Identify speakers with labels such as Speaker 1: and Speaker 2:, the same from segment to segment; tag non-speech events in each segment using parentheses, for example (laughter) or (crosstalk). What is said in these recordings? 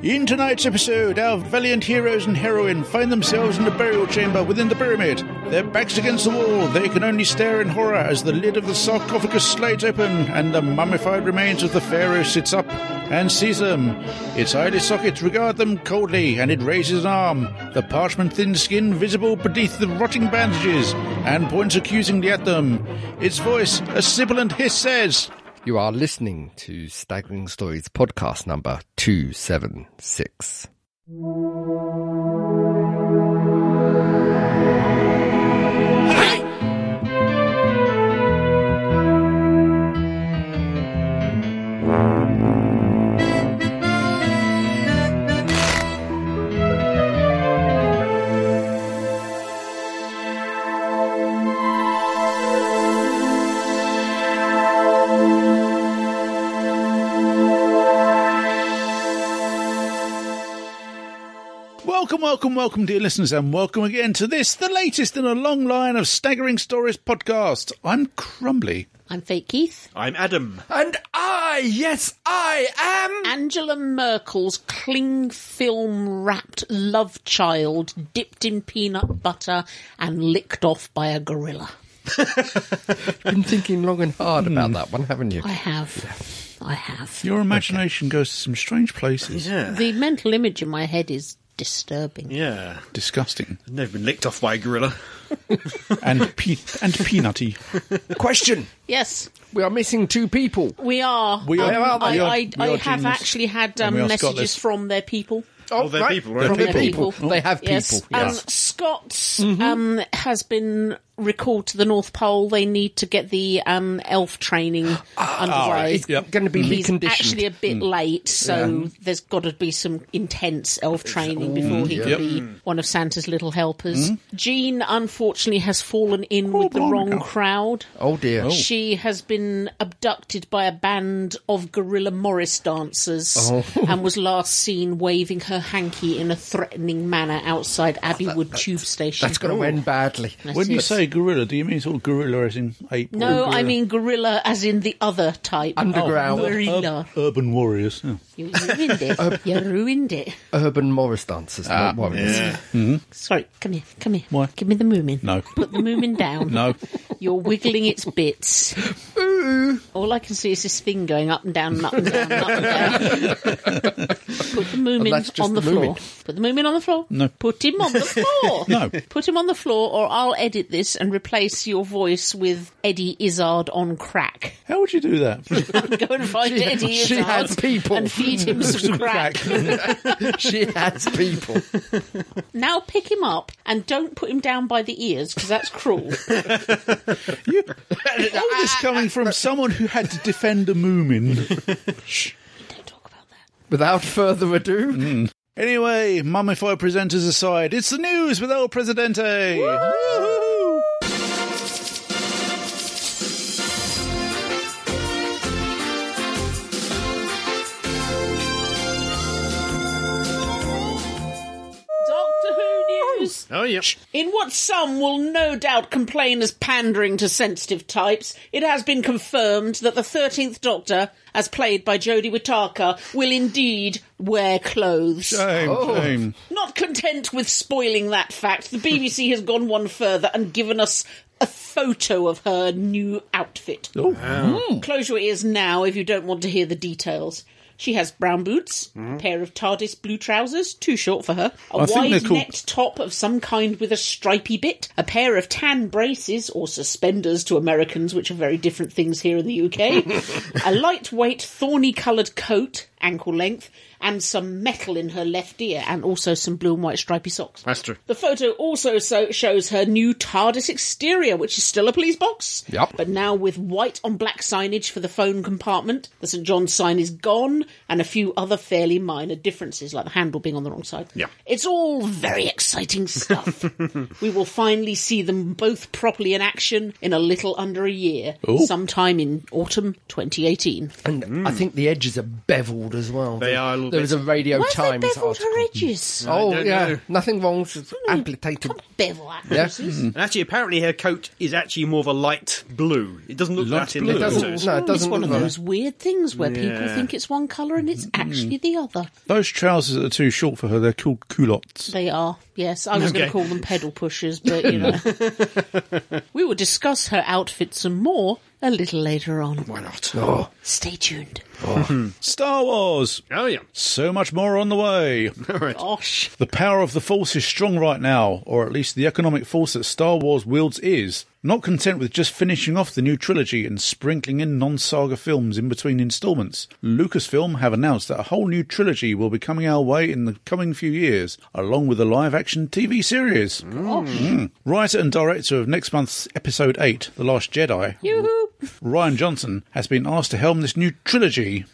Speaker 1: In tonight's episode, our valiant heroes and heroine find themselves in a burial chamber within the pyramid. Their backs against the wall, they can only stare in horror as the lid of the sarcophagus slides open and the mummified remains of the pharaoh sits up and sees them. Its eyelid sockets regard them coldly and it raises an arm, the parchment thin skin visible beneath the rotting bandages, and points accusingly at them. Its voice, a sibilant hiss, says,
Speaker 2: You are listening to Staggering Stories podcast number 276.
Speaker 1: Welcome, welcome, welcome, dear listeners, and welcome again to this, the latest in a long line of staggering stories podcast. I'm Crumbly.
Speaker 3: I'm Fake Keith.
Speaker 4: I'm Adam.
Speaker 5: And I, yes, I am.
Speaker 3: Angela Merkel's cling film wrapped love child dipped in peanut butter and licked off by a gorilla.
Speaker 2: Been thinking long and hard
Speaker 4: Hmm.
Speaker 2: about that one, haven't you?
Speaker 3: I have. I have.
Speaker 1: Your imagination goes to some strange places.
Speaker 4: Yeah.
Speaker 3: The mental image in my head is disturbing.
Speaker 4: Yeah.
Speaker 1: Disgusting.
Speaker 4: I've never been licked off by a gorilla.
Speaker 1: And pe- and peanutty.
Speaker 3: (laughs)
Speaker 2: Question.
Speaker 3: Yes,
Speaker 2: We are missing two people.
Speaker 3: we are.
Speaker 1: We are-
Speaker 3: Um, I,
Speaker 1: we are-
Speaker 3: I,
Speaker 1: we
Speaker 3: I
Speaker 1: are
Speaker 3: have
Speaker 1: genius.
Speaker 3: actually had
Speaker 1: And
Speaker 3: um,
Speaker 1: we are
Speaker 3: messages
Speaker 1: Scottish.
Speaker 3: from their people.
Speaker 4: Oh, they're people, right?
Speaker 2: From
Speaker 4: They're
Speaker 2: their
Speaker 3: people.
Speaker 2: people. They have people.
Speaker 3: Yes. Um,
Speaker 2: yes.
Speaker 3: Scott
Speaker 1: Mm-hmm.
Speaker 3: um, has been recalled to the North Pole. They need to get the um,
Speaker 1: (gasps)
Speaker 3: elf training
Speaker 1: Ah,
Speaker 3: underway.
Speaker 2: It's going to be
Speaker 4: Hmm.
Speaker 3: He's
Speaker 2: reconditioned.
Speaker 3: actually a bit
Speaker 1: Mm.
Speaker 3: late, so there's got to be some intense elf training before he can be one of Santa's little helpers.
Speaker 1: Mm-hmm.
Speaker 3: Jean, unfortunately, has fallen in with the wrong crowd.
Speaker 2: oh dear.
Speaker 3: She has been abducted by a band of gorilla Morris dancers
Speaker 1: Oh.
Speaker 3: and was last seen waving her hanky in a threatening manner outside Abbey Wood Tube Station.
Speaker 2: Oh, That's going
Speaker 4: Oh.
Speaker 2: to end badly.
Speaker 1: When you say gorilla, do you mean sort of gorilla as in ape? or
Speaker 3: No, I
Speaker 1: gorilla?
Speaker 3: mean gorilla as in the other type.
Speaker 2: Underground.
Speaker 3: Gorilla. Oh.
Speaker 1: urban warriors. yeah.
Speaker 3: You ruined it. you ruined it.
Speaker 2: Urban Morris dancers,
Speaker 4: Ah,
Speaker 2: not warriors.
Speaker 3: Sorry, come here, come here.
Speaker 1: Why?
Speaker 3: Give me the moomin.
Speaker 1: No.
Speaker 3: Put the moomin down.
Speaker 1: No.
Speaker 3: You're wiggling its bits. All I can see is this thing going up and down and up and down and up and down. Put the moomin
Speaker 2: that's just
Speaker 3: on the,
Speaker 2: the
Speaker 3: floor.
Speaker 2: moomin.
Speaker 3: Put the moomin on the floor.
Speaker 1: No.
Speaker 3: Put him on the floor.
Speaker 1: No.
Speaker 3: Put him on the floor or I'll edit this and replace your voice with Eddie Izzard on crack. (laughs)
Speaker 1: How would you do that?
Speaker 3: Go and find Eddie
Speaker 2: she
Speaker 3: Izzard
Speaker 2: has people.
Speaker 3: and feed
Speaker 1: (laughs)
Speaker 3: him some crack.
Speaker 2: (laughs) she has people.
Speaker 3: Now pick him up and don't put him down by the ears because that's cruel.
Speaker 1: You- all this coming from someone who had to defend a
Speaker 3: (laughs)
Speaker 1: moomin.
Speaker 3: don't talk about that.
Speaker 2: Without further ado,
Speaker 4: Mm-hmm.
Speaker 1: Anyway, mummified presenters aside, it's the news with El Presidente. Woo-hoo.
Speaker 3: Doctor Who news.
Speaker 4: Oh, yeah.
Speaker 3: In what some will no doubt complain as pandering to sensitive types, it has been confirmed that the 13th Doctor, as played by Jodie Whittaker, will indeed wear clothes.
Speaker 1: Shame, shame.
Speaker 3: Not content with spoiling that fact, the BBC has gone one further and given us a photo of her new outfit. Close your ears now if you don't want to hear the details. She has brown boots, pair of TARDIS blue trousers, too short for her, a
Speaker 1: Mm-hmm. I think they're
Speaker 3: wide
Speaker 1: called-
Speaker 3: necked top of some kind with a stripy bit, a pair of tan braces or suspenders to Americans, which are very different things here in the
Speaker 1: (laughs)
Speaker 3: UK, a lightweight, thorny coloured coat, ankle length, and some metal in her left ear, and also some blue and white stripy socks.
Speaker 4: That's true.
Speaker 3: The photo also so shows her new TARDIS exterior, which is still a police box,
Speaker 2: Yep.
Speaker 3: but now with white on black signage for the phone compartment. The St John's sign is gone, and a few other fairly minor differences, like the handle being on the wrong side.
Speaker 4: Yeah.
Speaker 3: It's all very
Speaker 2: (laughs)
Speaker 3: exciting stuff. we will finally see them both properly in action in a little under a year, sometime in autumn 2018.
Speaker 2: and I think the edges are beveled as well.
Speaker 4: Mm. They are a little
Speaker 2: There
Speaker 4: bit.
Speaker 2: was a Radio
Speaker 3: Where's they
Speaker 2: Times
Speaker 3: beveled
Speaker 2: article.
Speaker 3: her edges?
Speaker 2: Oh,
Speaker 4: I don't
Speaker 2: yeah.
Speaker 4: know.
Speaker 2: Nothing wrong. It's amplified.
Speaker 3: Can't bevel at
Speaker 2: Yeah.
Speaker 4: and actually, apparently, her coat is actually more of a light blue. It doesn't look
Speaker 1: Light
Speaker 4: that in
Speaker 1: blue?
Speaker 4: the
Speaker 1: It doesn't.
Speaker 4: photos.
Speaker 2: No, it
Speaker 3: It's
Speaker 2: doesn't
Speaker 3: one of
Speaker 2: look like- Mm-hmm.
Speaker 3: those weird things where people
Speaker 4: Yeah.
Speaker 3: think it's one colour and it's actually the other.
Speaker 1: Those trousers are too short for her. They're called culottes.
Speaker 3: They are, yes. I was going
Speaker 4: Okay.
Speaker 3: to call them pedal pushers, but you know.
Speaker 2: (laughs)
Speaker 3: we will discuss her outfit some more a little later on.
Speaker 4: Why not?
Speaker 3: Stay tuned.
Speaker 1: Star Wars.
Speaker 4: Oh yeah.
Speaker 1: So much more on the way.
Speaker 3: Gosh.
Speaker 1: The power of the Force is strong right now, or at least the economic force that Star Wars wields is. Not content with just finishing off the new trilogy and sprinkling in non saga films in between installments, Lucasfilm have announced that a whole new trilogy will be coming our way in the coming few years, along with a live action TV series. Mm. Writer and director of next month's Episode 8, The Last Jedi,
Speaker 3: Yoo-hoo.
Speaker 1: Ryan Johnson has been asked to helm this new trilogy.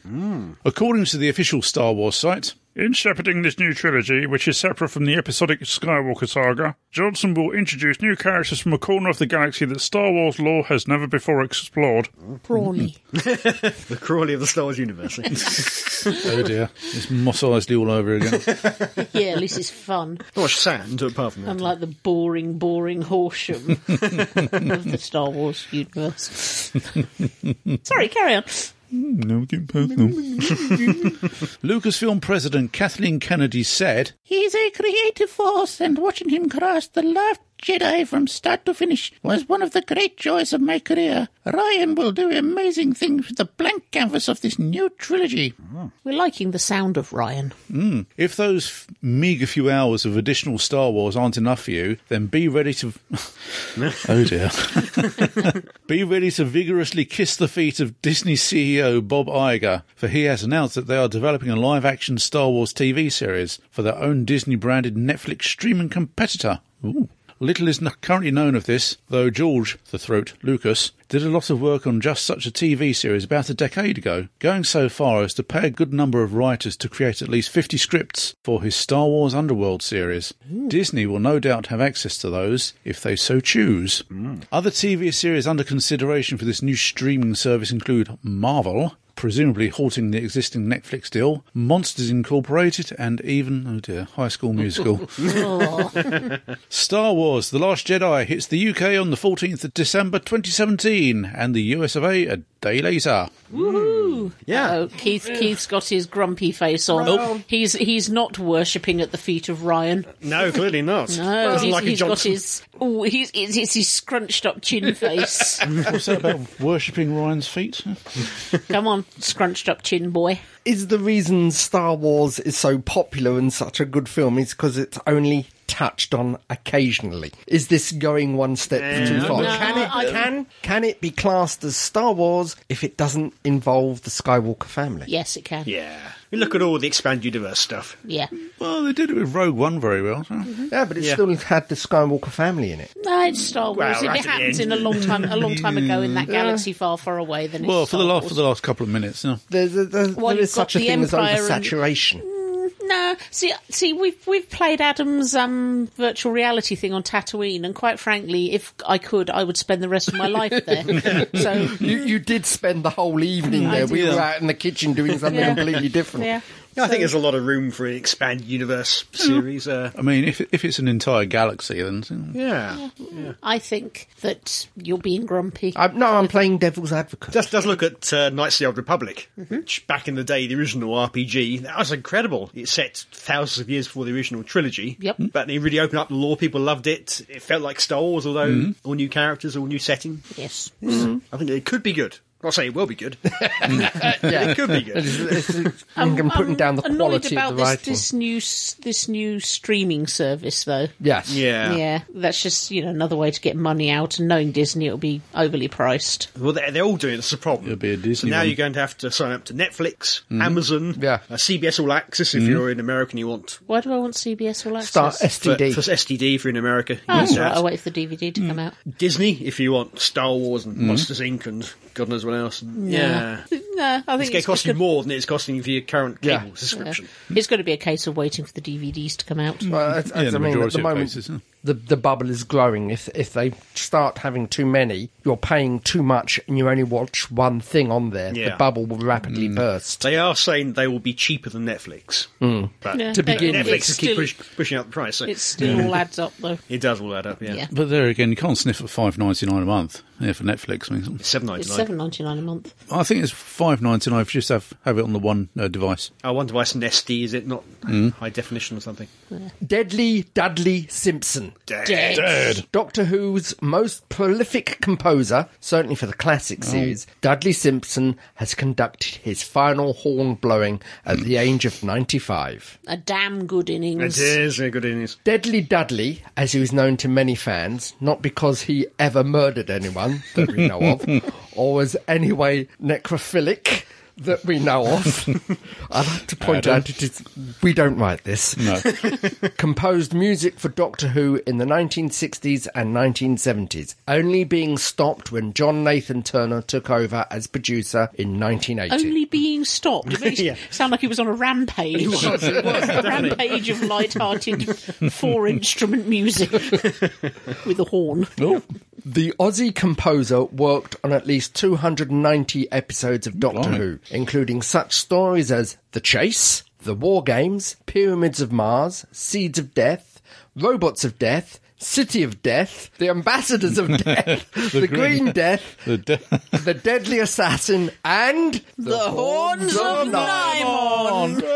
Speaker 1: According to the official Star Wars site,
Speaker 6: In shepherding this new trilogy, which is separate from the episodic Skywalker saga, Johnson will introduce new characters from a corner of the galaxy that Star Wars lore has never before explored.
Speaker 3: Prawny.
Speaker 4: The Crawley of the Star Wars (laughs) universe.
Speaker 1: oh dear, it's Moss Eisley all over again.
Speaker 3: yeah, at least it's fun.
Speaker 4: Not much sand apart from that.
Speaker 3: Unlike the boring, boring Horsham of the Star Wars
Speaker 2: (laughs)
Speaker 3: universe. Sorry, carry on.
Speaker 1: no, get personal. (laughs) Lucasfilm president Kathleen Kennedy said, He's a creative force, and watching him craft The Last Jedi from start to finish was one of the great joys of my career. Ryan will do amazing things with the blank canvas of this new trilogy.
Speaker 3: We're liking the sound of Ryan.
Speaker 1: If those f- meagre few hours of additional Star Wars aren't enough for you, then be ready to. oh dear. (laughs) be ready to vigorously kiss the feet of Disney CEO Bob Iger, for he has announced that they are developing a live action Star Wars TV series for their own Disney branded Netflix streaming competitor. Ooh. Little is n- currently known of this, though George, the throat, Lucas, did a lot of work on just such a TV series about a decade ago, going so far as to pay a good number of writers to create at least 50 scripts for his Star Wars Underworld series. Disney will no doubt have access to those if they so choose. Other TV series under consideration for this new streaming service include Marvel, presumably halting the existing Netflix deal, Monsters Incorporated, and even, oh dear, High School Musical. (laughs) Star Wars The Last Jedi hits the UK on the 14th of December 2017 and the US of A a day later.
Speaker 4: Yeah.
Speaker 3: Oh, Keith! Keith's got his grumpy face on. He's he's not worshipping at the feet of Ryan.
Speaker 4: No, clearly not. No,
Speaker 3: Oh,
Speaker 4: Doesn't
Speaker 3: he's,
Speaker 4: like a
Speaker 3: he's got
Speaker 4: Johnson.
Speaker 3: his oh, he's it's, it's his scrunched up chin face.
Speaker 1: What's that about worshipping Ryan's feet?
Speaker 3: Come on, scrunched up chin boy.
Speaker 2: Is the reason Star Wars is so popular and such a good film is because it's only touched on occasionally? Is this going one step too far?
Speaker 3: no,
Speaker 2: can it
Speaker 3: I-
Speaker 2: can can it be classed as Star Wars if it doesn't involve the Skywalker family?
Speaker 3: Yes, it can.
Speaker 4: Yeah. We look at all the expanded universe stuff.
Speaker 3: Yeah.
Speaker 1: Well, they did it with Rogue One very well. so-
Speaker 2: Yeah, but it
Speaker 4: Yeah.
Speaker 2: still had the Skywalker family in it.
Speaker 3: No, it's Star Wars.
Speaker 4: Well, right
Speaker 3: if
Speaker 4: at
Speaker 3: it
Speaker 4: the
Speaker 3: happens in
Speaker 4: end.
Speaker 3: a long time, a long time ago in that galaxy far, far away, then it's
Speaker 1: Well, for the
Speaker 3: Star
Speaker 1: last for the
Speaker 3: Wars.
Speaker 1: last couple of minutes. No.
Speaker 2: There's, there's,
Speaker 3: Well,
Speaker 2: there
Speaker 3: you've
Speaker 2: is such a
Speaker 3: got the
Speaker 2: thing as
Speaker 3: Empire and-
Speaker 2: oversaturation.
Speaker 3: No, see, see, we've we've played Adam's um, virtual reality thing on Tatooine, and quite frankly, if I could, I would spend the rest of my life
Speaker 4: (laughs)
Speaker 3: there. so
Speaker 2: You, you did spend the whole evening there. We were out in the kitchen doing something
Speaker 3: Yeah.
Speaker 2: completely different.
Speaker 3: yeah.
Speaker 4: I think there's a lot of room for an expanded universe series. Uh,
Speaker 1: I mean, if if it's an entire galaxy, then
Speaker 4: yeah.
Speaker 3: I think that you're being grumpy.
Speaker 2: I'm, no, I'm playing devil's advocate.
Speaker 4: Just, just look at uh, Knights of the Old Republic, which back in the day, the original RPG, that was incredible. It set thousands of years before the original trilogy. Mm-hmm.
Speaker 3: Yep.
Speaker 4: But it really opened up the lore. People loved it. It felt like Star Wars, although
Speaker 1: Mm-hmm.
Speaker 4: all new characters, all new setting.
Speaker 3: Yes.
Speaker 4: I think it could be good. I'm not saying it will
Speaker 1: (laughs)
Speaker 4: be good.
Speaker 2: yeah.
Speaker 4: It could be good.
Speaker 2: I think I'm putting down the
Speaker 3: annoyed
Speaker 2: quality
Speaker 3: about
Speaker 2: of the
Speaker 3: this,
Speaker 2: writing.
Speaker 3: this new s- this new streaming service though.
Speaker 2: Yes.
Speaker 4: Yeah.
Speaker 3: Yeah, that's just you know another way to get money out, and knowing Disney, it'll be overly priced.
Speaker 4: Well, they're, they're all doing it. That's the problem.
Speaker 1: It'll be a Disney
Speaker 4: So now
Speaker 1: one. Mm-hmm.
Speaker 4: you're going to have to sign up to Netflix, Amazon,
Speaker 2: Yeah.
Speaker 4: uh, CBS All Access if you're in America and you want
Speaker 3: Why do I want CBS All Access?
Speaker 2: Start
Speaker 4: for,
Speaker 2: STD.
Speaker 4: for STD if you're in America. you
Speaker 3: Oh,
Speaker 4: use
Speaker 3: that's right.
Speaker 4: that.
Speaker 3: I wait for the DVD to come
Speaker 2: Mm.
Speaker 3: out.
Speaker 4: Disney if you want Star Wars and Monsters Inc. and God knows what else. Yeah.
Speaker 3: No, I think
Speaker 4: It's going
Speaker 3: it's,
Speaker 4: to cost you more than it's costing you for your current
Speaker 2: Yeah.
Speaker 4: cable subscription.
Speaker 3: it's going to be a case of waiting for the DVDs to come out.
Speaker 2: Well, that's-
Speaker 1: yeah,
Speaker 2: that's-
Speaker 1: the
Speaker 2: I mean, at
Speaker 1: majority
Speaker 2: the
Speaker 1: of
Speaker 2: moment,
Speaker 1: cases. huh?
Speaker 2: the, the bubble is growing. If if they start having too many, you're paying too much, and you only watch one thing on there.
Speaker 4: Yeah.
Speaker 2: The bubble will rapidly
Speaker 1: Mm.
Speaker 2: burst.
Speaker 4: They are saying they will be cheaper than Netflix. But
Speaker 3: Yeah,
Speaker 4: Mm. to
Speaker 3: they-
Speaker 4: begin
Speaker 3: it's
Speaker 4: Netflix is keep
Speaker 3: still-
Speaker 4: push, pushing up the price. So
Speaker 3: It still all adds up, though.
Speaker 4: it does all add up, yeah.
Speaker 3: Yeah.
Speaker 1: But there again, you can't sniff at five ninety nine a month. Yeah, for Netflix. I mean,
Speaker 4: Seven ninety
Speaker 3: It's
Speaker 4: nine.
Speaker 3: seven ninety nine a month.
Speaker 1: I think it's five ninety nine if you just have have it on the one uh, device. (laughs)
Speaker 4: I wonder why it's nesty. Is it not high definition or something?
Speaker 2: Deadly Dudley Simpson.
Speaker 3: Dead.
Speaker 2: Doctor Who's most prolific composer, certainly for the classic
Speaker 1: Oh.
Speaker 2: series, Dudley Simpson has conducted his final horn blowing at the age of 95.
Speaker 3: A damn good
Speaker 4: It
Speaker 3: innings.
Speaker 4: is a good innings.
Speaker 2: Deadly Dudley, as he was known to many fans, not because he ever murdered anyone that we know of, or was anyway necrophilic that we know of. I'd like to point out it is, we don't write this. No. (laughs) Composed music for Doctor Who in the 1960s and 1970s, only being stopped when John Nathan Turner took over as producer in 1980.
Speaker 3: Only being stopped. It makes it sound like he was on a rampage. a (laughs) rampage of light-hearted four-instrument music (laughs) with a horn.
Speaker 2: The Aussie composer worked on at least 290 episodes of Doctor
Speaker 1: Blimey.
Speaker 2: Who, including such stories as The Chase, The War Games, Pyramids of Mars, Seeds of Death, Robots of Death, City of Death, The Ambassadors (laughs) of Death, The, Green, Death,
Speaker 1: The de-
Speaker 2: The Deadly Assassin, and The,
Speaker 3: Horns of Nymon.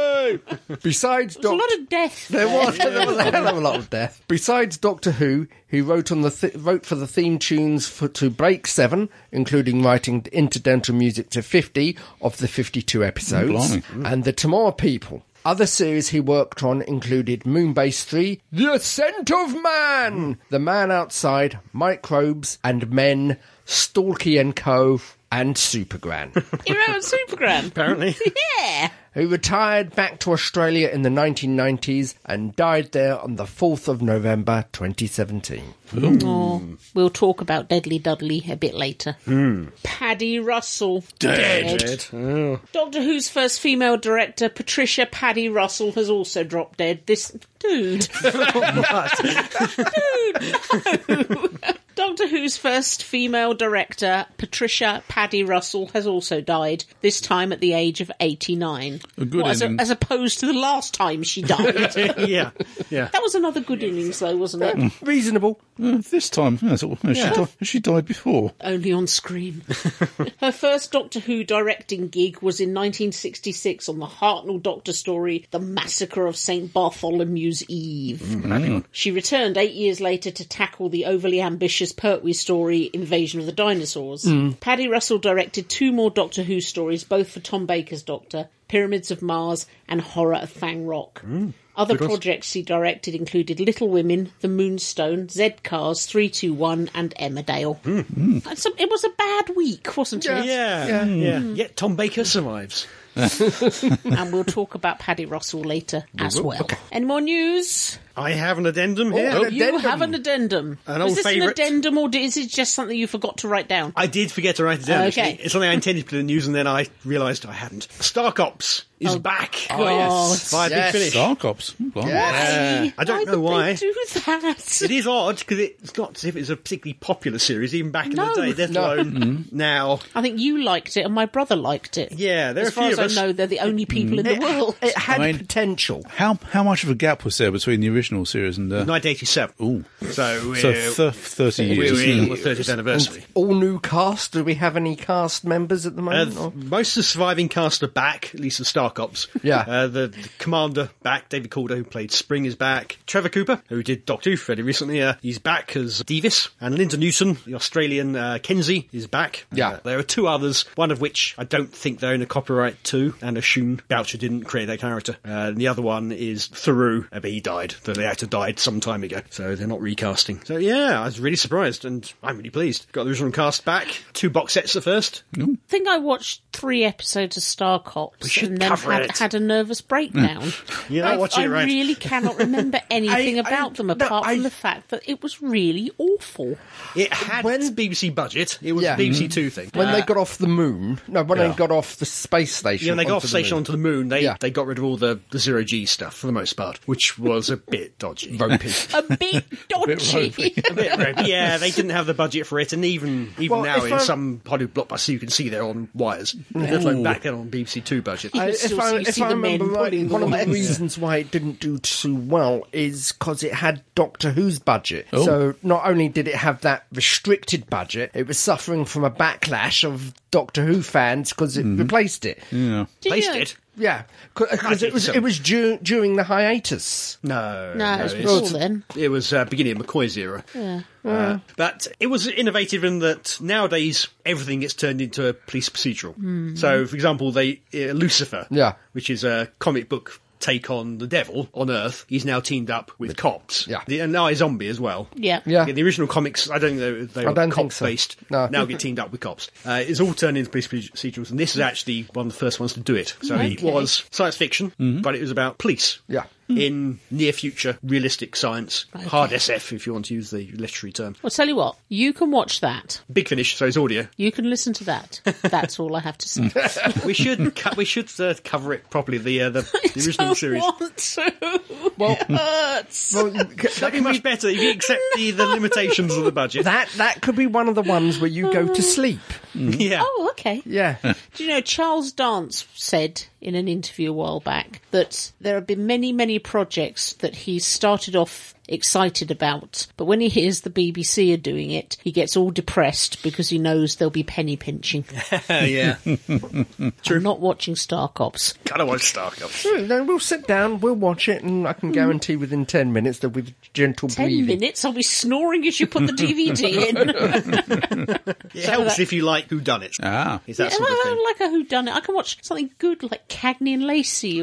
Speaker 2: Besides
Speaker 3: There's
Speaker 2: Doctor
Speaker 3: a lot of death.
Speaker 2: There was, there was a hell of a lot of death. Besides Doctor Who, he wrote on the th- wrote for the theme tunes for, to Break Seven, including writing incidental music to fifty of the fifty-two episodes,
Speaker 1: Blimey.
Speaker 2: and the Tamar People. Other series he worked on included Moonbase 3, The Ascent of Man, The Man Outside, Microbes and Men, Stalky and Co, and Supergran. (laughs)
Speaker 3: You're out Supergran.
Speaker 4: Apparently.
Speaker 3: (laughs) Yeah.
Speaker 2: who retired back to Australia in the 1990s and died there on the 4th of November 2017.
Speaker 3: Oh, we'll talk about Deadly Dudley a bit later. Paddy Russell. Dead. Doctor Who's first female director, Patricia Paddy Russell, has also dropped dead. This dude. dude. no. Doctor Who's first female director, Patricia Paddy Russell, has also died, this time at the age of 89.
Speaker 1: A good
Speaker 3: as,
Speaker 1: ending.
Speaker 3: as opposed to the last time she died. that
Speaker 4: (laughs) yeah, (laughs) yeah.
Speaker 3: was another good innings, though, wasn't it?
Speaker 2: Reasonable.
Speaker 1: Uh, (laughs) this time, yeah, so, no, she, died, she died before.
Speaker 3: only on screen. Her first Doctor Who directing gig was in 1966 on the Hartnell Doctor story, The Massacre of St. Bartholomew's Eve. She returned eight years later to tackle the overly ambitious Pertwee story, Invasion of the Dinosaurs. Paddy Russell directed two more Doctor Who stories, both for Tom Baker's Doctor, Pyramids of Mars and Horror of Fang Rock. Other projects he directed included Little Women, The Moonstone, Zed Cars, 321, and Emmerdale. And so- it was a bad week, wasn't it?
Speaker 4: Yeah, yeah. Yet Tom Baker survives.
Speaker 3: And we'll talk about Paddy Russell later as well. Any more news?
Speaker 4: I have an addendum here.
Speaker 2: an
Speaker 3: You
Speaker 2: addendum.
Speaker 3: have an addendum. Was
Speaker 4: An old
Speaker 3: this an
Speaker 4: favourite.
Speaker 3: addendum or is it just something you forgot to write down?
Speaker 4: I did forget to write it down.
Speaker 3: Okay.
Speaker 4: actually. It's something I intended to put in the news and then I realised I hadn't. Stark Ops is back.
Speaker 3: Oh. yes.
Speaker 4: Via Big
Speaker 2: Yes.
Speaker 4: Finish.
Speaker 1: Dark Ops. Oh, Blimey.
Speaker 4: Yeah. I don't
Speaker 3: why
Speaker 4: know
Speaker 3: would
Speaker 4: why.
Speaker 3: They do that.
Speaker 4: It is odd because it's not as if it's a particularly popular series even back in
Speaker 3: No.
Speaker 4: the day. Let
Speaker 2: No.
Speaker 4: alone
Speaker 1: Mm-hmm.
Speaker 4: now.
Speaker 3: I think you liked it and my brother liked it.
Speaker 4: Yeah, there are
Speaker 3: as
Speaker 4: a
Speaker 3: far
Speaker 4: few
Speaker 3: as
Speaker 4: of
Speaker 3: I
Speaker 4: us.
Speaker 3: know, they're the only people in the world.
Speaker 2: (laughs) It had
Speaker 1: I mean-
Speaker 2: potential.
Speaker 1: How how much of a gap was there between the original series and uh,
Speaker 4: 1987.
Speaker 1: Ooh.
Speaker 4: So,
Speaker 1: so
Speaker 4: we're,
Speaker 1: th- thirty
Speaker 4: we're
Speaker 1: years?
Speaker 4: in the 30th anniversary.
Speaker 2: All new cast. Do we have any cast members at the
Speaker 4: Uh,
Speaker 2: moment?
Speaker 4: th-
Speaker 2: or-
Speaker 4: most of the surviving cast are back, at least the Stark Ops.
Speaker 2: Yeah.
Speaker 4: Uh, the, the commander back, David Calder, who played Spring, is back. Trevor Cooper, who did Doctor Who fairly recently, uh, he's back as Devis. And Linda Newton, the Australian uh, Kenzie, is back.
Speaker 2: Yeah.
Speaker 4: Uh, there are two others, one of which I don't think they own a copyright to, and assume Boucher didn't create that character. Uh, and the other one is Theroux, uh, but he died. The the actor died some time ago, so they're not recasting. So yeah, I was really surprised, and I'm really pleased. Got the original cast back. Two box sets at first.
Speaker 3: I think I watched three episodes of Star Cops.
Speaker 4: We should
Speaker 3: and then
Speaker 4: Cover
Speaker 3: had,
Speaker 4: it.
Speaker 3: had a nervous
Speaker 4: (laughs)
Speaker 3: breakdown.
Speaker 4: You're not
Speaker 3: I,
Speaker 4: watching
Speaker 3: I
Speaker 4: it right.
Speaker 3: really cannot
Speaker 4: (laughs)
Speaker 3: remember anything
Speaker 5: I-
Speaker 3: about them
Speaker 5: no,
Speaker 3: apart
Speaker 5: I-
Speaker 3: from the fact that it was really awful.
Speaker 4: It had BBC budget. It was
Speaker 2: Yeah. Mm-hmm.
Speaker 4: a BBC Two thing.
Speaker 2: When
Speaker 4: Uh,
Speaker 2: they got off the moon, no, when they got off the space station.
Speaker 4: Yeah, when they got off
Speaker 2: onto
Speaker 4: the station
Speaker 2: moon.
Speaker 4: onto the moon, they,
Speaker 2: Yeah.
Speaker 4: they got rid of all the, the zero G stuff for the most part, which was a bit dodgy.
Speaker 2: Ropey.
Speaker 3: A bit dodgy.
Speaker 4: (laughs) A bit ropey. Yeah, they didn't have the budget for it, and even even
Speaker 2: Well,
Speaker 4: now
Speaker 2: if
Speaker 4: in
Speaker 2: I'm-
Speaker 4: some Hollywood blockbuster, you can see they're on wires. They're like back then on BBC Two budget.
Speaker 3: You
Speaker 2: I-
Speaker 3: can still see- you see the men pulling
Speaker 2: one of the
Speaker 3: wires.
Speaker 2: reasons why it didn't do too well is because it had Doctor Who's budget.
Speaker 3: Oh.
Speaker 2: So not only did it have that restricted budget, it was suffering from a backlash of Doctor Who fans because it
Speaker 3: Mm-hmm.
Speaker 2: replaced it.
Speaker 3: (laughs) Do you
Speaker 4: Placed
Speaker 3: know-
Speaker 4: it.
Speaker 2: Yeah, because it was it was du- during the hiatus.
Speaker 4: No,
Speaker 3: No, it was
Speaker 4: it's-
Speaker 3: before then.
Speaker 4: It was uh, beginning of McCoy's era. Yeah. but it was innovative in that nowadays everything gets turned into a police procedural.
Speaker 3: Hmm.
Speaker 4: So, for example, they uh, Lucifer,
Speaker 2: Yeah.
Speaker 4: which is a comic book take on the devil on Earth, he's now teamed up with cops.
Speaker 2: Yeah.
Speaker 4: The, and now he's zombie as well.
Speaker 3: Yeah.
Speaker 2: Yeah.
Speaker 4: the original comics, I don't think they, were- they
Speaker 2: I
Speaker 4: were
Speaker 2: don't think
Speaker 4: cops
Speaker 2: so.
Speaker 4: based.
Speaker 2: No.
Speaker 4: Now get teamed up with cops. Uh, it's all turned into police procedurals, and this is actually one of the first ones to do it. So it
Speaker 3: Okay.
Speaker 4: was science fiction, but it was about police Mm-hmm.
Speaker 2: Yeah.
Speaker 4: in near future realistic science,
Speaker 3: Okay.
Speaker 4: hard SF if you want to use the literary term.
Speaker 3: Well, tell you what, you can watch that.
Speaker 4: Big finish, so it's audio.
Speaker 3: You can listen to that. That's all I have to say.
Speaker 4: (laughs) We should co- we should uh, cover it properly. The uh, the, the original
Speaker 3: don't
Speaker 4: series.
Speaker 3: want to. it hurts.
Speaker 2: Well, c-
Speaker 4: That'd be much better if you accept the, the limitations of the budget.
Speaker 2: that that could be one of the ones where you go to sleep.
Speaker 4: yeah.
Speaker 3: (laughs) oh, okay.
Speaker 2: Yeah,
Speaker 3: (laughs) Do you know, Charles Dance said in an interview a while back that there have been many, many projects that he started off excited about, but when he hears the BBC are doing it, he gets all depressed because he knows there'll be penny pinching.
Speaker 4: (laughs) yeah.
Speaker 3: I'm not watching Star Cops.
Speaker 4: Gotta watch Star Cops.
Speaker 2: Hmm, then we'll sit down, we'll watch it, and I can guarantee within ten minutes there'll be gentle
Speaker 3: Ten
Speaker 2: breathing.
Speaker 3: minutes? I'll be snoring as you put the DVD in.
Speaker 4: It helps
Speaker 3: that-
Speaker 4: if you like Who Done It.
Speaker 1: Ah.
Speaker 4: It's that
Speaker 3: Yeah,
Speaker 4: sort of
Speaker 3: I
Speaker 4: thing.
Speaker 3: (laughs) don't like a whodunit. I can watch something good like Cagney and Lacey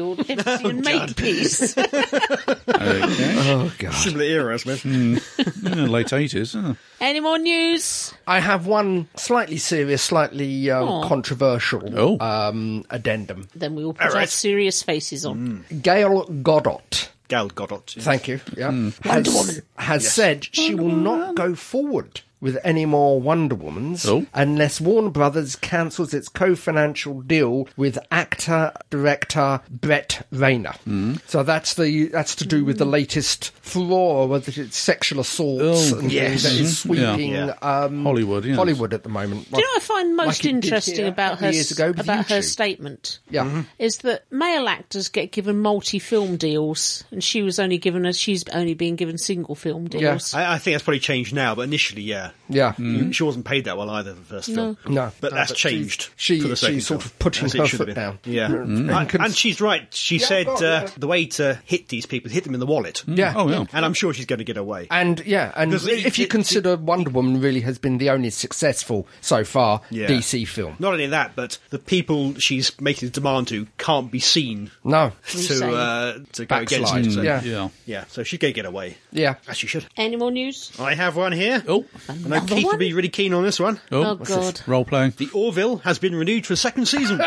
Speaker 2: (laughs)
Speaker 3: or Dempsey and Makepeace.
Speaker 1: (laughs) Okay.
Speaker 2: Oh god!
Speaker 4: Similar era, I suppose.
Speaker 1: Mm. Yeah, late 80s. huh?
Speaker 3: Any more news?
Speaker 2: I have one slightly serious, slightly
Speaker 3: Aw.
Speaker 2: uh, controversial
Speaker 1: Oh.
Speaker 2: um, addendum.
Speaker 3: Then we will put our
Speaker 4: right.
Speaker 3: serious faces
Speaker 2: Mm.
Speaker 3: on.
Speaker 2: Gail Godot,
Speaker 4: Gal Godot. yeah.
Speaker 2: thank you, yeah,
Speaker 1: Hmm.
Speaker 2: has,
Speaker 3: Woman.
Speaker 2: has said she will not go forward with any more Wonder Womans
Speaker 1: Oh.
Speaker 2: unless Warner Brothers cancels its co-financial deal with actor director Brett Rayner.
Speaker 1: Hmm.
Speaker 2: So that's the that's to do with the latest furore whether it's sexual assaults
Speaker 1: Oh,
Speaker 2: and things that
Speaker 1: yes.
Speaker 2: is
Speaker 1: Yeah.
Speaker 2: sweeping
Speaker 4: Yeah.
Speaker 2: Um,
Speaker 1: Hollywood, yes.
Speaker 2: Hollywood at the moment.
Speaker 3: Do you know what I find most
Speaker 2: Like it did
Speaker 3: interesting
Speaker 2: here a
Speaker 3: about
Speaker 2: couple
Speaker 3: her
Speaker 2: of years ago with
Speaker 3: about her
Speaker 2: YouTube.
Speaker 3: statement?
Speaker 2: Yeah.
Speaker 1: Mm-hmm.
Speaker 3: Is that male actors get given multi-film deals, and she was only given a, she's only being given single film deals.
Speaker 4: I, I think that's probably changed now, but initially, yeah.
Speaker 2: Yeah. Mm.
Speaker 4: She wasn't paid that well either, the first film.
Speaker 2: No.
Speaker 4: But
Speaker 2: No,
Speaker 4: that's
Speaker 2: but
Speaker 4: changed.
Speaker 2: she-
Speaker 4: for the
Speaker 2: she
Speaker 4: second
Speaker 2: sort
Speaker 4: film,
Speaker 2: of putting
Speaker 4: as it
Speaker 2: her
Speaker 4: should
Speaker 2: foot
Speaker 4: have been.
Speaker 2: down.
Speaker 4: Yeah.
Speaker 2: And
Speaker 4: And,
Speaker 2: cons-
Speaker 4: and she's right. She
Speaker 2: Yeah,
Speaker 4: said
Speaker 2: God,
Speaker 4: uh,
Speaker 2: yeah. Mm.
Speaker 4: the way to hit these people is hit them in the wallet.
Speaker 2: Yeah.
Speaker 1: Oh, yeah.
Speaker 4: And I'm sure she's going to get away.
Speaker 2: And yeah, and
Speaker 4: Because it-
Speaker 2: if you
Speaker 4: it-
Speaker 2: consider Wonder Woman really has been the only successful so far
Speaker 4: Yeah.
Speaker 2: DC film.
Speaker 4: Not only that, but the people she's making the demand to can't be seen
Speaker 2: No.
Speaker 4: to uh, to go against
Speaker 2: Backslide.
Speaker 4: it. So,
Speaker 2: Yeah.
Speaker 1: Yeah.
Speaker 4: yeah, so she's going to get away.
Speaker 2: Yeah.
Speaker 4: (laughs) As she should.
Speaker 3: Any more news?
Speaker 4: I have one here.
Speaker 1: Oh.
Speaker 4: I know
Speaker 3: Another
Speaker 4: Keith
Speaker 3: one?
Speaker 4: would be really keen on this one.
Speaker 3: Oh,
Speaker 1: Oh.
Speaker 3: God!
Speaker 1: Role playing.
Speaker 4: The Orville has been renewed for a second
Speaker 2: (laughs)
Speaker 4: season.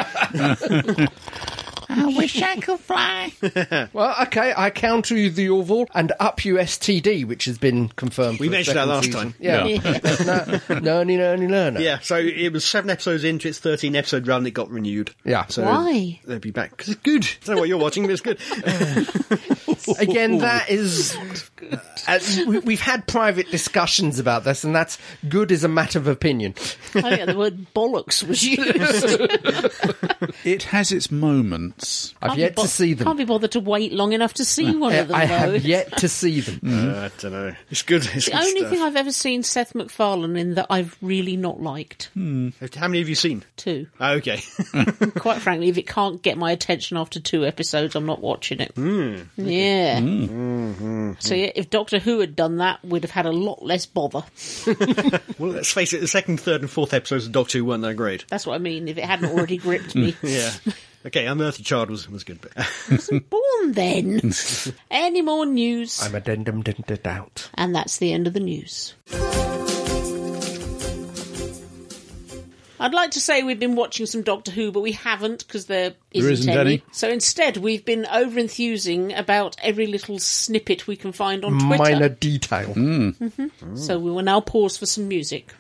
Speaker 1: I wish I could fly.
Speaker 2: Well, okay, I counter you the Orville and up you STD, which has been confirmed.
Speaker 4: We
Speaker 2: for a
Speaker 4: mentioned that
Speaker 2: second
Speaker 4: last
Speaker 2: season.
Speaker 4: time.
Speaker 2: Yeah.
Speaker 3: (laughs) Yeah.
Speaker 4: (laughs)
Speaker 2: no, no, no, no, no, no.
Speaker 4: Yeah, so it was seven episodes into its 13 episode run, it got renewed.
Speaker 2: Yeah.
Speaker 4: So
Speaker 3: Why?
Speaker 4: They'll be back. Because it's good. I don't know what you're watching, but
Speaker 3: (laughs)
Speaker 4: it's good. Uh,
Speaker 2: Again,
Speaker 4: (laughs)
Speaker 2: that is. as- we, we've had private discussions about this, and that's good as a matter of opinion.
Speaker 3: I think the word
Speaker 2: (laughs)
Speaker 3: bollocks was used.
Speaker 1: It has its moments.
Speaker 2: I've yet to see them.
Speaker 3: Can't be bothered to wait long enough to see one of them.
Speaker 2: I
Speaker 3: though.
Speaker 2: have yet to see them.
Speaker 4: I don't know. It's good. It's
Speaker 3: The only thing I've ever seen Seth MacFarlane in that I've really not liked,
Speaker 4: How many have you seen?
Speaker 3: too. (laughs)
Speaker 4: Oh, okay.
Speaker 3: Quite frankly, if it can't get my attention after two episodes, I'm not watching it. Yeah. So, yeah, if Doctor Who had done that, we'd have had a lot less bother.
Speaker 4: well, let's face it, the second, third, and fourth episodes of Doctor Who weren't that great.
Speaker 3: That's what I mean, if it hadn't already gripped me. (laughs)
Speaker 4: Yeah. Okay, Unearthly Child was,
Speaker 2: (laughs)
Speaker 4: was good. But
Speaker 3: Born then. Any more news?
Speaker 2: I'm addendum to doubt.
Speaker 3: And that's the end of the news. I'd like to say we've been watching some Doctor Who, but we haven't because there isn't,
Speaker 1: isn't any.
Speaker 3: So instead, we've been overenthusing about every little snippet we can find on Twitter.
Speaker 2: Minor detail.
Speaker 3: So we will now pause for some music.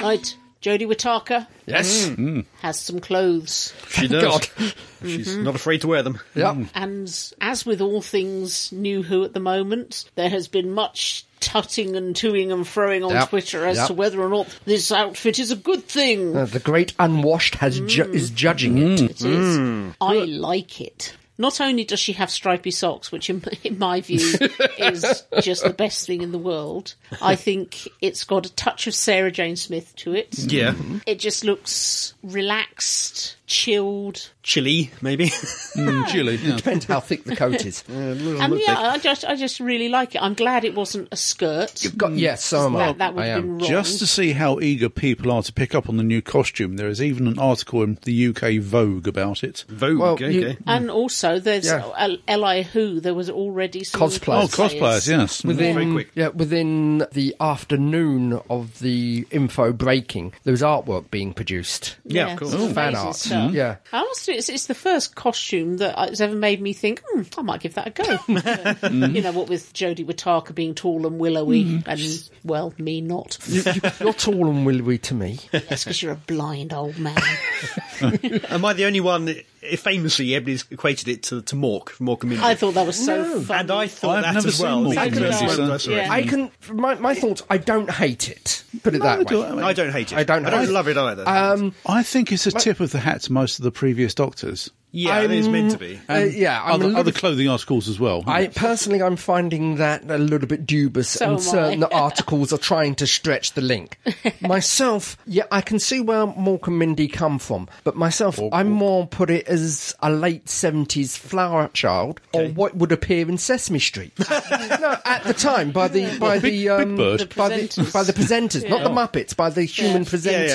Speaker 3: Right, Jodie Whittaker
Speaker 2: Yes.
Speaker 3: has some clothes.
Speaker 4: (laughs) She does.
Speaker 2: God.
Speaker 4: She's not afraid to wear them.
Speaker 2: Yep.
Speaker 3: And as with all things new who at the moment, there has been much tutting and toing and froing on
Speaker 2: Yep.
Speaker 3: Twitter as
Speaker 2: Yep.
Speaker 3: to whether or not this outfit is a good thing.
Speaker 2: Uh, the great unwashed has ju- is judging
Speaker 4: Mm.
Speaker 2: it.
Speaker 3: It is.
Speaker 2: Hmm.
Speaker 3: I like it. Not only does she have stripy socks, which in, (laughs) in
Speaker 2: (laughs)
Speaker 3: my view is just the best thing in the world, I think it's got a touch of Sarah Jane Smith to it.
Speaker 4: Yeah.
Speaker 2: Mm-hmm.
Speaker 3: It just looks relaxed, chilled,
Speaker 4: Chilly,
Speaker 2: (laughs)
Speaker 4: maybe.
Speaker 3: Ah.
Speaker 1: Mm, chilly. Yeah.
Speaker 2: Depends how thick the coat
Speaker 4: (laughs)
Speaker 2: is.
Speaker 4: Mm.
Speaker 3: and yeah, I just I just really like it. I'm glad it wasn't a skirt.
Speaker 2: Got, yes, so am I.
Speaker 3: That, that would
Speaker 2: I
Speaker 3: have
Speaker 2: am.
Speaker 3: been wrong.
Speaker 1: Just to see how eager people are to pick up on the new costume, there is even an article in the UK Vogue about it.
Speaker 4: Vogue,
Speaker 2: Well,
Speaker 4: okay.
Speaker 2: you-
Speaker 3: and also, there's
Speaker 2: Yeah.
Speaker 3: uh, Li Who. There was already some
Speaker 2: Cosplayers.
Speaker 1: Oh, cosplayers, yes.
Speaker 4: Very
Speaker 2: Within,
Speaker 4: quick.
Speaker 2: yeah, within the afternoon of the info breaking, there was artwork being produced.
Speaker 4: Yeah, of course.
Speaker 3: some
Speaker 2: Fan
Speaker 3: amazing
Speaker 2: art. Mm.
Speaker 3: stuff.
Speaker 2: Yeah.
Speaker 3: I must admit, it's, it's the first costume that uh, has ever made me think, hmm, I might give that
Speaker 2: (laughs)
Speaker 3: a go.
Speaker 2: Mm-hmm.
Speaker 3: You know, what with Jodie Whittaker being tall and willowy, and, well,
Speaker 2: (laughs)
Speaker 3: me not.
Speaker 2: You're tall and willowy to
Speaker 4: (laughs)
Speaker 2: me.
Speaker 3: That's because you're a blind old man.
Speaker 4: Am I the only one? that- Famously, everybody's equated it to, to Mork from Mork and Mindy.
Speaker 3: I thought that was so funny.
Speaker 4: and I thought
Speaker 1: I've
Speaker 4: that
Speaker 1: never
Speaker 4: as
Speaker 1: seen
Speaker 4: well.
Speaker 1: Mork
Speaker 4: Thank
Speaker 3: and
Speaker 4: you.
Speaker 3: Mindy,
Speaker 4: Well,
Speaker 1: so-
Speaker 4: that's right.
Speaker 3: Yeah.
Speaker 2: I can, my, my thoughts, I don't hate it. Put it
Speaker 1: Mm.
Speaker 2: that way.
Speaker 4: I don't hate it.
Speaker 2: I don't
Speaker 4: I don't
Speaker 2: hate it. Um,
Speaker 4: love it either. Um,
Speaker 1: I think it's a tip of the hat to most of the previous doctors.
Speaker 4: yeah, it is meant to be.
Speaker 2: Uh, yeah, I'm
Speaker 1: other,
Speaker 2: a little
Speaker 1: other clothing articles as well.
Speaker 2: I personally, I'm finding that a little bit dubious,
Speaker 3: So am
Speaker 2: and
Speaker 3: I. (laughs)
Speaker 2: certain articles are trying to stretch the link. myself, yeah, I can see where Mork and Mindy come from, but myself, I more put it as a late seventies flower child, or what would appear in Sesame Street. (laughs) no, at the time, by the by
Speaker 1: Big-
Speaker 2: the,
Speaker 1: Big
Speaker 2: um,
Speaker 1: Bird.
Speaker 3: The
Speaker 2: by the
Speaker 3: presenters.
Speaker 2: by the presenters, not the Muppets, by the human presenters.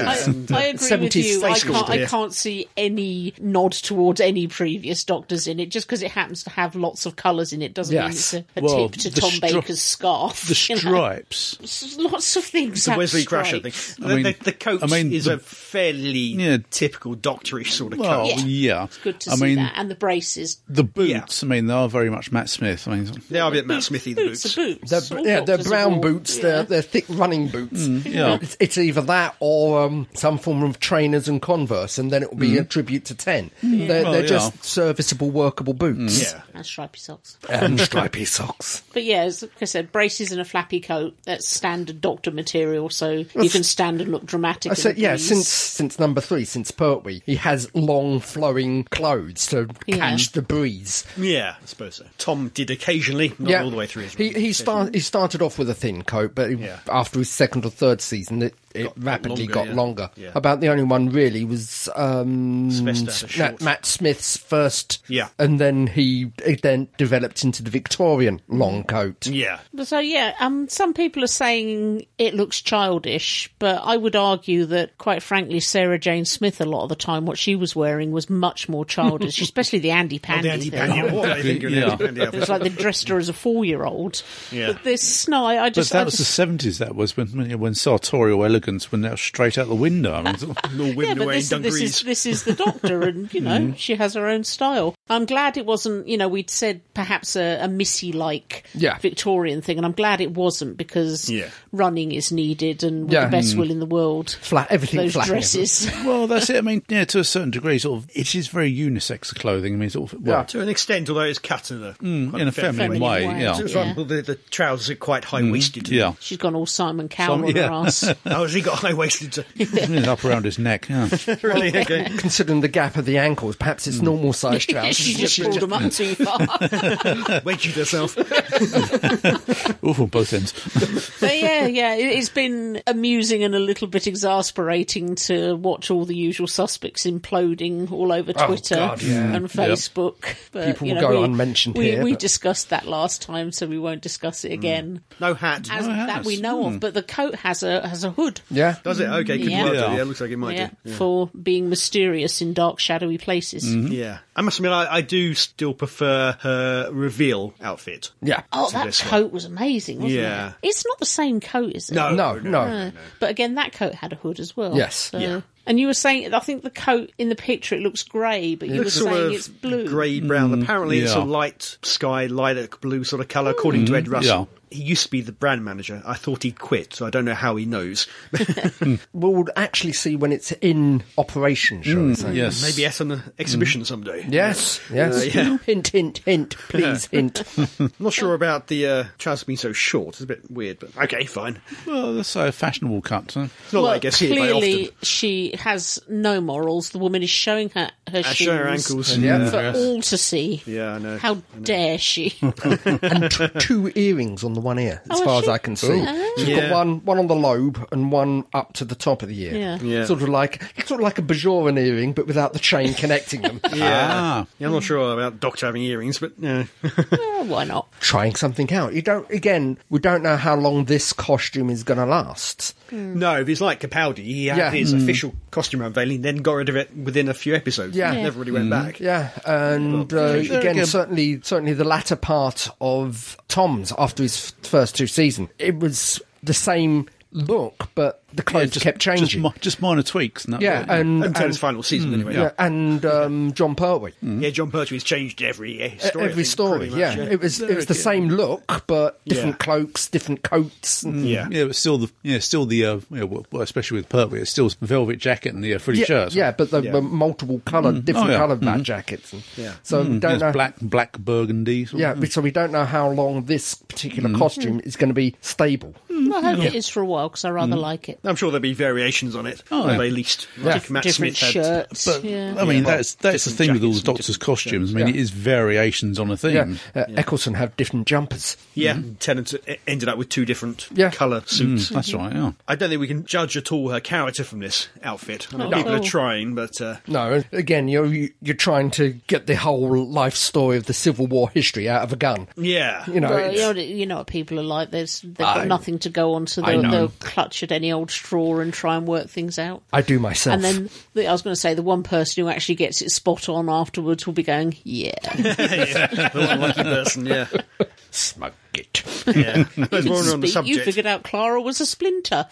Speaker 4: yeah.
Speaker 3: (laughs) I, I agree with
Speaker 2: 70s
Speaker 3: you. I
Speaker 2: stage
Speaker 3: can't, I
Speaker 4: yeah.
Speaker 3: can't see any nod towards any previous doctors in it. Just because it happens to have lots of colours in it doesn't
Speaker 2: Yes.
Speaker 3: mean it's a, a
Speaker 1: Well,
Speaker 3: tip to
Speaker 1: the
Speaker 3: Tom
Speaker 1: stri-
Speaker 3: Baker's scarf.
Speaker 1: the
Speaker 3: (laughs) you know.
Speaker 1: stripes.
Speaker 3: S- Lots of things.
Speaker 4: The
Speaker 3: have
Speaker 4: Wesley Crusher thing.
Speaker 3: stripes.
Speaker 1: I
Speaker 4: the,
Speaker 1: mean-
Speaker 4: the, the coat
Speaker 1: I mean,
Speaker 4: is
Speaker 1: the-
Speaker 4: a fairly
Speaker 1: Yeah.
Speaker 4: typical doctorish sort of
Speaker 1: Well,
Speaker 4: coat.
Speaker 1: yeah.
Speaker 3: Yeah. It's good to
Speaker 1: I
Speaker 3: see
Speaker 1: mean,
Speaker 3: that. And the braces.
Speaker 1: the boots. I mean, they are very much Matt Smith. I mean,
Speaker 4: They are a bit Matt Smithy, the boots.
Speaker 3: Boots are boots.
Speaker 2: They're,
Speaker 3: All
Speaker 2: yeah, they're
Speaker 3: doctors
Speaker 2: brown
Speaker 3: have all-
Speaker 2: boots.
Speaker 3: yeah. Mm.
Speaker 2: They're they're thick running boots.
Speaker 1: Mm, yeah.
Speaker 2: it's, it's either that or um, some form of trainers and Converse, and then it will be a tribute to ten. They're,
Speaker 1: Mm. Well,
Speaker 2: they're
Speaker 1: yeah. Mm.
Speaker 2: just serviceable, workable boots.
Speaker 4: Yeah.
Speaker 3: and stripy socks.
Speaker 2: and stripy
Speaker 3: (laughs)
Speaker 2: socks.
Speaker 3: But yeah, as like I said, braces and a flappy coat. That's standard doctor material, so you can stand and look dramatic.
Speaker 2: I
Speaker 3: in
Speaker 2: said,
Speaker 3: the
Speaker 2: yeah,
Speaker 3: breeze.
Speaker 2: since since number three, since Pertwee, he has long flowing clothes to
Speaker 3: Yeah.
Speaker 2: catch the breeze.
Speaker 4: Yeah, I suppose so. Tom did occasionally, not
Speaker 2: yeah,
Speaker 4: all the way through his
Speaker 2: he he, start, he started off with a thin coat, but he-
Speaker 4: Yeah.
Speaker 2: after his second or third season, it, it rapidly
Speaker 4: longer,
Speaker 2: got
Speaker 4: yeah.
Speaker 2: longer.
Speaker 4: Yeah.
Speaker 2: About the only one really was um,
Speaker 4: Sylvester had a
Speaker 2: Sp-
Speaker 4: short-
Speaker 2: Matt Smith's first,
Speaker 4: Yeah.
Speaker 2: and then he it then developed into the Victorian long coat.
Speaker 4: Mm. Yeah.
Speaker 3: But So yeah, um, some people are saying it looks childish, but I would argue that, quite frankly, Sarah Jane Smith a lot of the time what she was wearing was much more childish, especially the Andy Pandy.
Speaker 4: The Andy
Speaker 3: thing.
Speaker 4: Pandy. What do they think of the
Speaker 1: Yeah.
Speaker 4: Andy Pandy
Speaker 3: It was
Speaker 4: outfit?
Speaker 3: like they dressed her as a four-year-old.
Speaker 4: Yeah.
Speaker 3: But this, no, I, I
Speaker 1: But
Speaker 3: just, I
Speaker 1: that was
Speaker 3: just-
Speaker 1: the seventies. That was when when, when sartorial elegance when that was straight out the window. I mean, sort of- (laughs)
Speaker 4: All women
Speaker 3: yeah, but
Speaker 4: away
Speaker 3: this,
Speaker 4: in
Speaker 3: this is
Speaker 4: dungarees.
Speaker 3: this is the Doctor, and you know she has her own style. I'm glad it wasn't. You know, we'd said perhaps a, a Missy like
Speaker 2: Yeah.
Speaker 3: Victorian thing, and I'm glad it wasn't because
Speaker 4: Yeah.
Speaker 3: running is needed, and with
Speaker 2: Yeah.
Speaker 3: the best will in the world,
Speaker 2: Flat everything
Speaker 3: those
Speaker 2: flat. (laughs)
Speaker 3: dresses.
Speaker 1: well, that's it. I mean, yeah, to a certain degree, sort of, it is very unisex clothing. I mean, sort of, well,
Speaker 4: To an extent, although it's cut in a, quite
Speaker 1: Hmm, in a feminine,
Speaker 3: feminine
Speaker 1: way,
Speaker 3: way.
Speaker 1: yeah,
Speaker 4: So it's like, well, the, the trousers are quite high waisted.
Speaker 1: Mm, yeah.
Speaker 3: She's gone all Simon Cowell
Speaker 1: Some-
Speaker 3: on
Speaker 1: yeah.
Speaker 2: (laughs)
Speaker 3: her ass. (laughs)
Speaker 4: Oh, has he got high waisted?
Speaker 1: Yeah, up around his neck. Yeah.
Speaker 4: (laughs) really? Okay.
Speaker 2: Considering the gap of the ankles, perhaps
Speaker 4: Mm.
Speaker 2: it's normal
Speaker 4: (laughs)
Speaker 2: size trousers.
Speaker 3: she just pulled them up too
Speaker 2: (laughs)
Speaker 3: far.
Speaker 4: Wedged herself.
Speaker 1: Awful both ends.
Speaker 3: But yeah, yeah, it, it's been amusing and a little bit exasperating to watch all the usual suspects imploding all over Twitter
Speaker 2: Oh, God, yeah.
Speaker 3: and Facebook. But,
Speaker 2: People
Speaker 3: you
Speaker 2: will
Speaker 3: know,
Speaker 2: go
Speaker 3: we-
Speaker 2: unmentioned
Speaker 3: We,
Speaker 2: here,
Speaker 3: we
Speaker 2: but- Mm.
Speaker 3: discussed that last time, so we won't discuss it again.
Speaker 4: No hat.
Speaker 3: As
Speaker 1: it
Speaker 3: that
Speaker 1: has.
Speaker 3: we know of, but the coat has a has a hood.
Speaker 2: Yeah.
Speaker 4: Does it? Okay, could
Speaker 3: Yeah.
Speaker 4: yeah. well do.
Speaker 1: Yeah.
Speaker 4: Yeah, looks like it might
Speaker 3: Yeah,
Speaker 4: do.
Speaker 2: Mm-hmm.
Speaker 3: for being mysterious in dark, shadowy places.
Speaker 4: Yeah. I must admit, I, I do still prefer her reveal outfit.
Speaker 2: Yeah.
Speaker 3: Oh,
Speaker 4: to
Speaker 3: that
Speaker 4: this one.
Speaker 3: coat was amazing, wasn't
Speaker 4: Yeah.
Speaker 3: it? It's not the same coat, is it?
Speaker 4: No,
Speaker 2: No, no.
Speaker 3: Uh, But again, that coat had a hood as well.
Speaker 2: Yes.
Speaker 3: so-
Speaker 4: Yeah.
Speaker 3: And you were saying, I think the coat in the picture it looks grey, but you were
Speaker 4: It's sort
Speaker 3: saying
Speaker 4: of
Speaker 3: it's blue.
Speaker 4: grey brown. Apparently, it's a
Speaker 1: yeah.
Speaker 4: light sky lilac blue sort of colour, according to Ed Russell. He used to be the brand manager. I thought he'd quit, so I don't know how he knows. (laughs)
Speaker 2: We'll actually see when it's in operation, shall
Speaker 4: Mm.
Speaker 2: we say.
Speaker 1: Yes.
Speaker 4: Maybe at an exhibition someday.
Speaker 2: Yes, yes.
Speaker 4: Uh, yeah.
Speaker 2: Hint, hint, hint. (laughs) Please hint.
Speaker 4: I'm not sure about the uh, trousers being so short. It's a bit weird, but okay, fine.
Speaker 1: Well, that's a fashionable cut. Huh?
Speaker 4: It's
Speaker 3: Well,
Speaker 4: not like I see it very
Speaker 3: clearly
Speaker 4: often.
Speaker 3: she has no morals. The woman is showing her her
Speaker 4: I
Speaker 3: shoes
Speaker 4: show Uh, her ankles. uh,
Speaker 2: Yeah.
Speaker 3: for all to see.
Speaker 4: Yeah, I know.
Speaker 3: How dare
Speaker 4: (laughs)
Speaker 3: she?
Speaker 2: and t- two earrings on the one ear, as
Speaker 3: Oh,
Speaker 2: far
Speaker 3: has
Speaker 2: as
Speaker 3: she?
Speaker 2: I can see.
Speaker 3: Oh.
Speaker 2: She's
Speaker 4: Yeah.
Speaker 2: got one, one on the lobe and one up to the top of the ear.
Speaker 3: Yeah.
Speaker 4: Yeah.
Speaker 2: Sort of like sort of like a Bajoran earring, but without the chain connecting
Speaker 4: (laughs)
Speaker 2: them.
Speaker 4: Yeah.
Speaker 1: Ah.
Speaker 4: yeah, I'm not sure about doctor having earrings, but yeah.
Speaker 3: Well, why not?
Speaker 2: Trying something out. You don't. Again, we don't know how long this costume is going to last.
Speaker 4: (laughs) No, if he's like Capaldi, he had
Speaker 2: Yeah. Hmm.
Speaker 4: his official costume unveiling, then got rid of it within a few episodes.
Speaker 2: Yeah. Hmm.
Speaker 4: He never really went back.
Speaker 2: Yeah, and uh,
Speaker 1: there
Speaker 2: again,
Speaker 1: again-
Speaker 2: certainly, certainly the latter part of Tom's after his f- first two seasons, it was the same look, but the clothes kept changing.
Speaker 1: Just, mi- just minor tweaks. And that
Speaker 2: yeah,
Speaker 1: yeah.
Speaker 2: and,
Speaker 4: Until
Speaker 2: and hmm.
Speaker 4: his final season, anyway.
Speaker 2: yeah, and um, John Pertwee. E-,
Speaker 4: Yeah, John Pertwee's changed every uh, Mm. story. I
Speaker 2: Every
Speaker 4: think,
Speaker 2: story,
Speaker 4: pretty much,
Speaker 2: yeah. It was it was the same look, but different
Speaker 4: Yeah. Mm.
Speaker 2: cloaks, different coats. And,
Speaker 4: yeah.
Speaker 1: Yeah, but still the yeah, still the uh, yeah, well, well, especially with Pertwee, it's still velvet jacket and the uh, frilly
Speaker 2: yeah,
Speaker 1: shirts.
Speaker 2: yeah, but there
Speaker 4: Yeah.
Speaker 2: were multiple coloured, different
Speaker 1: yeah.
Speaker 2: coloured bat jackets. And,
Speaker 4: Yeah.
Speaker 2: So we don't
Speaker 1: It's
Speaker 2: know.
Speaker 1: black black burgundy. Sort
Speaker 2: Yeah,
Speaker 1: of.
Speaker 2: so we don't know how long this particular costume is going to be stable.
Speaker 3: Well, I hope it is for a while because I
Speaker 4: Mm.
Speaker 3: rather like it.
Speaker 4: I'm sure there'll be variations on it. Oh,
Speaker 1: yeah.
Speaker 4: at least like Matt
Speaker 3: Different
Speaker 4: Smith had.
Speaker 3: shirts.
Speaker 1: But
Speaker 3: yeah.
Speaker 1: I mean,
Speaker 4: Yeah.
Speaker 1: that's that's the
Speaker 4: Different
Speaker 1: thing with all the
Speaker 4: jackets and
Speaker 1: Doctor's
Speaker 4: different
Speaker 1: costumes. I mean,
Speaker 2: Yeah.
Speaker 1: it is variations on a theme.
Speaker 2: Yeah, uh, Eccleston have different jumpers.
Speaker 4: Yeah, Tennant e- ended up with two different
Speaker 2: Hmm. Yeah. Hmm.
Speaker 4: colour suits.
Speaker 1: That's right. Yeah.
Speaker 4: I don't think we can judge at all her character from this outfit. I mean,
Speaker 3: Not at
Speaker 4: people are
Speaker 3: all.
Speaker 4: trying, but uh,
Speaker 2: No, again, you're you're trying to get the whole life story of the Civil War history out of a gun.
Speaker 4: yeah. (laughs)
Speaker 2: You know,
Speaker 3: Well,
Speaker 2: it's-
Speaker 3: you, know, you know what people are like. There's, they've got nothing to go on, so
Speaker 1: I
Speaker 3: they'll,
Speaker 1: know.
Speaker 3: they'll clutch at any old straw and try and work things out.
Speaker 2: I do myself.
Speaker 3: And then the, I was going to say the one person who actually gets it spot on afterwards will be going,
Speaker 4: (laughs)
Speaker 3: yeah.
Speaker 4: the one lucky person, yeah.
Speaker 2: smoke it.
Speaker 4: (laughs) yeah. There's more on the
Speaker 3: Speak, you
Speaker 4: subject.
Speaker 3: figured out Clara was a
Speaker 4: (laughs)
Speaker 3: splinter.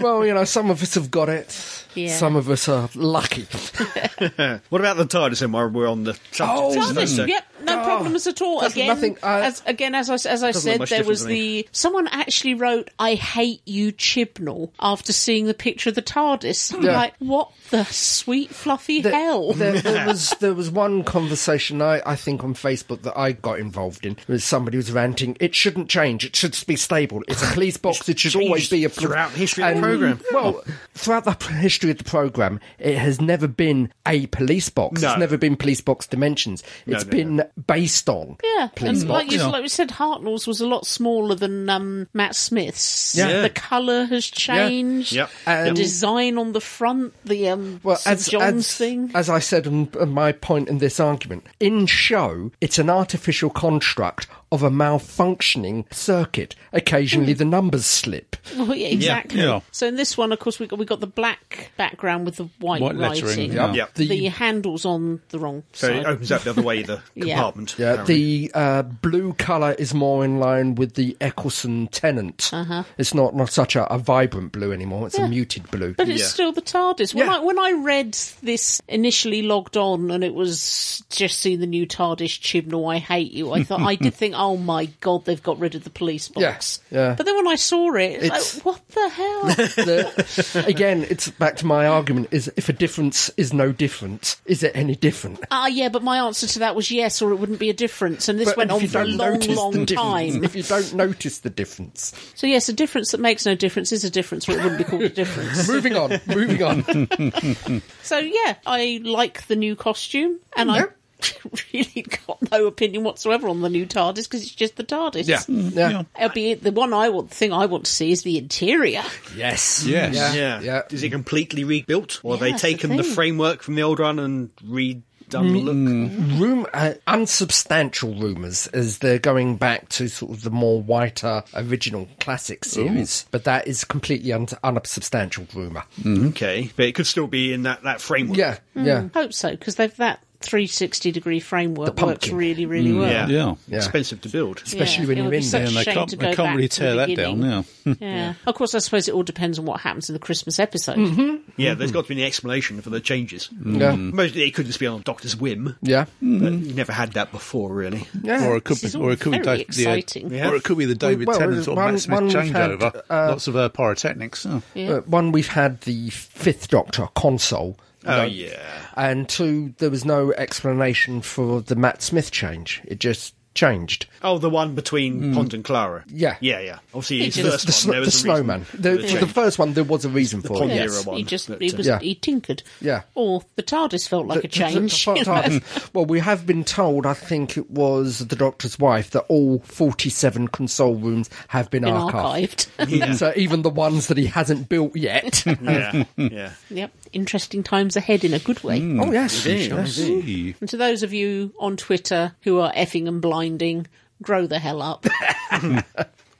Speaker 2: well, you know, some of us have got it.
Speaker 3: Yeah.
Speaker 2: Some of us are lucky.
Speaker 4: What about the TARDIS then, while we're on the subject?
Speaker 2: Oh,
Speaker 4: isn't
Speaker 3: Thomas,
Speaker 4: it?
Speaker 3: yep, no problems at all.
Speaker 2: that's
Speaker 3: Again,
Speaker 2: nothing, uh,
Speaker 3: as, again, as I, s- as I
Speaker 4: Doesn't look
Speaker 3: said,
Speaker 4: much
Speaker 3: there
Speaker 4: different
Speaker 3: was
Speaker 4: to
Speaker 3: the someone actually wrote, "I hate you, Chibnall," after seeing the picture of the TARDIS. I'm
Speaker 2: Yeah.
Speaker 3: Like, what the sweet fluffy
Speaker 2: There- (laughs)
Speaker 3: hell?
Speaker 2: There,
Speaker 4: (laughs)
Speaker 2: there was there was one conversation I, I think on Facebook that I got involved in. Was somebody was ranting, it shouldn't change, it should be stable. It's a
Speaker 4: (laughs)
Speaker 2: police box, it should always be a
Speaker 4: changed throughout the history of the programme.
Speaker 2: (laughs) Well, throughout the p- history of the program, it has never been a police box.
Speaker 4: No.
Speaker 2: It's never been police box dimensions. It's
Speaker 4: no,
Speaker 2: been based on.
Speaker 3: Yeah,
Speaker 2: Please
Speaker 3: and
Speaker 2: box.
Speaker 3: like you, like we said, Hartnell's was a lot smaller than um, Matt Smith's.
Speaker 2: Yeah.
Speaker 3: the colour has changed.
Speaker 4: Yep.
Speaker 3: The
Speaker 2: And-
Speaker 3: design on the front, the um,
Speaker 2: Well,
Speaker 3: St.
Speaker 2: as,
Speaker 3: John's
Speaker 2: as,
Speaker 3: thing.
Speaker 2: as I said on on my point in this argument, in show, it's an artificial construct of a malfunctioning circuit. Occasionally, the numbers slip.
Speaker 3: (laughs) Well, yeah, exactly.
Speaker 1: yeah.
Speaker 3: So in this one, of course, we got we got the black background with the white,
Speaker 1: White lettering,
Speaker 3: writing.
Speaker 1: yeah.
Speaker 4: Yep.
Speaker 3: The, handles on the wrong
Speaker 4: So oh,
Speaker 3: side.
Speaker 4: it opens up the other way, the
Speaker 3: (laughs) Yeah.
Speaker 4: compartment.
Speaker 2: Yeah,
Speaker 4: apparently.
Speaker 2: the uh, blue colour is more in line with the Eccleston tenant. Uh-huh. It's not, not such a, a vibrant blue anymore. It's a muted blue.
Speaker 3: But it's
Speaker 4: Yeah.
Speaker 3: still the TARDIS. When
Speaker 2: Yeah.
Speaker 3: I when I read this initially logged on and it was just see the new TARDIS Chibnall, I hate you. I thought I
Speaker 2: (laughs)
Speaker 3: did think, oh my god, they've got rid of the police box.
Speaker 2: Yeah, yeah.
Speaker 3: But then when I saw it, it's,
Speaker 2: It's-
Speaker 3: like, what
Speaker 2: (laughs)
Speaker 3: the hell?
Speaker 2: (laughs) The- again, it's back to my argument: is if a difference is no different, is it any different?
Speaker 3: Ah, yeah, but my answer to that was yes, or it wouldn't be a difference. And this
Speaker 2: But
Speaker 3: went
Speaker 2: if
Speaker 3: on
Speaker 2: you
Speaker 3: for a
Speaker 2: don't
Speaker 3: long,
Speaker 2: notice the
Speaker 3: long
Speaker 2: difference-
Speaker 3: time.
Speaker 2: If you don't notice the difference,
Speaker 3: So yes, a difference that makes no difference is a difference, or it wouldn't be called a difference.
Speaker 2: moving on, moving on.
Speaker 3: (laughs) So yeah, I like the new costume, and I (laughs) really got no opinion whatsoever on the new TARDIS because it's just the TARDIS.
Speaker 1: Yeah.
Speaker 2: Yeah.
Speaker 3: It'll be the one I want. The thing I want to see is the interior.
Speaker 2: Yes.
Speaker 1: Yes.
Speaker 2: Yeah.
Speaker 4: Yeah.
Speaker 2: Yeah.
Speaker 4: Is it completely rebuilt, or have they
Speaker 3: that's the
Speaker 4: taken the,
Speaker 3: thing.
Speaker 4: framework from the old one and redone the look?
Speaker 2: Room uh, unsubstantial rumours as they're going back to sort of the more whiter original classic series, but that is completely un- unsubstantial rumour.
Speaker 4: Mm-hmm. Okay, but it could still be in that, that framework.
Speaker 3: Mm.
Speaker 2: Yeah. Yeah.
Speaker 3: Hope so because they've that 360 degree framework
Speaker 2: The
Speaker 3: works
Speaker 2: pumpkin. Mm.
Speaker 3: really, really well.
Speaker 4: Yeah.
Speaker 1: Yeah.
Speaker 4: Expensive to build.
Speaker 2: Especially when
Speaker 3: it
Speaker 2: you're
Speaker 3: would be
Speaker 2: in
Speaker 3: such
Speaker 2: there
Speaker 3: a
Speaker 2: and
Speaker 1: They
Speaker 3: shame
Speaker 1: can't,
Speaker 3: to
Speaker 1: they
Speaker 3: go
Speaker 1: can't
Speaker 3: back
Speaker 1: really
Speaker 3: to
Speaker 1: tear
Speaker 3: the
Speaker 1: that down
Speaker 3: beginning.
Speaker 1: now.
Speaker 3: (laughs) Yeah. Of course, I suppose it all depends on what happens in the Christmas episode.
Speaker 2: Mm-hmm.
Speaker 4: Yeah, there's got to be an explanation for the changes.
Speaker 2: Yeah. mm.
Speaker 4: Mostly it could just be on a doctor's whim.
Speaker 2: Yeah.
Speaker 4: But
Speaker 2: Mm-hmm.
Speaker 4: you never had that before, really.
Speaker 2: Yeah.
Speaker 1: Or it could
Speaker 3: This
Speaker 1: be,
Speaker 3: is
Speaker 1: or
Speaker 3: all
Speaker 1: it could be
Speaker 3: very
Speaker 1: Da- the,
Speaker 3: exciting.
Speaker 4: Yeah.
Speaker 1: or it could be the David
Speaker 2: Well,
Speaker 1: Tennant or
Speaker 2: one-
Speaker 1: Matt Smith
Speaker 2: one we've had,
Speaker 1: changeover.
Speaker 2: uh,
Speaker 1: Lots of uh, pyrotechnics. Oh.
Speaker 2: Uh, one, we've had the fifth Doctor console.
Speaker 4: Oh,
Speaker 2: No.
Speaker 4: yeah.
Speaker 2: And two, there was no explanation for the Matt Smith change. It just changed.
Speaker 4: Oh, the one between Pond and Clara.
Speaker 2: Mm. Yeah.
Speaker 4: Yeah, yeah. Obviously,
Speaker 3: It's
Speaker 4: his
Speaker 3: just-
Speaker 4: first
Speaker 2: the
Speaker 4: one,
Speaker 2: sn-
Speaker 4: there
Speaker 2: the
Speaker 4: was a reason
Speaker 2: snowman.
Speaker 4: for
Speaker 2: The,
Speaker 4: the
Speaker 2: the
Speaker 4: change.
Speaker 2: first one, there was a reason for
Speaker 4: pond
Speaker 2: it.
Speaker 4: era
Speaker 3: Yes,
Speaker 4: one,
Speaker 3: he just
Speaker 4: but,
Speaker 3: he
Speaker 4: uh,
Speaker 3: was
Speaker 2: Yeah.
Speaker 3: he tinkered.
Speaker 2: Yeah.
Speaker 3: Or the TARDIS felt like
Speaker 2: The-
Speaker 3: a
Speaker 2: the- the
Speaker 3: change.
Speaker 2: fo-
Speaker 3: (laughs) you know.
Speaker 2: TARDIS. well, we have been told, I think it was the Doctor's wife, that all 47 console rooms have been, (laughs)
Speaker 3: Been
Speaker 2: archived.
Speaker 3: archived. (laughs)
Speaker 2: so even the ones that he hasn't built yet. (laughs)
Speaker 4: Yeah, yeah.
Speaker 3: yep. Interesting times ahead in a good way.
Speaker 2: oh, yes. yes.
Speaker 1: Gee.
Speaker 3: And to those of you on Twitter who are effing and blinding, grow the hell (laughs) up.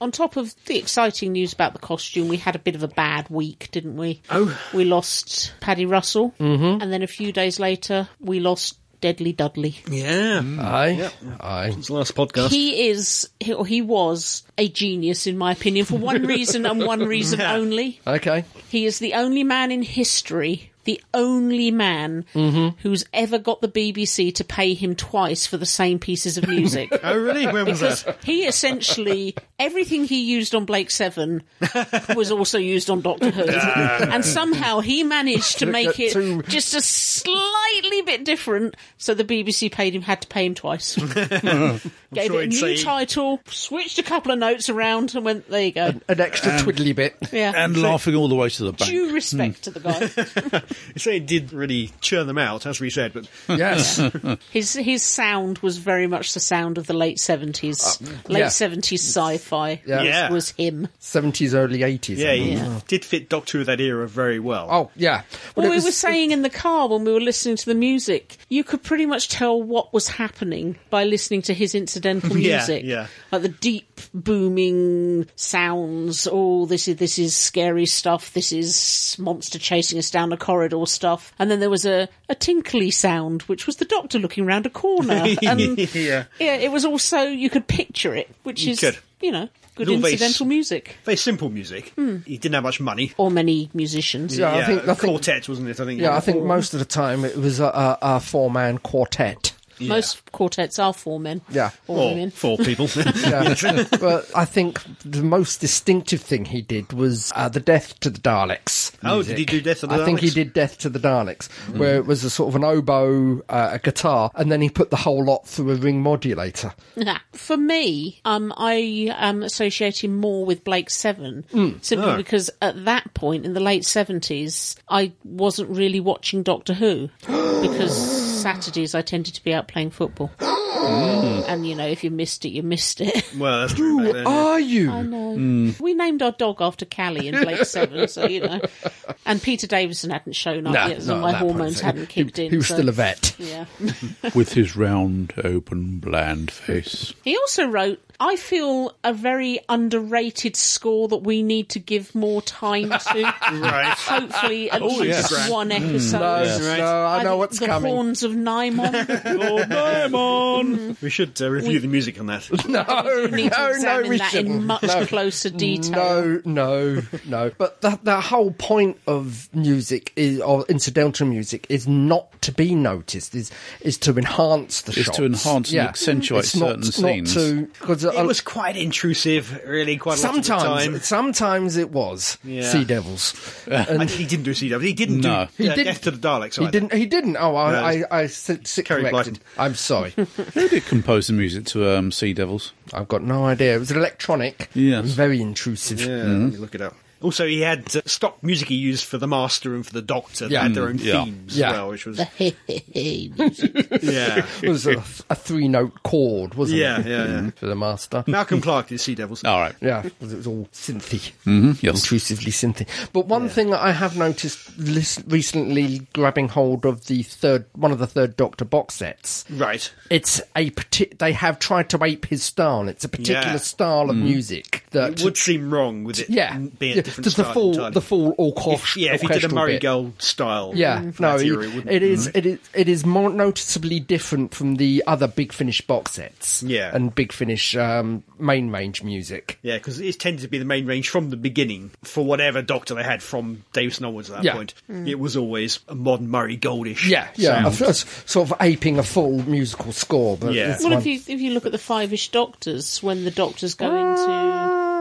Speaker 3: on top of the exciting news about the costume, we had a bit of a bad week, didn't we? Oh. We lost Paddy Russell, mm-hmm. and then a few days later, we lost Deadly Dudley.
Speaker 4: Yeah.
Speaker 2: Aye. Aye.
Speaker 4: It's the last podcast.
Speaker 3: He is, he, or he was, a genius in my opinion for (laughs) one reason and one reason only.
Speaker 2: Okay.
Speaker 3: He is the only man in history, the only man who's ever got the BBC to pay him twice for the same pieces of music.
Speaker 4: oh, really? When was
Speaker 3: Because
Speaker 4: that? (laughs)
Speaker 3: he essentially everything he used on Blake Seven was also used on Doctor Who, and somehow he managed to make
Speaker 2: at
Speaker 3: it
Speaker 2: two-
Speaker 3: just a slightly bit different. So the BBC paid him, had to pay him twice. (laughs) Gave it a
Speaker 4: sure he'd
Speaker 3: new
Speaker 4: say-
Speaker 3: title, switched a couple of notes around, and went, "There you go."
Speaker 2: An extra twiddly bit.
Speaker 3: Yeah,
Speaker 1: And laughing all the way to the bank.
Speaker 3: due respect to the guy.
Speaker 4: You say it did really churn them out, as we
Speaker 2: (laughs)
Speaker 4: said, but
Speaker 2: Yes.
Speaker 3: His his sound was very much the sound of the late seventies,
Speaker 2: yeah.
Speaker 3: late seventies sci-fi.
Speaker 2: Yeah.
Speaker 3: was-
Speaker 4: Yeah.
Speaker 3: was him.
Speaker 2: 70s, early 80s.
Speaker 4: yeah,
Speaker 2: I
Speaker 4: he
Speaker 2: mean.
Speaker 4: did fit Doctor Who that era very well.
Speaker 2: Oh, yeah. Well,
Speaker 3: Well,
Speaker 2: it
Speaker 3: we
Speaker 2: was-
Speaker 3: were saying in the car when we were listening to the music, you could pretty much tell what was happening by listening to his incidental
Speaker 4: Yeah,
Speaker 3: music.
Speaker 4: yeah.
Speaker 3: Like the deep booming sounds, oh this is this is scary stuff, this is monster chasing us down a corridor stuff. And then there was a, a tinkly sound, which was the doctor looking round a corner. And
Speaker 4: Yeah.
Speaker 3: it was also you could picture it, which
Speaker 4: You
Speaker 3: is
Speaker 4: could.
Speaker 3: you know, good
Speaker 4: Little bass.
Speaker 3: incidental music.
Speaker 4: Very simple music. He didn't have much money.
Speaker 3: Or many musicians.
Speaker 2: Hmm. Yeah, I think. I think
Speaker 4: quartet, wasn't it? I think.
Speaker 2: yeah, I think most of the time it was a, a, a four man quartet.
Speaker 3: Most quartets are four men.
Speaker 2: Yeah.
Speaker 3: Or,
Speaker 4: Or
Speaker 3: women.
Speaker 4: four (laughs) people.
Speaker 2: (laughs) Yeah. but I think the most distinctive thing he did was uh, the death to the Daleks.
Speaker 4: Oh, did he do Death to the
Speaker 2: I think he
Speaker 4: Daleks? Mm.
Speaker 2: did death to the Daleks, where it was a sort of an oboe, uh, a guitar, and then he put the whole lot through a ring modulator.
Speaker 3: Nah. For me, um, I am associating more with Blake Seven simply because at that point in the late seventies, I wasn't really watching Doctor (gasps) Who because Saturdays I tended to be out playing football, (gasps) and you know if you missed it, you missed (laughs) it. Hmm.
Speaker 4: well, that's true. back then, yeah.
Speaker 2: Are you?
Speaker 3: No. We named our dog after Callie in (laughs) Blake Seven, so you know. And Peter Davison hadn't shown up
Speaker 2: No,
Speaker 3: yet,
Speaker 2: not
Speaker 3: so
Speaker 2: at
Speaker 3: my
Speaker 2: that point,
Speaker 3: hormones
Speaker 2: so
Speaker 3: hadn't
Speaker 2: he-
Speaker 3: kicked
Speaker 2: he,
Speaker 3: in.
Speaker 2: was
Speaker 3: so-
Speaker 2: still a vet.
Speaker 3: Yeah.
Speaker 1: With his round, open, bland face.
Speaker 3: He also wrote, I feel a very underrated score that we need to give more
Speaker 2: (laughs)
Speaker 3: time to.
Speaker 4: Right.
Speaker 3: Hopefully, at
Speaker 2: Oh,
Speaker 3: least
Speaker 4: yes.
Speaker 3: one episode.
Speaker 4: Right.
Speaker 2: Hmm. No, I, know
Speaker 3: think
Speaker 2: what's
Speaker 3: the
Speaker 2: coming.
Speaker 3: horns of Nymon.
Speaker 4: Lord Diamond. We should uh, review the music on that.
Speaker 2: (laughs)
Speaker 3: (laughs)
Speaker 2: No, (laughs) no,
Speaker 3: we need to
Speaker 2: no,
Speaker 3: examine
Speaker 2: we
Speaker 3: that
Speaker 2: shouldn't.
Speaker 3: in much
Speaker 2: no.
Speaker 3: closer detail.
Speaker 2: No, no, no.
Speaker 4: (laughs)
Speaker 2: But that that whole point of music is of incidental music is not to be noticed. Is is to enhance the
Speaker 1: It's
Speaker 2: shots.
Speaker 1: to enhance and accentuate
Speaker 2: It's not-
Speaker 1: certain scenes.
Speaker 2: Not to because
Speaker 4: It was quite intrusive, really, quite a lot of the time.
Speaker 2: sometimes sometimes it was
Speaker 4: Yeah.
Speaker 2: Sea Devils.
Speaker 4: I, he didn't do CW. He didn't
Speaker 1: No.
Speaker 4: do uh,
Speaker 2: didn't-
Speaker 4: Death to the Daleks.
Speaker 2: He
Speaker 4: either.
Speaker 2: didn't. He didn't. Oh,
Speaker 4: No,
Speaker 2: I,
Speaker 4: it's
Speaker 2: I, I sit, sit
Speaker 4: Kerry
Speaker 2: corrected.
Speaker 4: Blyton.
Speaker 2: I'm
Speaker 4: (laughs)
Speaker 2: sorry.
Speaker 1: Who did compose the music to um, Sea Devils?
Speaker 2: I've got no idea. It was electronic.
Speaker 1: Yes.
Speaker 2: Very intrusive.
Speaker 4: Yeah, let me look it up. Also, he had uh, stock music he used for the Master and for the Doctor. They
Speaker 2: Yeah. Mm,
Speaker 4: had their own
Speaker 1: Yeah.
Speaker 4: themes
Speaker 2: Yeah.
Speaker 4: as well, which was
Speaker 3: Music.
Speaker 4: (laughs) yeah,
Speaker 2: It was a, a three note chord, wasn't
Speaker 4: Yeah,
Speaker 2: it?
Speaker 4: yeah, yeah.
Speaker 2: (laughs) For the master.
Speaker 4: Malcolm Clark did Sea Devils.
Speaker 1: All right.
Speaker 2: Yeah, 'cause it was all synthy,
Speaker 1: Yes.
Speaker 2: intrusively synthy. But one thing that I have noticed lis- recently, grabbing hold of the third, one of the third Doctor box sets,
Speaker 4: Right.
Speaker 2: it's a parti- they have tried to ape his style. It's a particular
Speaker 4: Yeah.
Speaker 2: style of music that
Speaker 4: It would seem wrong with it
Speaker 2: yeah,
Speaker 4: n- being
Speaker 2: yeah.
Speaker 4: different
Speaker 2: the
Speaker 4: style
Speaker 2: full
Speaker 4: entirely.
Speaker 2: the full orchestral
Speaker 4: If- yeah, if you did a
Speaker 2: orchestral
Speaker 4: Murray
Speaker 2: bit.
Speaker 4: Gold style,
Speaker 2: Yeah,
Speaker 4: for
Speaker 2: no,
Speaker 4: that era, it
Speaker 2: it-
Speaker 4: wouldn't- Mm-hmm.
Speaker 2: it is it is it is more noticeably different from the other Big Finish box sets.
Speaker 4: Yeah.
Speaker 2: and Big Finish um, main range music.
Speaker 4: Yeah, because it tended to be the main range from the beginning for whatever Doctor they had from Davison onwards at that
Speaker 2: Yeah.
Speaker 4: point. It was always a modern Murray Goldish.
Speaker 2: Yeah, yeah,
Speaker 4: sound.
Speaker 2: a- a s- sort of aping a full musical score. But
Speaker 4: Yeah.
Speaker 2: yeah,
Speaker 3: Well, if you if you look at the five-ish doctors, when the doctors go
Speaker 2: Ah.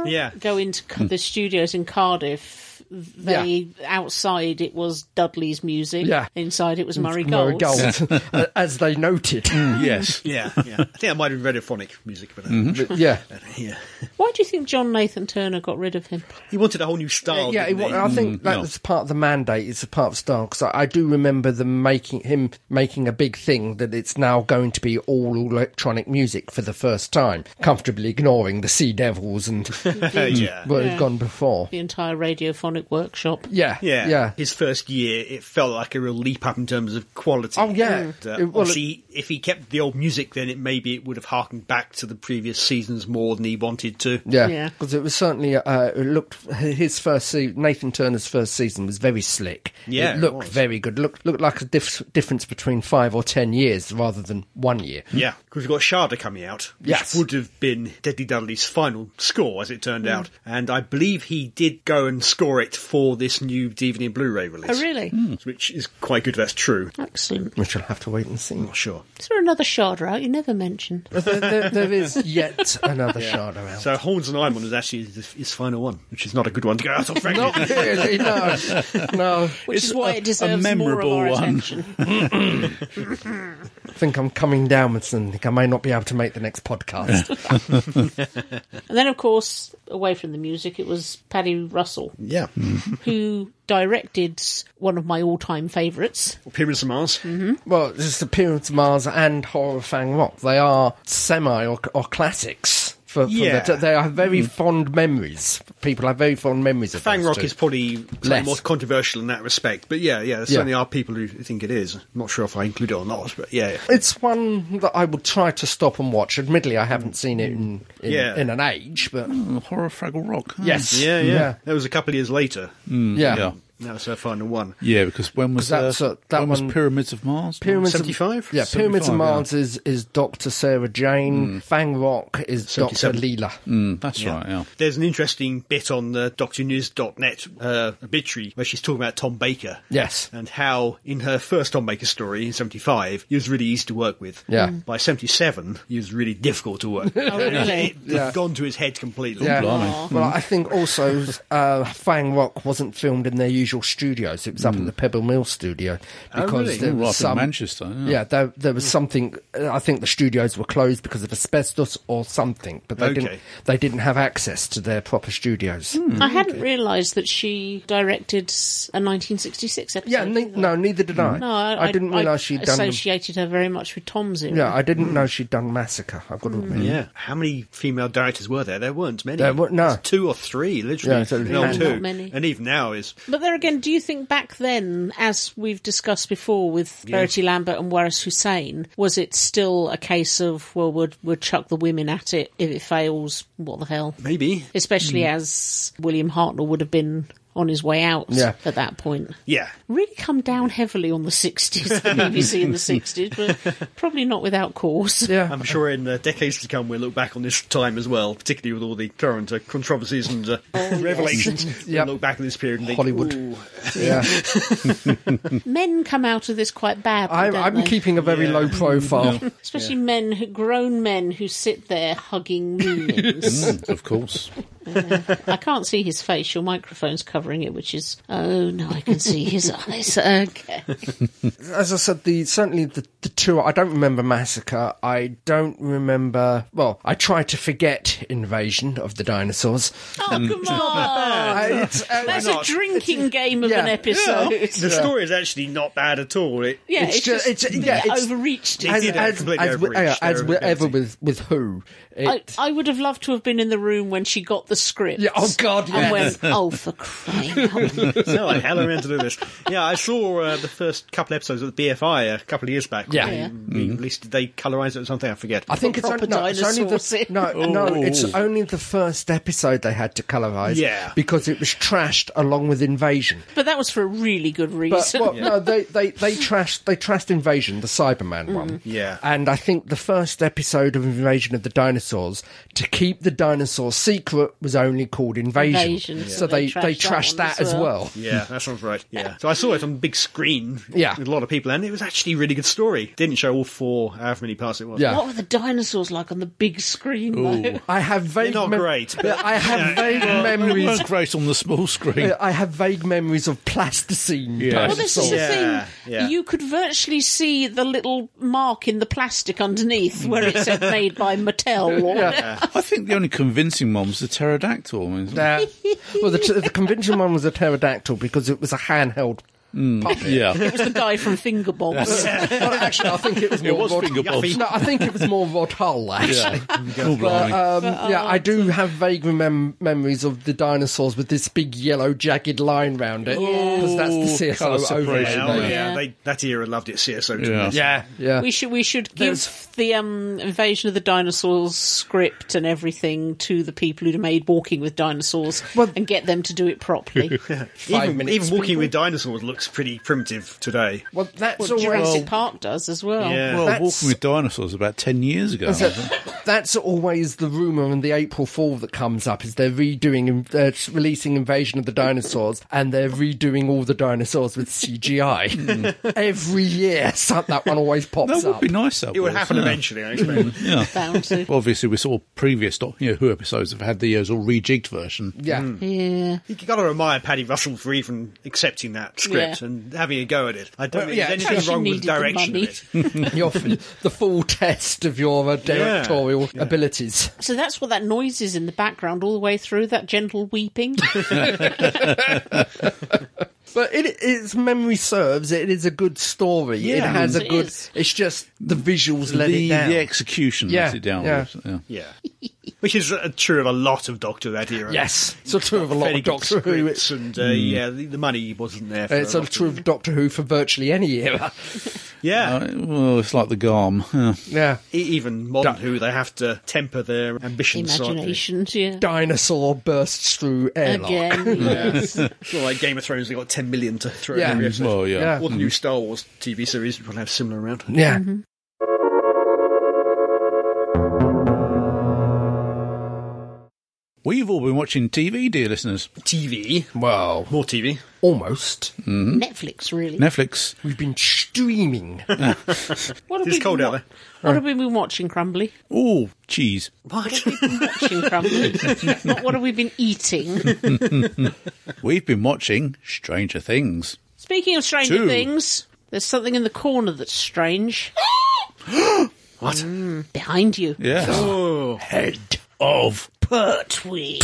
Speaker 3: into
Speaker 4: yeah.
Speaker 3: go into c- the studios in Cardiff, they outside it was Dudley's music.
Speaker 2: Yeah.
Speaker 3: Inside it was Murray
Speaker 2: Murray
Speaker 3: Gold's.
Speaker 2: Gold, as they
Speaker 4: (laughs)
Speaker 2: noted.
Speaker 4: Mm.
Speaker 1: yes. (laughs)
Speaker 4: Yeah, yeah. I think that might have been radiophonic music, but uh,
Speaker 2: yeah,
Speaker 4: yeah,
Speaker 3: Why do you think John Nathan Turner got rid of him?
Speaker 4: he wanted a whole new style.
Speaker 2: yeah. It,
Speaker 4: Oh, didn't
Speaker 2: wa-
Speaker 4: he?
Speaker 2: I think
Speaker 4: no.
Speaker 2: that's part of the mandate. It's a part of style because I, I do remember them making him making a big thing that it's now going to be all electronic music for the first time, comfortably ignoring the Sea Devils and
Speaker 4: (laughs) yeah.
Speaker 2: what
Speaker 3: Yeah.
Speaker 2: had gone before.
Speaker 3: The entire radiophonic workshop.
Speaker 2: Yeah,
Speaker 4: Yeah.
Speaker 2: yeah.
Speaker 4: His first year, it felt like a real leap up in terms of quality.
Speaker 2: Oh, yeah.
Speaker 4: And, uh,
Speaker 2: It- well,
Speaker 4: obviously, if he kept the old music, then it maybe it would have harkened back to the previous seasons more than he wanted to.
Speaker 2: Yeah,
Speaker 3: Yeah.
Speaker 2: because it was certainly uh, it looked his first se- Nathan Turner's first season was very slick.
Speaker 4: Yeah,
Speaker 2: it
Speaker 4: it
Speaker 2: looked
Speaker 4: was.
Speaker 2: very good. looked looked like a dif- difference between five or ten years rather than one year.
Speaker 4: Yeah, because we've got Sharda coming out, which
Speaker 2: Yes. Mm.
Speaker 4: would have been Deadly Dudley's final score, as it turned out. And I believe he did go and score it for this new DVD and Blu-ray release,
Speaker 3: Oh, really?
Speaker 4: which is quite good. if That's true.
Speaker 3: Excellent.
Speaker 2: Which I'll have to wait and see.
Speaker 4: Not sure.
Speaker 3: Is there another Sharda out you never mentioned?
Speaker 2: there, there- there is yet another Sharda out. (laughs)
Speaker 4: So Horns and Iron is actually his, his final one, which is not a good one to go out on. Frankly.
Speaker 2: Not Oh, really, no, no.
Speaker 3: Which
Speaker 1: It's
Speaker 3: is why
Speaker 1: a- a
Speaker 3: it deserves more of
Speaker 1: memorable
Speaker 3: our
Speaker 1: one.
Speaker 3: attention.
Speaker 2: I think I'm coming down with something. I may not be able to make the next podcast.
Speaker 3: (laughs) And then, of course, away from the music, it was Paddy Russell
Speaker 4: Yeah,
Speaker 2: Mm-hmm.
Speaker 3: who directed one of my all-time favourites.
Speaker 4: Pyramids of Mars.
Speaker 2: Mm-hmm. well, just the Pyramids of Mars and Horror of Fang Rock. They are semi or, or classics. For, for
Speaker 4: Yeah. Mm.
Speaker 2: the, they are very fond memories. People have very fond memories of
Speaker 4: Fang
Speaker 2: those
Speaker 4: Rock
Speaker 2: two.
Speaker 4: is probably slightly
Speaker 2: Less.
Speaker 4: more controversial in that respect, but yeah, yeah, there
Speaker 2: Yeah.
Speaker 4: certainly are people who think it is. I'm not sure if I include it or not, but yeah,
Speaker 2: It's one that I would try to stop and watch. Admittedly, I haven't seen it in in,
Speaker 4: Yeah. Mm.
Speaker 2: in an age, but
Speaker 1: Horror Fraggle Rock. huh?
Speaker 2: yes,
Speaker 4: yeah, yeah.
Speaker 2: yeah, Mm.
Speaker 4: That was a couple of years later.
Speaker 2: yeah.
Speaker 1: Yeah.
Speaker 4: That was her final one.
Speaker 1: Yeah, because when was
Speaker 2: 'Cause that's,
Speaker 1: uh,
Speaker 2: uh, that
Speaker 1: when
Speaker 2: one-
Speaker 1: was Pyramids of Mars?
Speaker 2: Pyramids
Speaker 4: 75?
Speaker 2: Of, yeah, Pyramids
Speaker 1: 75,
Speaker 2: of
Speaker 1: yeah.
Speaker 2: Mars is, is Dr. Sarah Jane. Fang Rock is Dr.
Speaker 4: 77.
Speaker 2: Leela.
Speaker 1: Mm, that's right. Yeah.
Speaker 4: There's an interesting bit on uh, the DoctorNews.net uh, obituary where she's talking about Tom Baker.
Speaker 2: Yes.
Speaker 4: And how, in her first Tom Baker story in 75, he was really easy to work with.
Speaker 2: Yeah. Mm.
Speaker 4: By 77, he was really difficult to work with.
Speaker 3: really?
Speaker 4: It had gone to his head completely.
Speaker 2: Yeah.
Speaker 1: blimey.
Speaker 2: Well, I think also uh, Fang Rock wasn't filmed in their usual studios. It was up in the Pebble Mill studio because
Speaker 4: really?
Speaker 2: there
Speaker 1: Ooh,
Speaker 2: was
Speaker 1: up in
Speaker 2: some
Speaker 1: Manchester, yeah.
Speaker 2: there, there was something. I think the studios were closed because of asbestos or something, but they
Speaker 4: Okay.
Speaker 2: didn't. They didn't have access to their proper studios.
Speaker 3: I hadn't realised that she directed a 1966 episode.
Speaker 2: Yeah, ne-
Speaker 3: either.
Speaker 2: no, neither did I.
Speaker 3: No,
Speaker 2: I, didn't realise she'd done. them.
Speaker 3: associated her very much with Tom's era.
Speaker 2: Yeah, I didn't know she'd done Massacre. I've got to admit.
Speaker 4: Yeah. Mm. How many female directors were there? There weren't many.
Speaker 2: There weren't- no.
Speaker 4: It's Two or three, literally.
Speaker 2: Yeah, it's only-
Speaker 4: no,
Speaker 2: Yeah,
Speaker 4: two.
Speaker 3: not many.
Speaker 4: And even now is
Speaker 3: But there again, do you think back then, as we've discussed before with Verity Lambert and Waris Hussein, was it still a case of well, we'd, we'd chuck the women at it if it fails? What the hell?
Speaker 4: maybe.
Speaker 3: Especially
Speaker 2: Mm.
Speaker 3: as William Hartnell would have been on his way out
Speaker 2: Yeah.
Speaker 3: at that point.
Speaker 4: Yeah.
Speaker 3: Really come down heavily on the 60s, the BBC in
Speaker 2: (laughs)
Speaker 3: the 60s, but probably not without cause.
Speaker 2: Yeah.
Speaker 4: I'm sure in uh, decades to come we'll look back on this time as well, particularly with all the current uh, controversies and uh,
Speaker 2: (laughs)
Speaker 4: revelations.
Speaker 2: Oh, Yep.
Speaker 4: We'll look back on this period and think,
Speaker 2: Hollywood. (laughs)
Speaker 4: "Ooh,
Speaker 2: Yeah,
Speaker 3: Men come out of this quite badly.
Speaker 2: I'm,
Speaker 3: don't
Speaker 2: I'm
Speaker 3: they?
Speaker 2: keeping a very low profile.
Speaker 3: Especially men, who, grown men who sit there hugging moonings.
Speaker 1: Mm, of
Speaker 2: (laughs)
Speaker 1: course.
Speaker 3: (laughs) I can't see his face. Your microphone's covering it, which is oh no, I can see his (laughs) eyes. Okay,
Speaker 2: As I said, the certainly the, the two. I don't remember Massacre. I don't remember. Well, I try to forget Invasion of the Dinosaurs.
Speaker 3: oh
Speaker 2: Mm.
Speaker 3: come
Speaker 2: (laughs)
Speaker 3: on,
Speaker 2: I, (laughs) it's, uh,
Speaker 3: that's
Speaker 4: Why
Speaker 3: a
Speaker 4: not?
Speaker 3: drinking game of
Speaker 2: yeah.
Speaker 3: an episode. Yeah,
Speaker 4: The
Speaker 2: uh,
Speaker 4: story is actually not bad at all.
Speaker 2: (laughs)
Speaker 4: It,
Speaker 2: It's
Speaker 3: it's,
Speaker 2: just-
Speaker 3: just,
Speaker 2: it's- yeah,
Speaker 3: they
Speaker 2: it's-
Speaker 3: overreached.
Speaker 4: They
Speaker 2: as
Speaker 4: did
Speaker 2: as,
Speaker 4: completely
Speaker 2: as, we- uh,
Speaker 4: overreach
Speaker 2: as
Speaker 4: their
Speaker 2: we- ever
Speaker 4: ability.
Speaker 2: with with who
Speaker 3: I,
Speaker 2: it,
Speaker 3: I would have loved to have been in the room when she got the script.
Speaker 2: Yeah, oh, God,
Speaker 3: And
Speaker 2: yes. (laughs)
Speaker 3: went, oh for crying out loud.
Speaker 4: no, I hell I meant to do this. Yeah, I saw uh, the first couple episodes of the BFI a couple of years back
Speaker 2: Yeah.
Speaker 4: They
Speaker 3: Yeah.
Speaker 4: re- released- did they colorize it or something? I forget.
Speaker 2: I think it's
Speaker 3: Proper
Speaker 2: only, no, it's only
Speaker 3: dinosaurs
Speaker 2: the
Speaker 3: in.
Speaker 2: no, (laughs) no, it's only the first episode they had to colorize.
Speaker 4: Yeah.
Speaker 2: because it was trashed along with Invasion.
Speaker 3: But that was for a really good
Speaker 2: But
Speaker 3: reason.
Speaker 2: well, no, they, they, they trashed they trashed Invasion, the Cyberman one.
Speaker 4: Yeah.
Speaker 2: and I think the first episode of Invasion of the Dinosaurs to keep the dinosaur secret was only called Invasion.
Speaker 3: Invasion,
Speaker 2: So, they they trashed that, as well.
Speaker 4: Yeah, that sounds right. Yeah. So I saw it on big screen
Speaker 2: Yeah.
Speaker 4: with a lot of people, and it was actually a really good story. Didn't show all four, however many parts it was.
Speaker 2: Yeah.
Speaker 3: What were the dinosaurs like on the big screen, though?
Speaker 2: I have vague
Speaker 4: not great,
Speaker 2: (laughs)
Speaker 4: but-
Speaker 2: I have vague memories.
Speaker 1: It's great on the small screen.
Speaker 2: I have vague memories of plasticine.
Speaker 1: Yeah.
Speaker 3: Well, this is the
Speaker 2: (laughs) dinosaurs.
Speaker 4: Yeah,
Speaker 3: thing.
Speaker 4: yeah.
Speaker 3: You could virtually see the little mark in the plastic underneath where it said made by Mattel. Or,
Speaker 1: I think the only convincing one was the pterodactyl. one, isn't it?
Speaker 2: Uh, well, the, t- the convention one was a pterodactyl because it was a handheld.
Speaker 1: Yeah.
Speaker 2: (laughs)
Speaker 3: It was the guy from Fingerbobs.
Speaker 2: Well, actually, I think it was more.
Speaker 1: was
Speaker 2: Rod-
Speaker 1: finger
Speaker 2: (laughs)
Speaker 1: bobs.
Speaker 2: No, I think it was more Rod Hull. Actually,
Speaker 1: Oh, blimey.
Speaker 2: um, yeah, I do have vague remem- memories of the dinosaurs with this big yellow jagged line round it because that's the
Speaker 1: Ooh, colour
Speaker 2: CSO overlay.
Speaker 1: separation,
Speaker 4: Oh, yeah.
Speaker 2: mate.
Speaker 3: Yeah.
Speaker 4: They, that era loved it, CSO.
Speaker 1: Yeah.
Speaker 4: Yeah.
Speaker 2: Yeah, yeah.
Speaker 3: We should we should give the um, invasion of the dinosaurs script and everything to the people who made Walking with Dinosaurs and get them to do
Speaker 2: (laughs)
Speaker 3: it properly.
Speaker 2: Five
Speaker 4: Even,
Speaker 2: minutes.
Speaker 4: even Walking with Dinosaurs looks pretty primitive today.
Speaker 2: well, that's
Speaker 3: Jurassic
Speaker 2: always
Speaker 3: Park does as well.
Speaker 4: Yeah.
Speaker 1: well,
Speaker 2: that's-
Speaker 1: Walking with Dinosaurs about 10 years ago.
Speaker 2: that's always the rumor and the April Fool that comes up is they're redoing, they're releasing Invasion of the Dinosaurs and they're redoing all the dinosaurs
Speaker 1: (laughs)
Speaker 2: with CGI every year. So that one always
Speaker 1: Hmm.
Speaker 2: pops
Speaker 1: That would
Speaker 2: up.
Speaker 1: be nice. That
Speaker 4: it would
Speaker 1: was,
Speaker 4: happen
Speaker 1: yeah.
Speaker 4: eventually, I
Speaker 1: (laughs)
Speaker 4: expect.
Speaker 1: Yeah.
Speaker 2: (laughs)
Speaker 3: Bound to.
Speaker 1: Well, obviously, we saw previous doc, you know, Who episodes have had the uh, sort of rejigged version.
Speaker 2: yeah.
Speaker 3: yeah.
Speaker 4: you got to admire Paddy Russell for even accepting that script
Speaker 3: Yeah.
Speaker 4: and having a go at it. I
Speaker 2: Well,
Speaker 4: don't think
Speaker 2: yeah,
Speaker 4: there's
Speaker 3: Because
Speaker 4: anything
Speaker 3: you
Speaker 4: wrong with
Speaker 3: needed
Speaker 4: the
Speaker 3: the
Speaker 4: direction
Speaker 3: money.
Speaker 2: (laughs)
Speaker 4: of it.
Speaker 2: Your, the full test of your uh, directorial abilities.
Speaker 3: So that's what that noise is in the background all the way through, that gentle
Speaker 2: (laughs)
Speaker 3: weeping.
Speaker 2: But it, its memory serves. It is a good story. it
Speaker 4: Yeah.
Speaker 2: has a
Speaker 3: It
Speaker 2: good.
Speaker 3: is.
Speaker 2: It's just the visuals let
Speaker 1: The,
Speaker 2: it down.
Speaker 1: the execution
Speaker 2: Yeah,
Speaker 1: lets it down.
Speaker 2: yeah.
Speaker 1: Yeah.
Speaker 4: Yeah. Which is uh, true of a lot of Doctor that era.
Speaker 2: yes, so true of a lot
Speaker 4: Fairly
Speaker 2: of
Speaker 4: good
Speaker 2: Doctor Who.
Speaker 4: scripts and uh, yeah, the, the money wasn't there. For
Speaker 2: It's
Speaker 4: a
Speaker 2: sort
Speaker 4: lot
Speaker 2: of true
Speaker 4: of-
Speaker 2: of Doctor Who for virtually any era.
Speaker 4: Yeah.
Speaker 1: Uh, well, it's like the Garm. (laughs) Yeah.
Speaker 2: Yeah.
Speaker 4: E- even modern Who, they have to temper their ambitions slightly.
Speaker 3: Imaginations, yeah.
Speaker 2: Dinosaur bursts through airlock.
Speaker 3: (laughs) Again, yes.
Speaker 4: It's not like Game of Thrones, they got 10 million to throw
Speaker 2: Yeah.
Speaker 4: in every episode.
Speaker 1: Well, yeah.
Speaker 2: Yeah.
Speaker 4: Or the new Star Wars TV series, which will have similar amount.
Speaker 2: Yeah.
Speaker 1: We've all been watching TV, dear listeners.
Speaker 4: TV.
Speaker 2: Well,
Speaker 4: More TV.
Speaker 2: almost.
Speaker 4: Mm-hmm.
Speaker 3: Netflix, really.
Speaker 1: Netflix.
Speaker 2: We've been streaming.
Speaker 3: What have
Speaker 4: It's
Speaker 3: we been
Speaker 4: cold out there.
Speaker 3: What have we been watching, Crumbly?
Speaker 1: Oh, cheese.
Speaker 4: What?
Speaker 3: Watching
Speaker 4: (laughs)
Speaker 3: Crumbly. Not what have we been eating?
Speaker 1: We've been watching Stranger Things.
Speaker 3: Speaking of Stranger
Speaker 1: Two.
Speaker 3: Things, there's something in the corner that's strange.
Speaker 4: (gasps)
Speaker 3: Mm,
Speaker 4: What?
Speaker 3: Behind you.
Speaker 1: Yeah.
Speaker 4: Oh,
Speaker 1: Head of
Speaker 3: Pertwee.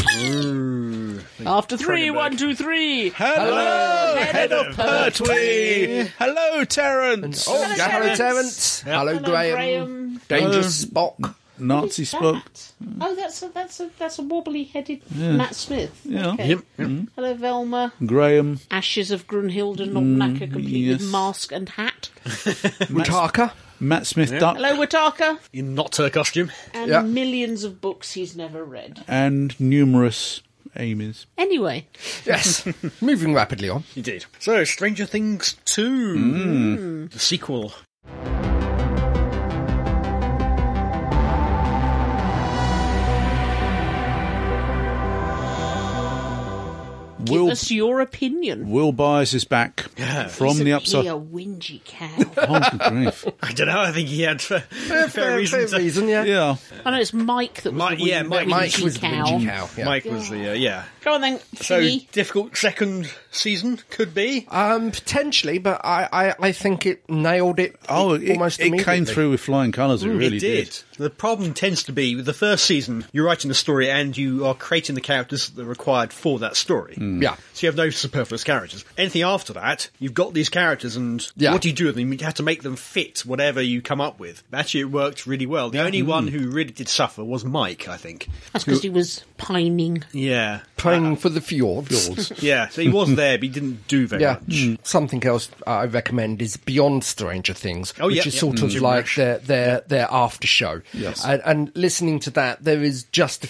Speaker 3: After three, one, two, three.
Speaker 1: Hello,
Speaker 3: Head of
Speaker 1: Pertwee. Hello, Terrence.
Speaker 2: oh, hello,
Speaker 3: Terrence.
Speaker 2: Terrence. Hello,
Speaker 3: Hello,
Speaker 2: Graham.
Speaker 3: Graham.
Speaker 2: Danger Spock.
Speaker 1: Nazi Spock.
Speaker 3: That. Oh, that's a that's a that's a wobbly headed Matt Smith.
Speaker 1: Yeah.
Speaker 3: Okay.
Speaker 4: Yep.
Speaker 3: Hello, Velma.
Speaker 1: Graham.
Speaker 3: Ashes of Grunhilde Nognaka, complete
Speaker 1: yes.
Speaker 3: with mask and hat.
Speaker 2: Mutaka.
Speaker 1: Matt Smith Duck.
Speaker 3: Hello, Wataka.
Speaker 4: In not her costume.
Speaker 3: And
Speaker 2: Yeah.
Speaker 3: millions of books he's never read.
Speaker 1: And numerous Amy's.
Speaker 3: Anyway,
Speaker 2: Yes. Moving rapidly on.
Speaker 4: He did. So, Stranger Things 2. The sequel.
Speaker 3: give
Speaker 1: Will,
Speaker 3: us your opinion.
Speaker 1: Will Byers is back from
Speaker 3: Isn't
Speaker 1: the
Speaker 3: He
Speaker 1: upside.
Speaker 3: a whingy cow.
Speaker 1: Oh, good grief.
Speaker 4: I don't know, I think he had fair, fair, reason
Speaker 2: Fair
Speaker 4: to...
Speaker 1: (laughs)
Speaker 2: reason, yeah.
Speaker 1: Yeah.
Speaker 3: I know it's Mike that was
Speaker 4: Mike-
Speaker 3: the whin-
Speaker 4: yeah, Mike-
Speaker 2: Mike
Speaker 3: whingy
Speaker 2: was the
Speaker 3: cow.
Speaker 2: whingy cow. Yeah.
Speaker 4: (laughs) Mike was the, uh, yeah.
Speaker 3: Go on then,
Speaker 4: So,
Speaker 3: thingy.
Speaker 4: difficult second season could be.
Speaker 2: Um, potentially, but I, I, I think it nailed it.
Speaker 1: Oh, it,
Speaker 2: almost
Speaker 1: it
Speaker 2: immediately.
Speaker 1: came through with flying colours. It really
Speaker 4: it did. The problem tends to be with the first season, you're writing the story and you are creating the characters that are required for that story.
Speaker 2: Yeah.
Speaker 4: So you have no superfluous characters. Anything after that, you've got these characters, and
Speaker 2: Yeah.
Speaker 4: what do you do with them? You have to make them fit whatever you come up with. Actually, it worked really well. The only
Speaker 2: Mm.
Speaker 4: one who really did suffer was Mike, I think.
Speaker 3: That's because he was pining.
Speaker 4: Yeah.
Speaker 2: Praying for the fjords.
Speaker 4: Yeah, so he was there, but he didn't do very
Speaker 2: (laughs) Yeah.
Speaker 4: much.
Speaker 2: Something else I recommend is Beyond Stranger Things,
Speaker 4: Oh,
Speaker 2: which
Speaker 4: yeah,
Speaker 2: is
Speaker 4: yeah.
Speaker 2: sort
Speaker 4: Mm.
Speaker 2: of
Speaker 4: Jim
Speaker 2: like
Speaker 4: Rash.
Speaker 2: their their their after show. Yes. And, and listening to that, there is just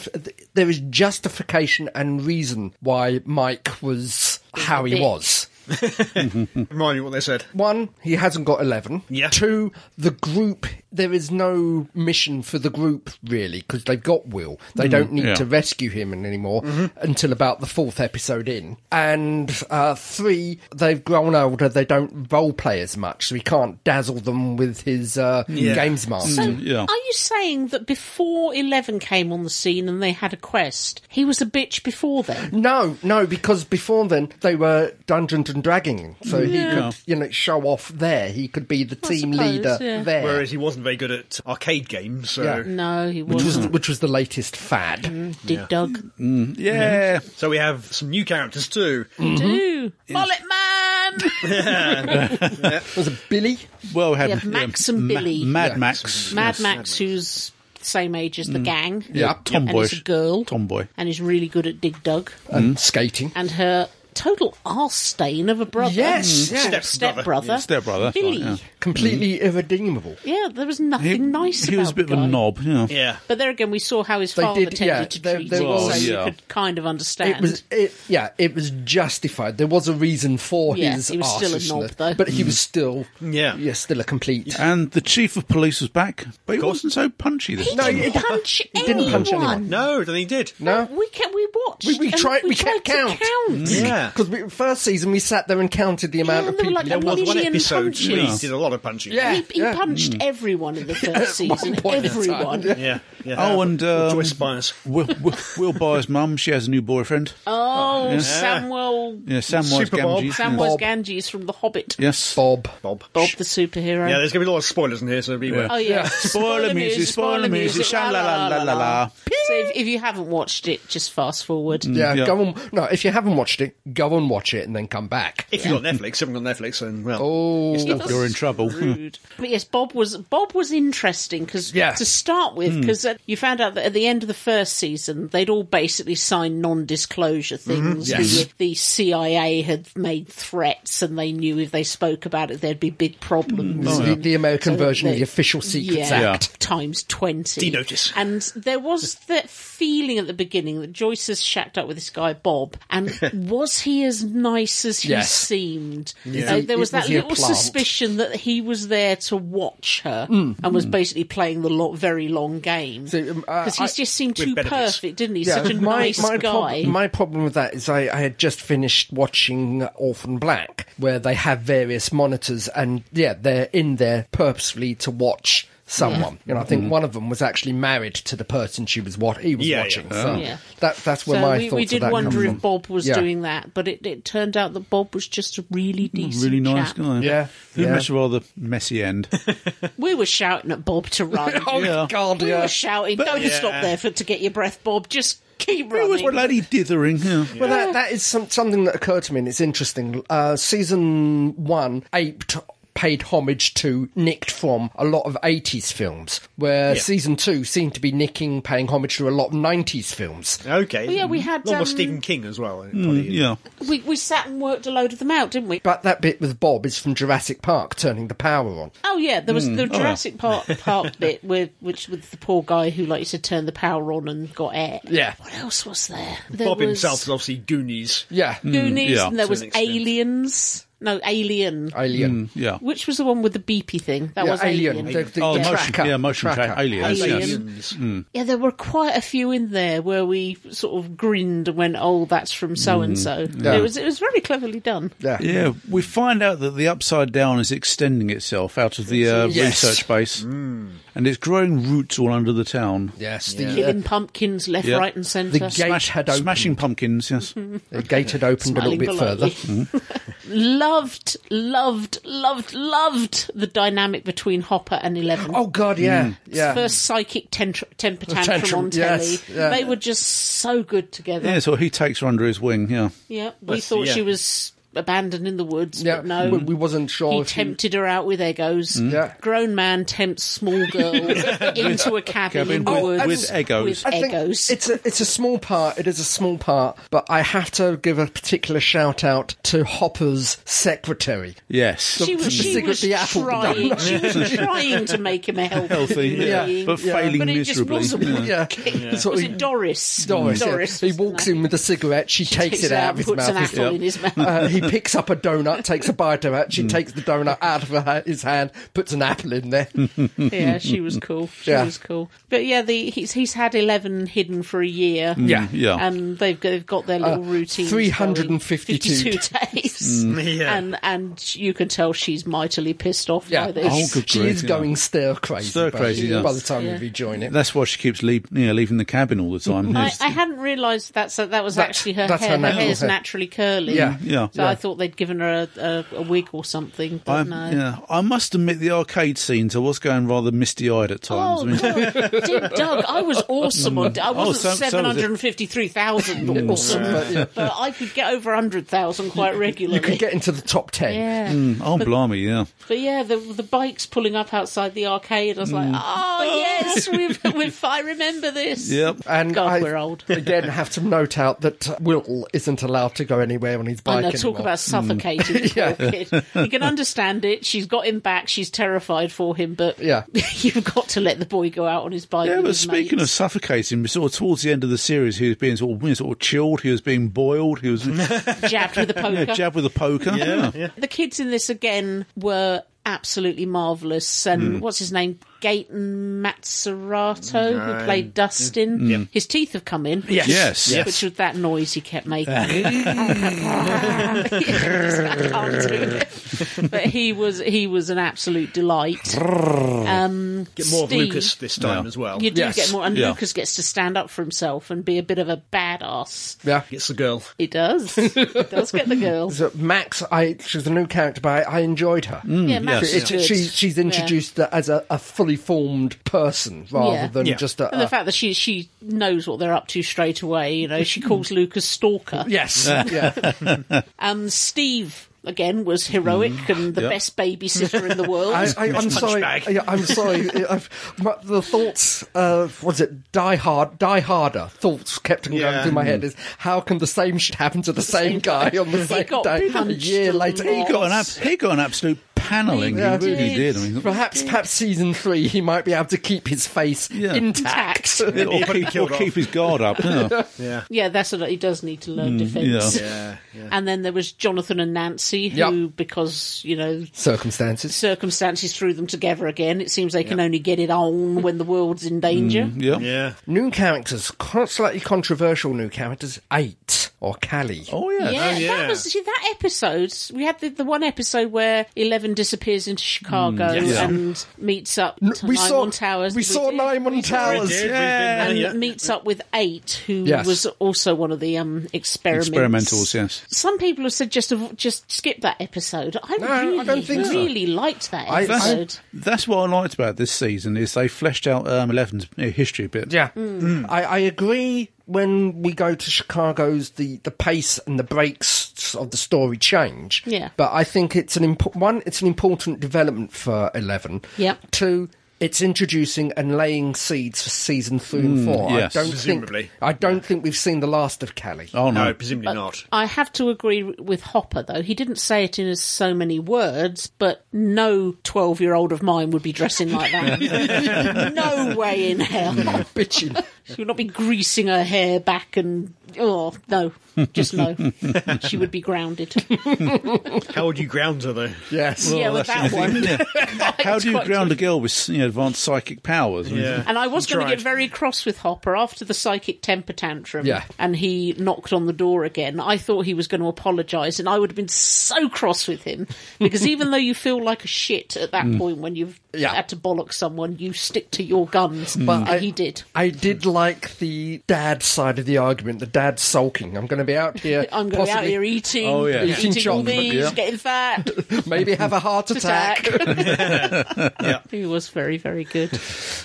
Speaker 2: there is justification and reason why Mike was how he
Speaker 3: bitch.
Speaker 2: was. Mm.
Speaker 4: Remind me what they said.
Speaker 2: One, he hasn't got 11.
Speaker 4: Yeah.
Speaker 2: Two, the group, there is no mission for the group, really, because they've got Will. They don't need
Speaker 1: yeah.
Speaker 2: to rescue him anymore until about the fourth episode in. And uh, three, they've grown older. They don't role play as much, so he can't dazzle them with his uh, games master.
Speaker 3: So,
Speaker 1: yeah.
Speaker 3: are you saying that before Eleven came on the scene and they had a quest, he was a bitch before then?
Speaker 2: No, no, because before then they were Dungeons and Dragging, so he
Speaker 1: Yeah.
Speaker 2: could, you know, show off there. He could be the team
Speaker 3: suppose,
Speaker 2: leader
Speaker 3: yeah.
Speaker 2: there.
Speaker 4: Whereas he wasn't very good at arcade games, so.
Speaker 2: Yeah.
Speaker 3: No, he Mm-hmm.
Speaker 2: which was
Speaker 3: wasn't.
Speaker 2: which was the latest fad.
Speaker 3: Dig dug.
Speaker 1: Yeah.
Speaker 4: So we have some new characters too.
Speaker 2: Mm.
Speaker 3: Do. Mullet Man!
Speaker 2: Was it Billy?
Speaker 1: Well, we had
Speaker 3: We have Max and Billy.
Speaker 1: Mad
Speaker 2: Yeah.
Speaker 1: Max. Mm.
Speaker 3: Mad Max, who's the same age as the gang.
Speaker 2: Yeah.
Speaker 1: Tomboy.
Speaker 3: And he's a girl.
Speaker 1: Tomboy.
Speaker 3: And is really good at Dig Dug.
Speaker 4: Mm.
Speaker 2: And skating.
Speaker 3: And her total arse stain of a brother.
Speaker 2: Yes, Mm. yes.
Speaker 3: Step
Speaker 4: Stepbrother.
Speaker 3: brother.
Speaker 1: Stepbrother, that's
Speaker 3: Billy.
Speaker 1: right,
Speaker 2: Completely irredeemable.
Speaker 3: yeah. there was nothing nice
Speaker 1: He
Speaker 3: about
Speaker 1: was a bit
Speaker 3: the
Speaker 1: of a
Speaker 3: guy.
Speaker 1: knob. Yeah.
Speaker 4: Yeah.
Speaker 3: But there again, we saw how his
Speaker 2: They
Speaker 3: father
Speaker 2: did-
Speaker 3: tended
Speaker 2: yeah,
Speaker 3: to
Speaker 2: there-
Speaker 3: treat
Speaker 2: there
Speaker 3: him,
Speaker 2: was-
Speaker 3: so
Speaker 1: yeah.
Speaker 3: you could kind of understand.
Speaker 2: It was, it, yeah, it was justified. There was a reason for
Speaker 3: Yeah,
Speaker 2: his.
Speaker 3: he was still a knob,
Speaker 2: arsishness,
Speaker 3: though.
Speaker 2: but he was still,
Speaker 4: Mm. Yeah.
Speaker 2: yeah, still a complete.
Speaker 1: And the chief of police was back, but he wasn't so punchy this
Speaker 3: he
Speaker 1: time.
Speaker 3: didn't punch
Speaker 2: he
Speaker 3: anyone.
Speaker 2: didn't punch anyone.
Speaker 4: No, then he did.
Speaker 2: No,
Speaker 3: We kept, we watched.
Speaker 2: We- we
Speaker 3: and
Speaker 2: tried-
Speaker 3: We
Speaker 2: we
Speaker 3: tried
Speaker 2: kept
Speaker 3: to
Speaker 2: count. Mm.
Speaker 3: count.
Speaker 2: (laughs)
Speaker 4: Yeah.
Speaker 2: because we first season we sat there and counted the amount
Speaker 3: Yeah,
Speaker 2: of
Speaker 3: there were
Speaker 2: people.
Speaker 3: like
Speaker 4: There
Speaker 3: a
Speaker 4: was one
Speaker 3: million
Speaker 4: episode
Speaker 3: punches.
Speaker 4: where he did a lot of punching.
Speaker 2: Yeah.
Speaker 3: He, he punched
Speaker 1: Mm. (laughs)
Speaker 3: everyone in the first
Speaker 2: one
Speaker 3: season.
Speaker 2: point in time,
Speaker 3: Everyone.
Speaker 2: yeah.
Speaker 4: Yeah. yeah.
Speaker 1: Oh, and um,
Speaker 4: Joyce Byers.
Speaker 1: Will, Will, Will Byers' mum, she has a new boyfriend.
Speaker 3: Oh, Samuel.
Speaker 1: yeah, Samwise
Speaker 4: Super Bob.
Speaker 1: Gamgee.
Speaker 3: Samwise
Speaker 2: Bob.
Speaker 3: Ganges from The Hobbit.
Speaker 1: Yes.
Speaker 2: Bob.
Speaker 4: Bob.
Speaker 3: Bob the superhero.
Speaker 4: Yeah, there's going to be a lot of spoilers in here, so beware.
Speaker 3: Oh yeah.
Speaker 1: Spoiler music, spoiler music, sha la la la la la.
Speaker 3: So if, if you haven't watched it, just fast forward. (laughs)
Speaker 2: Yeah,
Speaker 1: Yeah.
Speaker 2: go on. No, if you haven't watched it, go and watch it and then come back.
Speaker 4: If you've got Netflix, if you haven't got Netflix, then well. Oh.
Speaker 1: You're in trouble. (laughs)
Speaker 3: Rude. But yes, Bob was Bob was interesting because
Speaker 2: Yeah.
Speaker 3: to start
Speaker 1: Hmm.
Speaker 3: with, because uh, you found out that at the end of the first season, they'd all basically signed non-disclosure
Speaker 1: Mm-hmm.
Speaker 3: things. The, the CIA had made threats, and they knew if they spoke about it, there'd be big problems.
Speaker 1: Mm. Oh,
Speaker 2: The, the American
Speaker 3: So
Speaker 2: version of
Speaker 3: they-
Speaker 2: the Official Secrets
Speaker 3: yeah,
Speaker 2: Act.
Speaker 3: times 20.
Speaker 4: Denotice.
Speaker 3: And there was that feeling at the beginning that Joyce has shacked up with this guy, Bob, and was he as nice as he
Speaker 2: Yes.
Speaker 3: seemed?
Speaker 2: Yeah.
Speaker 3: Uh, there
Speaker 2: Was
Speaker 3: was that
Speaker 2: he a
Speaker 3: little
Speaker 2: plant? Hmm.
Speaker 3: suspicion that he was there to watch her and was basically playing the lot, very long game. Because
Speaker 2: So, um, uh,
Speaker 3: he
Speaker 2: I-
Speaker 3: just seemed too
Speaker 4: benefits.
Speaker 3: perfect, didn't he? Such a
Speaker 2: my,
Speaker 3: nice
Speaker 2: my prob-
Speaker 3: guy.
Speaker 2: my problem with that is I, I had just finished watching Orphan Black, where they have various monitors, and yeah, they're in there purposefully to watch someone. You know, I
Speaker 3: Mm-hmm.
Speaker 2: think one of them was actually married to the person she was what he was
Speaker 4: Yeah, yeah.
Speaker 2: watching. So
Speaker 3: Yeah.
Speaker 2: that that's where
Speaker 3: so
Speaker 2: my
Speaker 3: we,
Speaker 2: thoughts
Speaker 3: we
Speaker 2: of
Speaker 3: did
Speaker 2: that
Speaker 3: wonder
Speaker 2: come
Speaker 3: if
Speaker 2: from.
Speaker 3: Bob was
Speaker 2: Yeah.
Speaker 3: doing that, but it, it turned out that Bob was just a really decent,
Speaker 1: Really nice
Speaker 3: chap.
Speaker 1: guy.
Speaker 2: Yeah,
Speaker 1: Who
Speaker 2: yeah.
Speaker 1: much rather messy (laughs) end.
Speaker 3: We were shouting at Bob to run.
Speaker 2: Oh
Speaker 1: Yeah.
Speaker 2: God!
Speaker 3: We
Speaker 2: Yeah.
Speaker 3: were shouting, don't stop there for to get your breath, Bob. Just keep
Speaker 1: Who was
Speaker 3: running.
Speaker 1: what lady dithering? Yeah.
Speaker 2: Well, that, that is some, something that occurred to me, and it's interesting. Uh, season one aped. Paid homage to, nicked from a lot of 80s films, where season two seemed to be nicking, paying homage to a lot of 90s films.
Speaker 4: Oh, Okay.
Speaker 3: yeah, we had,
Speaker 4: A lot more
Speaker 3: um,
Speaker 4: Stephen King as well. eh,
Speaker 1: Yeah.
Speaker 3: we, we sat and worked a load of them out, didn't we?
Speaker 2: But that bit with Bob is from Jurassic Park turning the power on.
Speaker 3: Oh yeah,
Speaker 1: Hmm.
Speaker 3: there was the Jurassic Park Park (laughs) bit where, which with the poor guy who, like you said, turned the power on and got air.
Speaker 2: Yeah.
Speaker 3: What else was there? there
Speaker 4: Bob
Speaker 3: was
Speaker 4: himself is obviously Goonies.
Speaker 2: Yeah.
Speaker 1: Mm.
Speaker 3: Goonies,
Speaker 1: Hmm, yeah,
Speaker 3: and there
Speaker 4: to
Speaker 3: was
Speaker 4: an extent.
Speaker 3: Aliens. No, Alien.
Speaker 2: Alien.
Speaker 1: Yeah.
Speaker 3: Which was the one with the beepy thing? That
Speaker 2: Yeah,
Speaker 3: was
Speaker 2: alien.
Speaker 3: Alien.
Speaker 2: The, the,
Speaker 1: Oh,
Speaker 2: the
Speaker 1: the motion,
Speaker 2: tracker.
Speaker 1: yeah, motion track. Aliens,
Speaker 3: Alien.
Speaker 1: yes.
Speaker 3: Yeah, there were quite a few in there where we sort of grinned and went, "Oh, that's from so and so." It was it was very cleverly done.
Speaker 2: Mm-hmm. Yeah.
Speaker 1: Yeah, we find out that the upside down is extending itself out of the uh,
Speaker 2: Yes.
Speaker 1: research base, and it's growing roots all under the town.
Speaker 2: Yes. The, uh,
Speaker 3: Killing pumpkins left,
Speaker 1: Yeah.
Speaker 3: right, and centre.
Speaker 2: The gate had opened.
Speaker 1: smashing pumpkins. Yes,
Speaker 2: the gate had opened a little
Speaker 3: Smiling
Speaker 2: bit
Speaker 3: politely.
Speaker 2: further. Mm-hmm.
Speaker 3: (laughs) Loved, loved, loved, loved the dynamic between Hopper and Eleven.
Speaker 2: Oh God, yeah,
Speaker 1: Mm.
Speaker 2: yeah.
Speaker 3: First psychic tentr- temper tantrum,
Speaker 2: Tantrum,
Speaker 3: on telly.
Speaker 2: yes, yeah.
Speaker 3: They were just so good together.
Speaker 1: Yeah, so he takes her under his wing, yeah.
Speaker 3: Yeah, we
Speaker 4: That's-
Speaker 3: thought
Speaker 4: yeah.
Speaker 3: she was abandoned in the woods,
Speaker 2: yeah,
Speaker 3: but no.
Speaker 2: we, we wasn't sure.
Speaker 3: he
Speaker 2: if he-
Speaker 3: tempted her out with egos.
Speaker 2: Mm. Yeah.
Speaker 3: Grown man tempts
Speaker 1: (laughs)
Speaker 3: small girl into a cabin, in the
Speaker 1: with-
Speaker 3: woods
Speaker 1: with egos.
Speaker 3: with
Speaker 2: I think
Speaker 3: egos.
Speaker 2: It's a it's a small part. It is a small part, but I have to give a particular shout out to Hopper's secretary.
Speaker 1: Yes.
Speaker 3: she was, she was
Speaker 2: secretly apple-
Speaker 3: trying.
Speaker 2: No.
Speaker 1: (laughs)
Speaker 3: She was trying to make him a healthy,
Speaker 1: Healthy, yeah,
Speaker 3: being,
Speaker 1: but failing
Speaker 3: but it
Speaker 1: miserably.
Speaker 3: Just wasn't
Speaker 2: Yeah, So
Speaker 3: Was
Speaker 2: he-
Speaker 3: it Doris?
Speaker 2: Doris, yeah. He
Speaker 3: wasn't
Speaker 2: walks
Speaker 3: it?
Speaker 2: in with a cigarette. She, takes, it out of his
Speaker 3: puts
Speaker 2: mouth.
Speaker 3: an apple
Speaker 1: Yeah.
Speaker 3: in his
Speaker 2: (laughs)
Speaker 3: mouth.
Speaker 2: uh, he picks up a donut, takes a bite of it. She
Speaker 1: Mm.
Speaker 2: takes the donut out of her, his hand, puts an apple
Speaker 1: (laughs)
Speaker 2: in there.
Speaker 3: yeah, she was cool. She
Speaker 2: Mm, Yeah.
Speaker 3: was cool. But yeah, the he's he's had eleven hidden for a year.
Speaker 2: Mm,
Speaker 1: Yeah, yeah.
Speaker 3: and they've got, they've got their little
Speaker 2: Uh,
Speaker 3: routine.
Speaker 2: 352
Speaker 3: days,
Speaker 1: Mm.
Speaker 2: Mm.
Speaker 4: Yeah.
Speaker 3: and and you can tell she's mightily pissed off
Speaker 2: Yeah.
Speaker 3: by this.
Speaker 1: Oh, good
Speaker 2: She
Speaker 1: grief,
Speaker 2: is
Speaker 1: yeah.
Speaker 2: going stir crazy.
Speaker 1: Stir
Speaker 2: by
Speaker 1: crazy,
Speaker 2: the-
Speaker 1: yeah.
Speaker 2: By the time
Speaker 3: Yeah.
Speaker 2: we rejoin
Speaker 1: (laughs)
Speaker 2: it.
Speaker 1: That's why she keeps leave, yeah, leaving the cabin all the time.
Speaker 3: I,
Speaker 1: Yes.
Speaker 3: Mm-hmm. I hadn't realised that's that was actually her
Speaker 2: that's
Speaker 3: hair.
Speaker 2: her
Speaker 3: Her,
Speaker 2: natural
Speaker 3: hair's
Speaker 2: hair.
Speaker 3: naturally curly.
Speaker 2: Yeah,
Speaker 1: Mm, yeah.
Speaker 3: So I thought they'd given her a, a, a wig or something. But
Speaker 1: I,
Speaker 3: no.
Speaker 1: yeah, I must admit the arcade scenes. I was going rather misty-eyed at times.
Speaker 3: Oh,
Speaker 1: I mean, Oh,
Speaker 3: God.
Speaker 1: (laughs)
Speaker 3: Dear Doug, I was awesome. On, I wasn't
Speaker 1: so- so was it. Mm.
Speaker 3: 753,000 awesome, but, but I could get over 100,000 quite regularly.
Speaker 2: You could get into the top 10.
Speaker 3: yeah.
Speaker 1: oh blimey, yeah.
Speaker 3: But yeah, the the bikes pulling up outside the arcade. I was
Speaker 1: Mm.
Speaker 3: like, oh, yes, we've, we've, I remember this.
Speaker 1: Yep.
Speaker 2: And
Speaker 3: God,
Speaker 2: I,
Speaker 3: we're old.
Speaker 2: again, have to note out that Will isn't allowed to go anywhere on his bike
Speaker 3: I know,
Speaker 2: anymore.
Speaker 3: talk
Speaker 1: Mm. (laughs)
Speaker 3: about suffocated. yeah. kid. You can understand it. She's got him back. She's terrified for him, but
Speaker 2: Yeah.
Speaker 3: (laughs) you've got to let the boy go out on his bike.
Speaker 1: Yeah,
Speaker 3: with
Speaker 1: but
Speaker 3: his
Speaker 1: speaking of
Speaker 3: mates.
Speaker 1: suffocating, we saw towards the end of the series he was being sort of, you know, sort of chilled, he was being boiled, he was
Speaker 3: jabbed with a
Speaker 1: (laughs)
Speaker 3: poker.
Speaker 1: yeah, jabbed with a poker. Yeah.
Speaker 3: The kids in this again were absolutely marvellous.
Speaker 1: Hmm.
Speaker 3: And what's his name? Gaten Mazzarato, who played Dustin. His teeth have come in. Yes.
Speaker 1: Hmm. Yes. Yes.
Speaker 3: Which was that noise he kept making. (laughs) I can't do it. But he was he was an absolute delight. Um,
Speaker 4: Get more of
Speaker 3: Steve,
Speaker 4: Lucas this time as well.
Speaker 3: You do
Speaker 2: Yes.
Speaker 3: get more, and
Speaker 1: Yeah.
Speaker 3: Lucas gets to stand up for himself and be a bit of a badass.
Speaker 2: Yeah.
Speaker 4: Gets the girl.
Speaker 3: He does. he does get the girl.
Speaker 1: (laughs)
Speaker 2: So Max, I she's a new character, but I, I enjoyed her.
Speaker 3: yeah, Max
Speaker 1: Mm, yes.
Speaker 3: is good.
Speaker 2: She's she's introduced as a, a fully formed person rather
Speaker 3: Yeah.
Speaker 2: than
Speaker 4: Yeah.
Speaker 2: just a,
Speaker 3: And the
Speaker 2: a
Speaker 3: fact that she she knows what they're up to straight away, you know,
Speaker 2: (laughs)
Speaker 3: she calls Lucas stalker. (laughs)
Speaker 2: yes, yeah.
Speaker 3: Um, Steve again was heroic and the best babysitter
Speaker 2: (laughs)
Speaker 3: in the world.
Speaker 2: Mm. I, I, I'm sorry.
Speaker 4: bag.
Speaker 2: I, I'm
Speaker 3: (laughs)
Speaker 2: sorry. I've, my, the thoughts of was it Die Hard, Die Harder thoughts kept on going
Speaker 4: Yeah.
Speaker 2: through my
Speaker 1: Mm.
Speaker 2: head. Is how can the same shit happen to the same guy on the same
Speaker 3: got
Speaker 2: day a
Speaker 3: punched
Speaker 2: year
Speaker 3: a
Speaker 2: later?
Speaker 3: lot.
Speaker 1: He got an abs- he got an absolute panelling.
Speaker 2: Yeah.
Speaker 1: he really
Speaker 3: Did.
Speaker 1: did. I mean,
Speaker 2: Perhaps, perhaps season three, he might be able to keep his face
Speaker 1: Yeah.
Speaker 2: intact.
Speaker 1: or keep, or keep his guard up. Yeah.
Speaker 4: Yeah.
Speaker 3: yeah, that's what he does need to
Speaker 2: Mm,
Speaker 3: learn defense.
Speaker 4: Yeah. yeah.
Speaker 3: And then there was Jonathan and Nancy, who
Speaker 2: Yep.
Speaker 3: because you know
Speaker 2: (laughs) Circumstances.
Speaker 3: circumstances threw them together again. It seems they can only get it on when the world's in danger.
Speaker 2: Mm-hmm.
Speaker 1: yeah.
Speaker 4: Yeah.
Speaker 2: New characters, con- slightly controversial new characters. Eight or Callie.
Speaker 1: Oh yeah.
Speaker 3: Yeah, that
Speaker 4: yeah.
Speaker 3: was see, that episode. We had the, the one episode where Eleven disappears into Chicago
Speaker 1: yes.
Speaker 3: and meets up.
Speaker 2: Mm, N-
Speaker 3: to
Speaker 2: we
Speaker 3: Nine
Speaker 2: saw
Speaker 3: on Towers.
Speaker 2: We saw
Speaker 3: did.
Speaker 2: nine on towers.
Speaker 4: did. We've
Speaker 1: Yeah.
Speaker 4: been
Speaker 3: (laughs)
Speaker 4: there,
Speaker 3: and
Speaker 4: yeah.
Speaker 3: meets up with Eight, who
Speaker 2: Yes.
Speaker 3: was also one of the um experiments.
Speaker 1: Experimentals, yes.
Speaker 3: Some people have said just av- just skip that episode. I
Speaker 2: No, I
Speaker 3: really,
Speaker 2: don't think so.
Speaker 3: really liked that
Speaker 2: I- that's-
Speaker 3: episode.
Speaker 1: That's what I liked about this season is they fleshed out um, Eleven's uh, history a bit.
Speaker 2: Yeah,
Speaker 3: Hmm.
Speaker 2: Mm. I, I agree. When we go to Chicago's, the, the pace and the breaks of the story change.
Speaker 3: Yeah.
Speaker 2: but I think it's an impo- one. It's an important development for Eleven.
Speaker 3: Yep.
Speaker 2: Two. It's introducing and laying seeds for season three and four.
Speaker 1: yes.
Speaker 2: I don't
Speaker 4: Hmm. Presumably.
Speaker 2: think I don't think we've seen the last of Callie. (laughs)
Speaker 1: Oh no.
Speaker 4: No, presumably not.
Speaker 3: I have to agree with Hopper, though. He didn't say it in as so many words, but no 12 year old of mine would be dressing like that. no way in hell.
Speaker 2: Bitching.
Speaker 3: She would not be greasing her hair back and. Oh, no. Just no. she would be grounded.
Speaker 4: How would you ground her though?
Speaker 2: yes.
Speaker 3: yeah, with
Speaker 1: That's
Speaker 3: that
Speaker 1: the thing,
Speaker 3: one. (laughs)
Speaker 1: isn't it? How do you
Speaker 3: quite
Speaker 1: ground a girl with you know, advanced psychic powers?
Speaker 4: (laughs) Yeah.
Speaker 3: And I was going to
Speaker 4: Tried.
Speaker 3: get very cross with Hopper after the psychic temper tantrum.
Speaker 2: Yeah.
Speaker 3: And he knocked on the door again. I thought he was going to apologise, and I would have been so cross with him because even though you feel like a shit at that point when you've
Speaker 2: Yeah.
Speaker 3: had to bollock someone, you stick to your guns. But and
Speaker 2: I-
Speaker 3: he did.
Speaker 2: I did like the dad side of the argument. The dad bad sulking. I'm going to be out here.
Speaker 3: (laughs) I'm going to be out
Speaker 2: Uh, possibly-
Speaker 3: here eating,
Speaker 1: Oh, yeah.
Speaker 2: Eating
Speaker 3: eating, all
Speaker 2: chocolate,
Speaker 3: these,
Speaker 1: yeah.
Speaker 3: getting
Speaker 2: (laughs)
Speaker 3: fat.
Speaker 2: Maybe have a heart attack.
Speaker 3: (laughs) He was very, very good.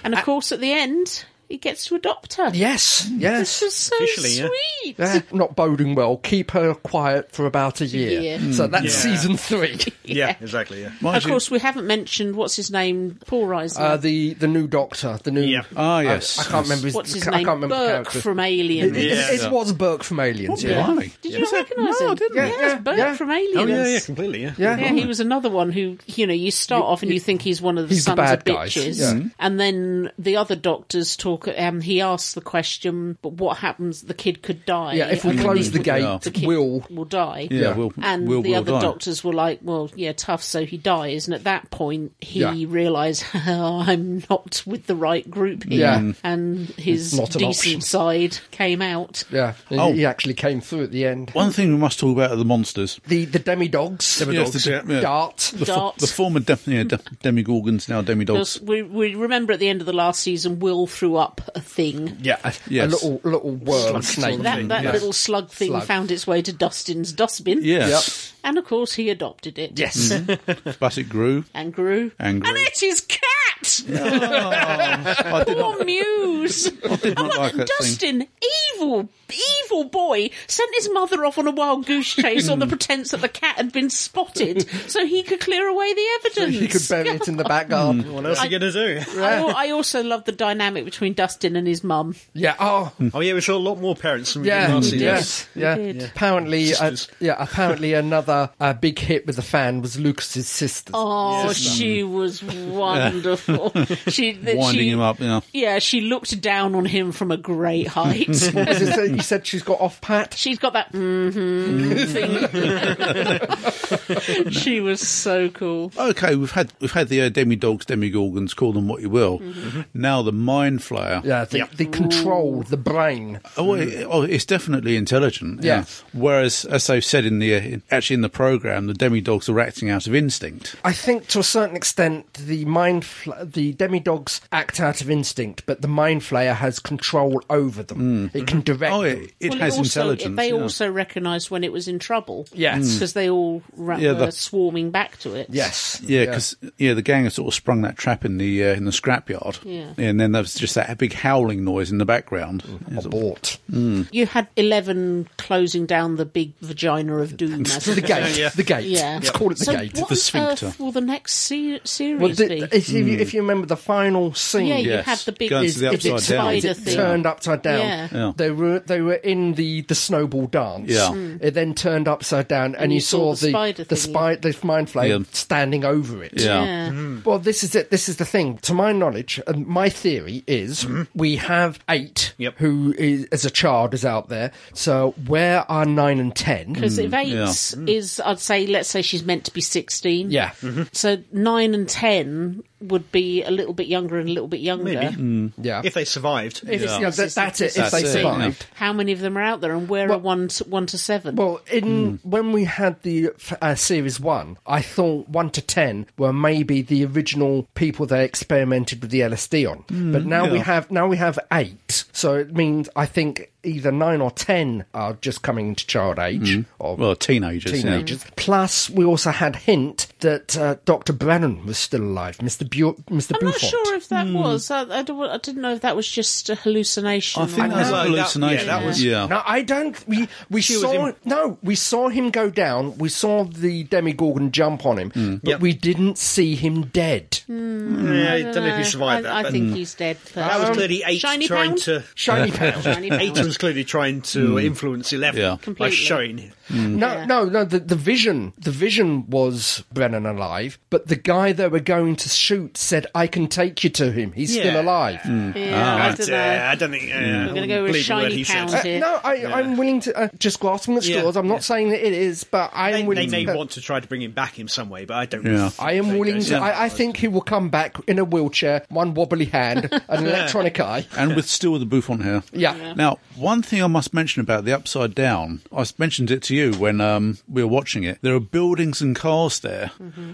Speaker 3: And of course, at the end, he gets to adopt her.
Speaker 2: Yes,
Speaker 3: (laughs)
Speaker 2: yes.
Speaker 3: This is so
Speaker 4: Officially, yeah.
Speaker 3: sweet.
Speaker 2: Eh, not boding well. Keep her quiet for about a year.
Speaker 3: year.
Speaker 2: So that's
Speaker 4: Yeah.
Speaker 2: season
Speaker 3: (laughs)
Speaker 2: three.
Speaker 4: Yeah, exactly. Yeah.
Speaker 1: Mind
Speaker 3: Of
Speaker 1: you-
Speaker 3: course, we haven't mentioned what's his name, Paul Rising.
Speaker 2: Uh, the the new doctor, the new. uh,
Speaker 4: Yeah.
Speaker 1: Ah, yes.
Speaker 2: I, I can't remember. His,
Speaker 3: what's his
Speaker 2: I
Speaker 3: name?
Speaker 2: can't remember the
Speaker 3: Burke
Speaker 2: character.
Speaker 3: from Alien.
Speaker 2: It,
Speaker 4: Yeah.
Speaker 2: it, it was Burke from Aliens. yeah.
Speaker 1: Blimey.
Speaker 3: Did you not recognise
Speaker 2: No,
Speaker 3: him?
Speaker 2: I didn't. Yeah,
Speaker 3: Yeah,
Speaker 2: yeah,
Speaker 3: it's Burke
Speaker 2: yeah.
Speaker 3: from
Speaker 4: Oh,
Speaker 3: Aliens.
Speaker 4: yeah, yeah, completely. Yeah.
Speaker 2: Yeah.
Speaker 3: Yeah, he was another one who, you know, you start off and you think he's one of the
Speaker 2: he's the
Speaker 3: sons
Speaker 2: bad
Speaker 3: of
Speaker 2: guy.
Speaker 3: bitches. Mm-hmm.
Speaker 2: Yeah.
Speaker 3: And then the other doctors talk, um, he asks the question, but what happens? The kid could die.
Speaker 2: Yeah, if we
Speaker 3: and then
Speaker 2: close
Speaker 3: he-
Speaker 2: the gate,
Speaker 1: Yeah.
Speaker 3: the kid
Speaker 2: Will.
Speaker 3: will die.
Speaker 1: Yeah, Will-
Speaker 3: and
Speaker 1: Will
Speaker 3: the
Speaker 1: will
Speaker 3: other
Speaker 1: die.
Speaker 3: doctors were like, well, yeah, tough, so he dies. And at that point, he
Speaker 2: Yeah.
Speaker 3: realised, (laughs) oh, I'm not with the right group here.
Speaker 2: Yeah. Mm.
Speaker 3: And his
Speaker 2: Not an
Speaker 3: decent
Speaker 2: option.
Speaker 3: side came out.
Speaker 2: Yeah. He-
Speaker 1: Oh.
Speaker 2: He actually came through at the end.
Speaker 1: One thing we must talk about are the monsters.
Speaker 2: The the demidogs.
Speaker 1: Yes, the de- yeah.
Speaker 2: Dart.
Speaker 1: The, fo-
Speaker 3: Darts.
Speaker 1: the former de- yeah, de- demigorgons, now demidogs.
Speaker 3: Because We, we remember at the end of the last season, Will threw up a thing.
Speaker 2: Yeah.
Speaker 1: Yes.
Speaker 2: A little little worm snake.
Speaker 3: That, that
Speaker 2: Yeah.
Speaker 3: little slug thing
Speaker 2: Slug.
Speaker 3: found its way to Dustin's dustbin.
Speaker 1: Yes,
Speaker 3: And of course, he adopted it. (laughs)
Speaker 2: Yes.
Speaker 1: but it grew.
Speaker 3: And grew.
Speaker 1: And grew.
Speaker 3: it is cat!
Speaker 1: I did not, (laughs)
Speaker 3: Poor Muse! I
Speaker 1: did not like that thing.
Speaker 3: Dustin, evil, evil boy, sent his mother off on a wild goose chase
Speaker 1: Hmm.
Speaker 3: on the pretense that the cat had been spotted so he could clear away the evidence.
Speaker 2: He could bury it in the back garden.
Speaker 4: What else are you going to
Speaker 3: (laughs)
Speaker 4: do?
Speaker 3: I, al- I also love the dynamic between Dustin and his mum.
Speaker 2: Yeah. Oh.
Speaker 4: Oh, yeah, we saw a lot more parents than we
Speaker 2: Yeah,
Speaker 4: did last
Speaker 2: yes,
Speaker 4: season.
Speaker 2: yeah.
Speaker 3: We did. Yeah.
Speaker 2: Apparently, uh,
Speaker 4: Sisters.
Speaker 2: yeah. Apparently, another uh, big hit with the fan was Lucas's sister.
Speaker 3: Oh, she was (laughs) wonderful. she, that
Speaker 1: Winding
Speaker 3: she,
Speaker 1: him up, yeah.
Speaker 3: Yeah, she looked down on him from a great
Speaker 1: (laughs)
Speaker 3: height.
Speaker 2: Is it that you said she's got off pat.
Speaker 3: She's got that
Speaker 1: Mm.
Speaker 3: mm-hmm thing. (laughs) she was so cool.
Speaker 1: Okay, we've had we've had the uh, demidogs, demigorgons, call them what you will. Now the mind flayer.
Speaker 2: Yeah, the, the control, the brain.
Speaker 1: Oh, it, oh, it's definitely intelligent.
Speaker 2: Yeah.
Speaker 1: Whereas, as they've said in the uh, in- actually in the program, the demidogs are acting out of instinct.
Speaker 2: I think to a certain extent, the mind, fl- the demidogs act out of instinct, but the mind flayer has control over them. It can direct.
Speaker 1: Oh,
Speaker 2: them.
Speaker 1: it, it
Speaker 3: Well,
Speaker 1: has
Speaker 3: also,
Speaker 1: intelligence.
Speaker 3: They
Speaker 1: yeah.
Speaker 3: also recognised when it was in trouble.
Speaker 2: Yes. Mm.
Speaker 3: Because they all ra-
Speaker 1: Yeah,
Speaker 3: were
Speaker 1: that-
Speaker 3: swarming back to it.
Speaker 2: Yes.
Speaker 1: Yeah, because yeah. the gang has sort of sprung that trap in the uh, in the scrapyard,
Speaker 3: Yeah.
Speaker 1: and then there was just that big howling noise in the background.
Speaker 2: Mm-hmm.
Speaker 1: It's like,
Speaker 2: Abort.
Speaker 3: You had 11 closing down the big vagina of doom. As
Speaker 2: The
Speaker 3: it were.
Speaker 2: gate. The gate.
Speaker 3: Yeah.
Speaker 2: Let's call it the
Speaker 3: so
Speaker 2: gate.
Speaker 3: what
Speaker 1: The
Speaker 3: on
Speaker 1: sphincter.
Speaker 3: earth will the next se- series
Speaker 2: Well, the-
Speaker 3: be?
Speaker 2: if, you, if you remember the final scene,
Speaker 3: yeah, you
Speaker 1: Yes.
Speaker 3: had the big...
Speaker 1: Going to the
Speaker 2: is
Speaker 1: upside
Speaker 2: it's
Speaker 1: down.
Speaker 2: is it
Speaker 3: Spider thing.
Speaker 2: turned upside down.
Speaker 3: Yeah.
Speaker 1: Yeah.
Speaker 2: They were they were in the, the snowball dance.
Speaker 1: Yeah. Mm.
Speaker 2: It then turned upside down, and,
Speaker 3: you
Speaker 2: you
Speaker 3: saw
Speaker 2: saw,
Speaker 3: the spider
Speaker 2: the
Speaker 3: thingy.
Speaker 2: spy the mind flare
Speaker 1: Yeah.
Speaker 2: standing over it.
Speaker 1: Yeah.
Speaker 3: Yeah. Mm.
Speaker 2: Well, this is it. This is the thing. To my knowledge, and my theory is
Speaker 1: Mm-hmm.
Speaker 2: we have eight
Speaker 4: Yep.
Speaker 2: who is, as a child is out there. So where are nine and ten?
Speaker 3: Because if eight is, I'd say, let's say she's meant to be 16.
Speaker 2: Yeah.
Speaker 1: Mm-hmm.
Speaker 3: So nine and 10 would be a little bit younger and a little bit younger.
Speaker 4: Maybe.
Speaker 2: Yeah.
Speaker 4: If they survived.
Speaker 2: If- yeah, that- that's it.
Speaker 1: That's
Speaker 2: if they
Speaker 1: it,
Speaker 2: survive.
Speaker 1: yeah.
Speaker 3: How many of them are out there and where
Speaker 2: Well-
Speaker 3: are one to, one to seven?
Speaker 2: Well, in when we had the f- uh, series one, I thought one to ten were maybe the original people they experimented with the LSD on. but now we have now we have eight, so it means I think either nine or ten are just coming into child age or
Speaker 1: well, teenagers.
Speaker 2: teenagers. Plus, we also had hint that uh, Doctor Brennan was still alive, Mister Bu- Mister
Speaker 3: I'm not
Speaker 2: Buffont.
Speaker 3: sure if
Speaker 4: Hmm.
Speaker 3: that was. I, I, don't, I didn't know if that was just a hallucination.
Speaker 1: Yeah. I think
Speaker 3: or-
Speaker 1: that was a
Speaker 4: Well, that- yeah, that
Speaker 1: hallucination.
Speaker 4: was-
Speaker 1: yeah.
Speaker 2: No, I don't. We we saw
Speaker 4: in-
Speaker 2: no. We saw him go down. We saw the demigorgon jump on him, but
Speaker 4: Hmm. Yep.
Speaker 2: we didn't see him dead.
Speaker 4: Yeah, I don't know if he
Speaker 3: Uh,
Speaker 4: survived
Speaker 3: I,
Speaker 4: that.
Speaker 3: I
Speaker 4: but Hmm.
Speaker 3: think he's dead.
Speaker 4: that was
Speaker 3: Um,
Speaker 4: clearly eight
Speaker 3: Shiny
Speaker 4: trying
Speaker 3: pound?
Speaker 4: to. (laughs)
Speaker 2: Shiny pound.
Speaker 3: (laughs) Shiny
Speaker 4: Eight
Speaker 3: pound.
Speaker 1: (laughs)
Speaker 4: was clearly trying to influence eleven
Speaker 1: Hmm. Yeah.
Speaker 4: by
Speaker 3: Completely.
Speaker 4: showing him.
Speaker 2: No,
Speaker 3: Yeah.
Speaker 2: no, no. The, the vision, the vision was Brennan alive, but the guy they were going to shoot said, "I can take you to him. He's still
Speaker 4: Yeah. Hmm.
Speaker 2: alive."
Speaker 3: Yeah, I don't know.
Speaker 4: Yeah, I don't think. Ah, Uh,
Speaker 3: We're gonna go with shiny pound.
Speaker 2: Uh,
Speaker 3: Yeah.
Speaker 2: no, I, I'm willing to uh, just grasping at
Speaker 4: Yeah,
Speaker 2: straws. I'm not
Speaker 4: yeah.
Speaker 2: saying that it is, but I'm
Speaker 4: They, they
Speaker 2: willing.
Speaker 4: may
Speaker 2: to,
Speaker 4: want to try to bring him back in some way, but I don't.
Speaker 1: Yeah.
Speaker 2: I am willing to.
Speaker 4: Yeah.
Speaker 2: I, I think he will come back in
Speaker 4: (laughs)
Speaker 2: a wheelchair, one wobbly hand, an electronic eye.
Speaker 1: and with still with the Buffon hair.
Speaker 2: Yeah. Yeah.
Speaker 1: Now, One thing I must mention about the Upside Down, I mentioned it to you when um, we were watching it. There are buildings and cars there.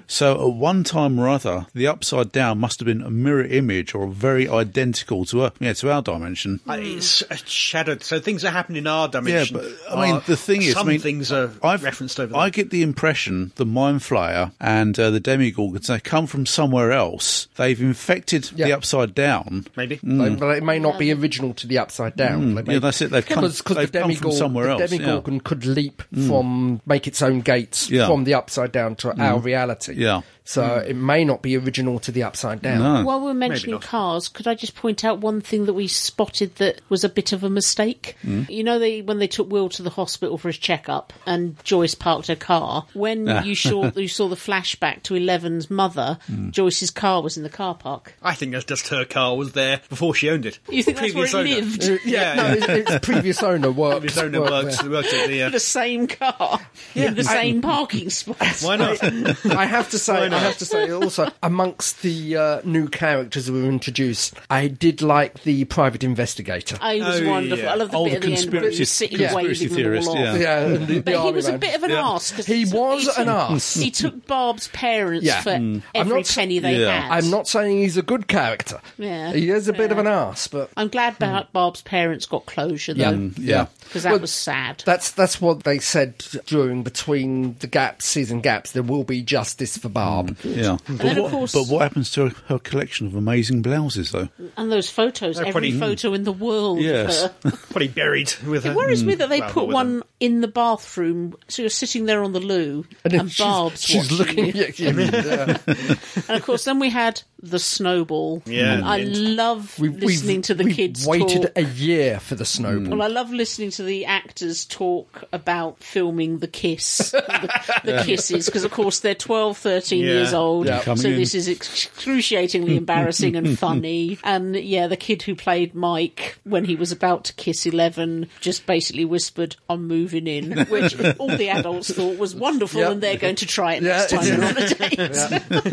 Speaker 1: So at one time or other, the Upside Down must have been a mirror image or very identical to our, yeah, to our dimension.
Speaker 4: Uh, It's uh, shadowed, so things that happen in our dimension.
Speaker 1: Yeah, but I mean,
Speaker 4: are-
Speaker 1: the thing is,
Speaker 4: some
Speaker 1: I mean,
Speaker 4: things are
Speaker 1: I've,
Speaker 4: referenced over.
Speaker 1: I
Speaker 4: There.
Speaker 1: get the impression the Mind Flayer and uh, the Demigorgons they come from somewhere else. They've infected the
Speaker 2: Yeah.
Speaker 1: Upside Down.
Speaker 4: Maybe
Speaker 1: Mm.
Speaker 2: They- but it may not be original to the Upside Down. They may-
Speaker 1: Yeah, that's it. They've come,
Speaker 2: because
Speaker 1: they've
Speaker 2: the
Speaker 1: come
Speaker 2: demigorgon,
Speaker 1: from somewhere
Speaker 2: the
Speaker 1: else. yeah. Mm.
Speaker 2: demigorgon could leap from make its own gates
Speaker 1: Yeah. Mm.
Speaker 2: from the upside down to our reality.
Speaker 1: Yeah. Mm.
Speaker 2: So it may not be original to the upside down.
Speaker 3: While we're mentioning
Speaker 4: not.
Speaker 3: cars, could I just point out one thing that we spotted that was a bit of a mistake?
Speaker 4: Hmm.
Speaker 3: You know, they when they took Will to the hospital for his checkup, and Joyce parked her car. When
Speaker 4: Ah.
Speaker 3: you
Speaker 4: (laughs)
Speaker 3: saw you saw the flashback to Eleven's mother,
Speaker 4: Hmm.
Speaker 3: Joyce's car was in the car park.
Speaker 4: I think that's just her car was there before she owned it.
Speaker 3: You think that's where
Speaker 4: Previous
Speaker 3: it lived?
Speaker 4: owner.
Speaker 2: Uh,
Speaker 4: (laughs) Yeah,
Speaker 2: no,
Speaker 4: yeah.
Speaker 2: It's, it's
Speaker 1: (laughs)
Speaker 2: previous owner works.
Speaker 4: Previous owner
Speaker 2: work
Speaker 4: works,
Speaker 2: there.
Speaker 4: works at the. Uh,
Speaker 3: (laughs) The same car in the same parking spot. (laughs)
Speaker 4: why not?
Speaker 2: (laughs) I have to say, I have to say, also amongst the uh, new characters that were introduced, I did like the private investigator.
Speaker 3: Oh, he was
Speaker 4: Oh,
Speaker 3: wonderful.
Speaker 4: yeah.
Speaker 3: I love the
Speaker 1: All
Speaker 3: bit
Speaker 1: the
Speaker 3: at the end where he was
Speaker 1: conspiracy-
Speaker 3: sitting
Speaker 1: conspiracy
Speaker 3: waving them
Speaker 1: theorists,
Speaker 3: all off.
Speaker 1: yeah. (laughs)
Speaker 2: yeah, and the, the
Speaker 3: Uh, But he
Speaker 2: army
Speaker 3: was a
Speaker 2: man.
Speaker 3: bit of an arse. 'cause
Speaker 2: He
Speaker 3: took-
Speaker 2: was
Speaker 3: took-
Speaker 2: an arse.
Speaker 3: He took Barb's parents
Speaker 2: Yeah.
Speaker 3: for
Speaker 2: Mm. I'm
Speaker 3: every
Speaker 2: not s-
Speaker 3: penny they
Speaker 1: yeah.
Speaker 3: had.
Speaker 2: I'm not saying he's a good character.
Speaker 3: Yeah.
Speaker 2: he is a bit
Speaker 3: Yeah.
Speaker 2: of an ass, but
Speaker 3: I'm glad about Barb's parents got closure though,
Speaker 1: yeah.
Speaker 3: because that
Speaker 2: Well,
Speaker 3: was sad.
Speaker 2: That's that's what they said during between the gaps, season gaps. There will be justice for Barb.
Speaker 1: Yeah.
Speaker 3: then,
Speaker 1: But
Speaker 3: of
Speaker 1: what,
Speaker 3: course-
Speaker 1: but what happens to her collection of amazing blouses, though?
Speaker 3: and those photos, every
Speaker 4: pretty-
Speaker 3: photo in the world. (laughs)
Speaker 1: Yes.
Speaker 3: of her.
Speaker 4: Probably buried with her.
Speaker 3: It worries me that they
Speaker 4: Well,
Speaker 3: put
Speaker 4: with
Speaker 3: one in the bathroom, so you're sitting there on the loo, and,
Speaker 2: then she's-
Speaker 3: Barb's
Speaker 2: She's
Speaker 3: watching
Speaker 2: looking. uh,
Speaker 3: you.
Speaker 2: Yeah,
Speaker 3: (laughs)
Speaker 2: yeah, yeah.
Speaker 3: And of course, then we had the snowball.
Speaker 4: Yeah,
Speaker 3: I
Speaker 4: and-
Speaker 3: love
Speaker 2: We-
Speaker 3: listening to the
Speaker 2: we've
Speaker 3: kids.
Speaker 2: Waited
Speaker 3: talk. Mm.
Speaker 2: a year for the snowball.
Speaker 3: Well, I love listening to the actors talk about filming
Speaker 2: (laughs)
Speaker 3: the kiss, the, the kisses, because of course they're 12, 13
Speaker 4: Yeah.
Speaker 3: years old.
Speaker 2: Yeah.
Speaker 1: Coming
Speaker 3: So
Speaker 1: in.
Speaker 3: this is
Speaker 2: (laughs)
Speaker 3: excruciatingly embarrassing and funny. And yeah, the kid who played Mike when he was about to kiss 11 just basically whispered, I'm moving in, which all the adults thought was
Speaker 2: (laughs)
Speaker 3: wonderful
Speaker 2: Yep.
Speaker 3: and they're going to try it
Speaker 2: Yeah,
Speaker 3: next time
Speaker 2: (laughs) it's-
Speaker 3: they're on a date.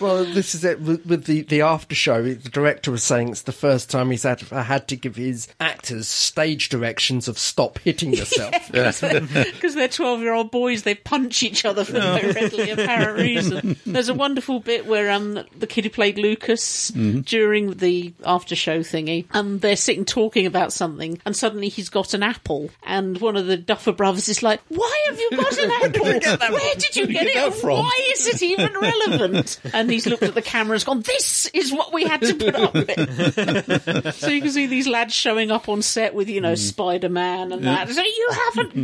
Speaker 2: Well, this is it with, with the the after show. The director was saying it's the first time he's had had to give his actors stage directions of stop
Speaker 3: (laughs)
Speaker 2: hitting yourself.
Speaker 3: because they're 12 year old boys they punch each other for no readily apparent (laughs) reason there's a wonderful bit where um the kid who played lucas during the after show thingy and they're sitting talking about something and suddenly he's got an apple and one of the duffer brothers is like why have you got an apple (laughs) where did you get it
Speaker 1: that
Speaker 3: And
Speaker 1: from?"
Speaker 3: why is it even relevant and he's looked at the camera and has gone this is what we had to put up with so you can see these lads showing up on set with you know
Speaker 1: Mm.
Speaker 3: spider-man and that so you
Speaker 1: Mm-hmm.
Speaker 3: haven't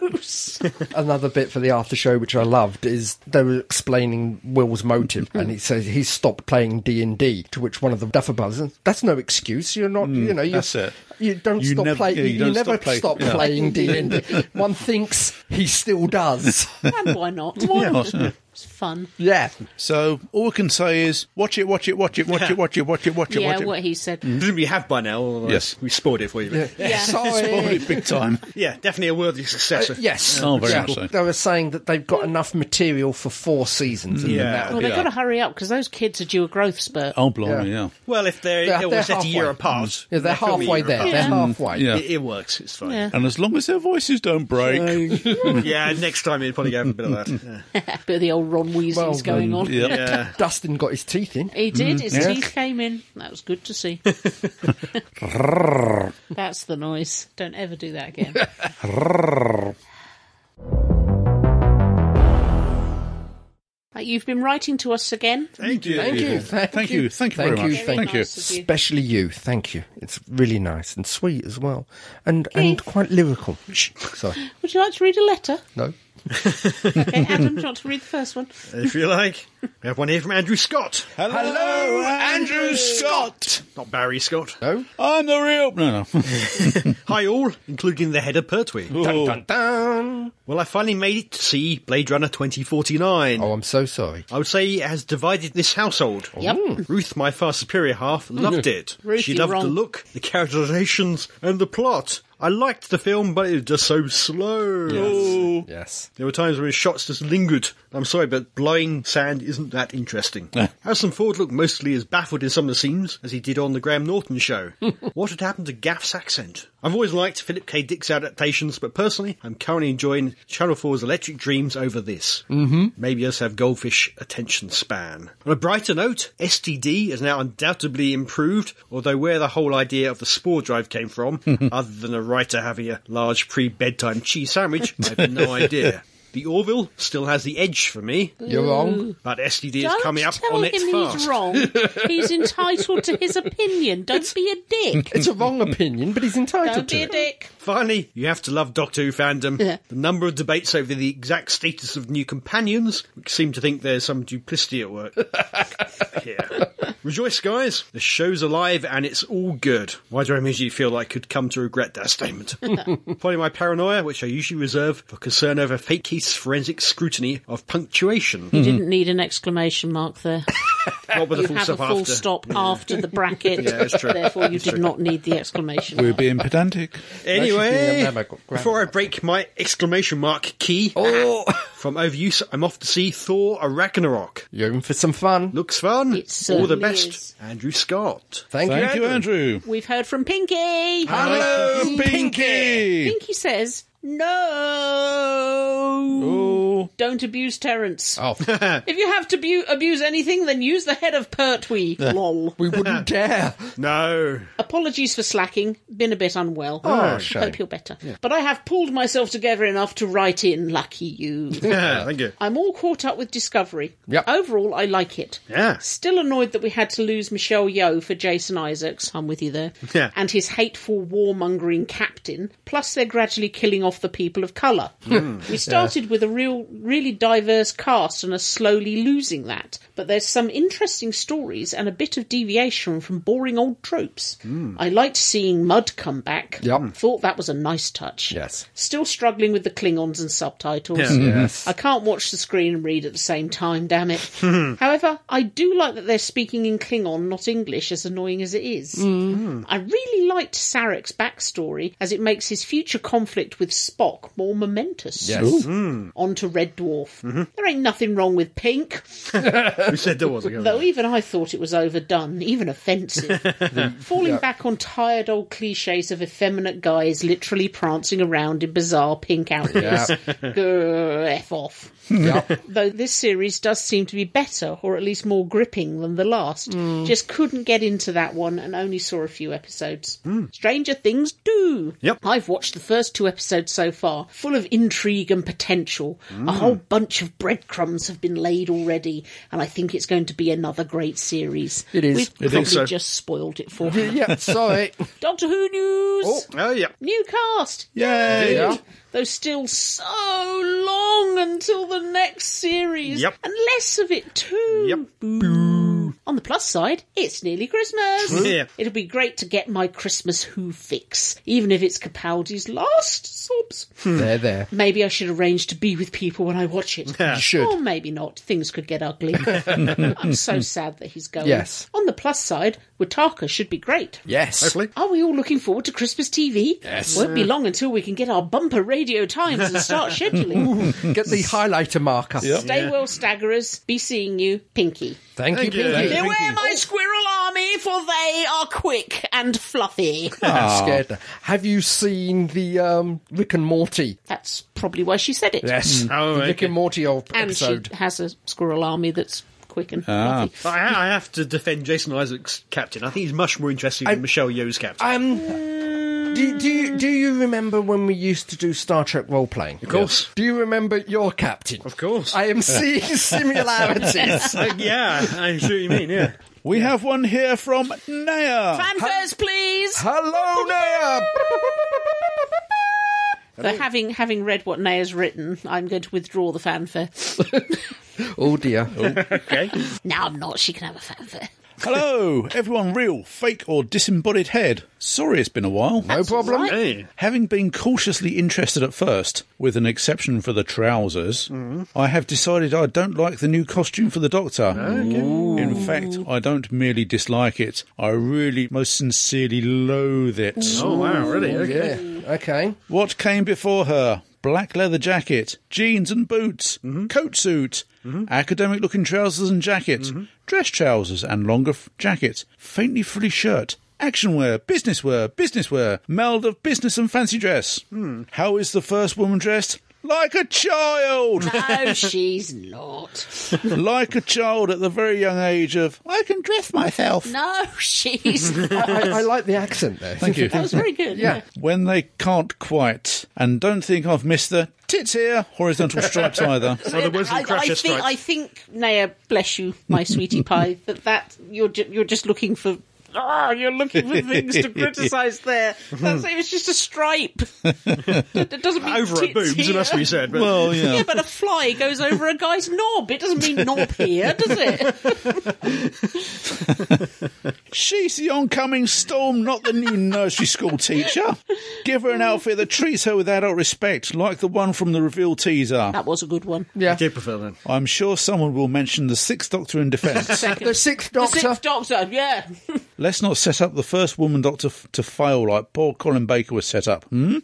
Speaker 1: (laughs)
Speaker 3: those
Speaker 2: Another bit for the after show, which I loved, is they were explaining Will's motive, and he says he stopped playing D and D. To which one of the Duffer Brothers, says, "That's no excuse. You're not. you know. You're,
Speaker 1: Mm, that's it.
Speaker 2: You don't
Speaker 1: You
Speaker 2: stop
Speaker 1: nev-
Speaker 2: playing.
Speaker 1: yeah,
Speaker 2: you,
Speaker 1: you don't
Speaker 2: never
Speaker 1: stop play-
Speaker 2: stop
Speaker 1: yeah.
Speaker 2: playing D
Speaker 1: (laughs)
Speaker 2: and D. One thinks he still does.
Speaker 3: And why not? It's fun.
Speaker 2: yeah.
Speaker 1: So all we can say is watch it, watch it, watch it, watch it, watch it, watch it, Mm. watch it,
Speaker 3: yeah,
Speaker 1: watch it. (laughs)
Speaker 3: what he said.
Speaker 4: Didn't we have by now? Although
Speaker 1: Yes.
Speaker 4: we spoiled it for you. Yeah,
Speaker 3: Yeah.
Speaker 1: Spoiled it big time.
Speaker 4: definitely a worthy successor.
Speaker 2: Yes.
Speaker 1: Oh, very
Speaker 2: Uh, Yeah.
Speaker 1: much so.
Speaker 2: They were saying that they've got enough material for four seasons. And
Speaker 4: Yeah.
Speaker 2: yeah.
Speaker 3: Well, they've
Speaker 1: Yeah.
Speaker 3: got to hurry up because those kids are due a growth spurt.
Speaker 1: Oh, blimey,
Speaker 2: Yeah.
Speaker 1: yeah.
Speaker 4: Well, if they're,
Speaker 2: They're-
Speaker 4: they're,
Speaker 2: they're
Speaker 4: set a year
Speaker 2: halfway.
Speaker 4: apart,
Speaker 2: Yeah, they're
Speaker 4: filming a
Speaker 2: halfway
Speaker 4: year
Speaker 2: there.
Speaker 4: apart.
Speaker 2: They're
Speaker 3: Yeah.
Speaker 2: halfway.
Speaker 1: Yeah.
Speaker 4: It, it works. It's fine. (laughs)
Speaker 3: Yeah.
Speaker 4: Yeah.
Speaker 1: And as long as their voices don't break.
Speaker 4: next time you'd probably have a bit of that.
Speaker 2: (laughs)
Speaker 4: Yeah.
Speaker 3: bit of the old Ron Weasley's
Speaker 2: Well,
Speaker 3: going on.
Speaker 1: yeah. Mm.
Speaker 2: Dustin got his teeth in.
Speaker 3: He did. His teeth came in. That was good to
Speaker 1: (laughs)
Speaker 3: see. (laughs) That's the noise. Don't ever do
Speaker 1: (laughs)
Speaker 3: that again. Uh, You've been writing to us again.
Speaker 1: Thank you.
Speaker 2: Thank you.
Speaker 1: Thank you. Thank you very much.
Speaker 3: Very
Speaker 1: Thank you.
Speaker 3: nice of you.
Speaker 2: Especially you, thank you. It's really nice and sweet as well, and and quite lyrical. Shh, Sorry,
Speaker 3: Would you like to read a letter?
Speaker 2: no.
Speaker 3: Okay, Adam, do you want to read the first one?
Speaker 4: If you like, we have one here from Andrew Scott,
Speaker 1: Hello, Andrew Scott.
Speaker 4: not Barry Scott.
Speaker 1: I'm the real. No, (laughs) no.
Speaker 4: Hi all, including the head of Pertwee.
Speaker 1: Oh.
Speaker 2: Dun.
Speaker 4: Well, I finally made it to see Blade Runner 2049.
Speaker 2: Oh, I'm so sorry.
Speaker 4: I would say it has divided this household.
Speaker 3: Yep.
Speaker 2: Mm.
Speaker 4: Ruth, my far superior half, loved it.
Speaker 3: Ruth,
Speaker 4: she
Speaker 3: you're
Speaker 4: loved
Speaker 3: wrong.
Speaker 4: the look, the characterizations, and the plot. I liked the film, but it was just so slow.
Speaker 2: Yes.
Speaker 4: There were times when his shots just lingered. I'm sorry, but blowing sand isn't that interesting. Harrison Ford looked mostly as baffled in some of the scenes as he did on the Graham Norton show. what had happened to Gaff's accent? I've always liked Philip K. Dick's adaptations, but personally, I'm currently enjoying Channel 4's Electric Dreams over this. Mm-hmm. Maybe us have goldfish attention span. On a brighter note, STD is now undoubtedly improved, although where the whole idea of the spore drive came from, other than a writer having a large pre-bedtime cheese sandwich, I have no idea. The Orville still has the edge for me,
Speaker 2: You're wrong.
Speaker 4: but STD
Speaker 3: Don't
Speaker 4: is coming up
Speaker 3: tell him
Speaker 4: on it
Speaker 3: he's
Speaker 4: fast.
Speaker 3: wrong. He's entitled to his opinion. Don't be a
Speaker 4: (laughs)
Speaker 3: dick.
Speaker 2: It's a wrong opinion, but he's entitled
Speaker 3: Don't be
Speaker 2: to
Speaker 3: a
Speaker 2: it.
Speaker 3: dick.
Speaker 4: Finally, you have to love Doctor Who fandom.
Speaker 3: Yeah.
Speaker 4: The number of debates over the exact status of new companions, which seem to think there's some duplicity at work. (laughs) Here. Rejoice, guys. The show's alive and it's all good. Why do I make you feel like I could come to regret
Speaker 3: (laughs)
Speaker 4: that statement? Finally, my paranoia, which I usually reserve for concern over Fake Keith's forensic scrutiny of punctuation.
Speaker 3: You didn't need an exclamation mark there.
Speaker 4: Not with a
Speaker 3: You
Speaker 4: Hmm.
Speaker 3: have a
Speaker 4: full stop
Speaker 3: full
Speaker 4: after.
Speaker 3: stop after the bracket.
Speaker 4: (laughs) Yeah, it's true.
Speaker 3: Therefore, you did not need the exclamation
Speaker 1: We're
Speaker 3: mark.
Speaker 1: being pedantic.
Speaker 2: That should be
Speaker 4: Anyway,
Speaker 2: a memo-
Speaker 4: before I break my exclamation mark key
Speaker 2: Oh.
Speaker 4: from overuse, I'm off to see Thor Ragnarok.
Speaker 2: You're in for some fun.
Speaker 4: Looks fun.
Speaker 3: It
Speaker 4: All the
Speaker 3: certainly
Speaker 4: best,
Speaker 3: is.
Speaker 4: Andrew Scott.
Speaker 2: Thank,
Speaker 1: Thank
Speaker 2: you.
Speaker 1: you, Andrew.
Speaker 3: We've heard from Pinky.
Speaker 1: Hello, Pinky.
Speaker 3: Pinky says, no.
Speaker 1: Oh,
Speaker 3: Don't abuse Terence.
Speaker 2: Oh,
Speaker 3: (laughs) If you have to bu- abuse anything, then use the head of
Speaker 4: (laughs)
Speaker 3: Pertwee. Lol.
Speaker 2: we wouldn't dare.
Speaker 4: No.
Speaker 3: Apologies for slacking. Been a bit unwell.
Speaker 2: Oh, shame.
Speaker 3: Hope you're better. But I have pulled myself together enough to write in. Lucky you.
Speaker 4: (laughs) Yeah, thank you.
Speaker 3: I'm all caught up with Discovery.
Speaker 2: Yep.
Speaker 3: Overall, I like it.
Speaker 4: Yeah.
Speaker 3: Still annoyed that we had to lose Michelle Yeoh for Jason Isaacs. I'm with you there.
Speaker 4: Yeah.
Speaker 3: And his hateful warmongering captain. Plus, they're gradually killing off the people of colour.
Speaker 2: Hmm.
Speaker 3: we started with a real, really diverse cast and are slowly losing that. But there's some interesting stories and a bit of deviation from boring old tropes. I liked seeing Mud come back.
Speaker 2: Hmm. Yep.
Speaker 3: Thought that was a nice touch.
Speaker 2: Yes.
Speaker 3: Still struggling with the Klingons and subtitles.
Speaker 2: Yes.
Speaker 3: I can't watch the screen and read at the same time, damn it. However, I do like that they're speaking in Klingon, not English, as annoying as it is. I really liked Sarek's backstory, as it makes his future conflict with Spock more momentous.
Speaker 2: Yes.
Speaker 3: On to Red Dwarf. There ain't nothing wrong with pink,
Speaker 4: Who said there was a
Speaker 3: though even I thought it was overdone, even offensive. Falling back on tired old cliches of effeminate guys literally prancing around in bizarre pink outfits. (laughs) Grr, F off
Speaker 2: Yep.
Speaker 3: though this series does seem to be better, or at least more gripping than the last.
Speaker 4: Mm.
Speaker 3: Just couldn't get into that one and only saw a few episodes. Stranger Things do.
Speaker 4: Mm. Yep.
Speaker 3: I've watched the first two episodes so far, full of intrigue and potential.
Speaker 4: Mm.
Speaker 3: A whole bunch of breadcrumbs have been laid already, and I think it's going to be another great series.
Speaker 2: It is.
Speaker 3: We've
Speaker 4: It is
Speaker 3: probably
Speaker 4: so.
Speaker 3: just spoiled it
Speaker 4: (laughs)
Speaker 3: for you.
Speaker 2: yeah,
Speaker 3: (laughs)
Speaker 2: sorry.
Speaker 3: Doctor Who news.
Speaker 4: Oh, yeah.
Speaker 3: New cast.
Speaker 1: yay!
Speaker 2: Yeah.
Speaker 3: Though still so long until the next series.
Speaker 4: Yep.
Speaker 3: And less of it too.
Speaker 4: Yep.
Speaker 3: Boo. On the plus side, it's nearly Christmas.
Speaker 4: Yeah.
Speaker 3: It'll be great to get my Christmas Who fix, even if it's Capaldi's last sobs.
Speaker 4: Hmm.
Speaker 2: there, there.
Speaker 3: Maybe I should arrange to be with people when I watch it.
Speaker 4: Yeah. You
Speaker 2: should.
Speaker 3: Or maybe not. Things could get
Speaker 4: (laughs)
Speaker 3: ugly. I'm so sad that he's going.
Speaker 2: Yes.
Speaker 3: On the plus side, Wataka should be great.
Speaker 2: Yes.
Speaker 4: Hopefully.
Speaker 3: Are we all looking forward to Christmas TV? Yes. Won't be long until we can get our bumper radio times and start scheduling.
Speaker 2: Get the highlighter marker.
Speaker 3: Stay well, staggerers. Be seeing you, Pinky.
Speaker 2: Thank, you,
Speaker 4: you.
Speaker 2: Pinky.
Speaker 3: Beware my squirrel army, for they are quick and fluffy.
Speaker 2: I'm scared. Have you seen the um, Rick and Morty?
Speaker 3: That's probably why she said it.
Speaker 2: Yes.
Speaker 4: Oh,
Speaker 2: the
Speaker 4: okay.
Speaker 2: Rick and Morty old
Speaker 3: And
Speaker 2: episode.
Speaker 3: she has a squirrel army that's quick and fluffy.
Speaker 4: I, I have to defend Jason Isaac's captain. I think he's much more interesting than Michelle Yeoh's captain.
Speaker 2: Um, do, do, you, do you remember when we used to do Star Trek role playing? Of
Speaker 4: course.
Speaker 2: Do you remember your captain? Of
Speaker 4: course.
Speaker 2: I am seeing similarities.
Speaker 4: Uh, yeah, I see what you mean, yeah.
Speaker 1: We have one here from Naya.
Speaker 3: Fanfares, please.
Speaker 2: Hello, Naya!
Speaker 3: Though having having read what Naya's written, I'm going to withdraw the (laughs) fanfare.
Speaker 2: Oh dear.
Speaker 4: Okay.
Speaker 3: no, I'm not. She can have a fanfare.
Speaker 1: Hello, everyone, real, fake, or disembodied head. Sorry it's been a while.
Speaker 2: No problem.
Speaker 3: Right?
Speaker 4: Hey.
Speaker 1: Having been cautiously interested at first, with an exception for the trousers, I have decided I don't like the new costume for the Doctor. In fact, I don't merely dislike it, I really most sincerely loathe it.
Speaker 4: Oh, wow, really? Okay.
Speaker 2: Yeah. Okay.
Speaker 1: What came before her? Black leather jacket, jeans and boots, coat suit, academic looking trousers and jacket, dress trousers and longer f- jacket, faintly frilly shirt, action wear, business wear, business wear, meld of business and fancy dress. How is the first woman dressed? Like a
Speaker 3: (laughs)
Speaker 1: child!
Speaker 3: No, she's not.
Speaker 1: like a child at the very young age of, I can dress myself.
Speaker 3: No, (laughs) she's not.
Speaker 2: I, I like the accent there.
Speaker 1: Thank you.
Speaker 3: That was very good.
Speaker 2: Yeah.
Speaker 1: when they can't quite. And don't think I've missed the tits here, horizontal stripes either.
Speaker 4: Well, there was the
Speaker 3: I, I
Speaker 4: Crasher
Speaker 3: think
Speaker 4: strike.
Speaker 3: I think Naya, bless you, my
Speaker 4: (laughs)
Speaker 3: sweetie pie. That that you're ju- you're just looking for. Ah, you're looking for things
Speaker 4: (laughs)
Speaker 3: to criticise there. That's it was just a stripe. it it doesn't mean
Speaker 4: Over
Speaker 3: tits
Speaker 4: at boobs,
Speaker 3: here.
Speaker 4: it must be said. But
Speaker 1: Well, yeah.
Speaker 3: Yeah, but a fly goes over a guy's knob. It doesn't mean knob here, does
Speaker 4: (laughs)
Speaker 3: it?
Speaker 1: She's the oncoming storm, not the new nursery school teacher. Give her an outfit that treats her with adult respect, like the one from the reveal teaser.
Speaker 3: That was a good one.
Speaker 4: I
Speaker 2: Yeah.
Speaker 4: did prefer that.
Speaker 1: I'm sure someone will mention the Sixth Doctor in defence.
Speaker 2: The sixth
Speaker 3: The
Speaker 2: doctor.
Speaker 3: sixth doctor, yeah.
Speaker 1: Let's not set up the first woman doctor f- to fail like poor Colin Baker was set up. Hmm?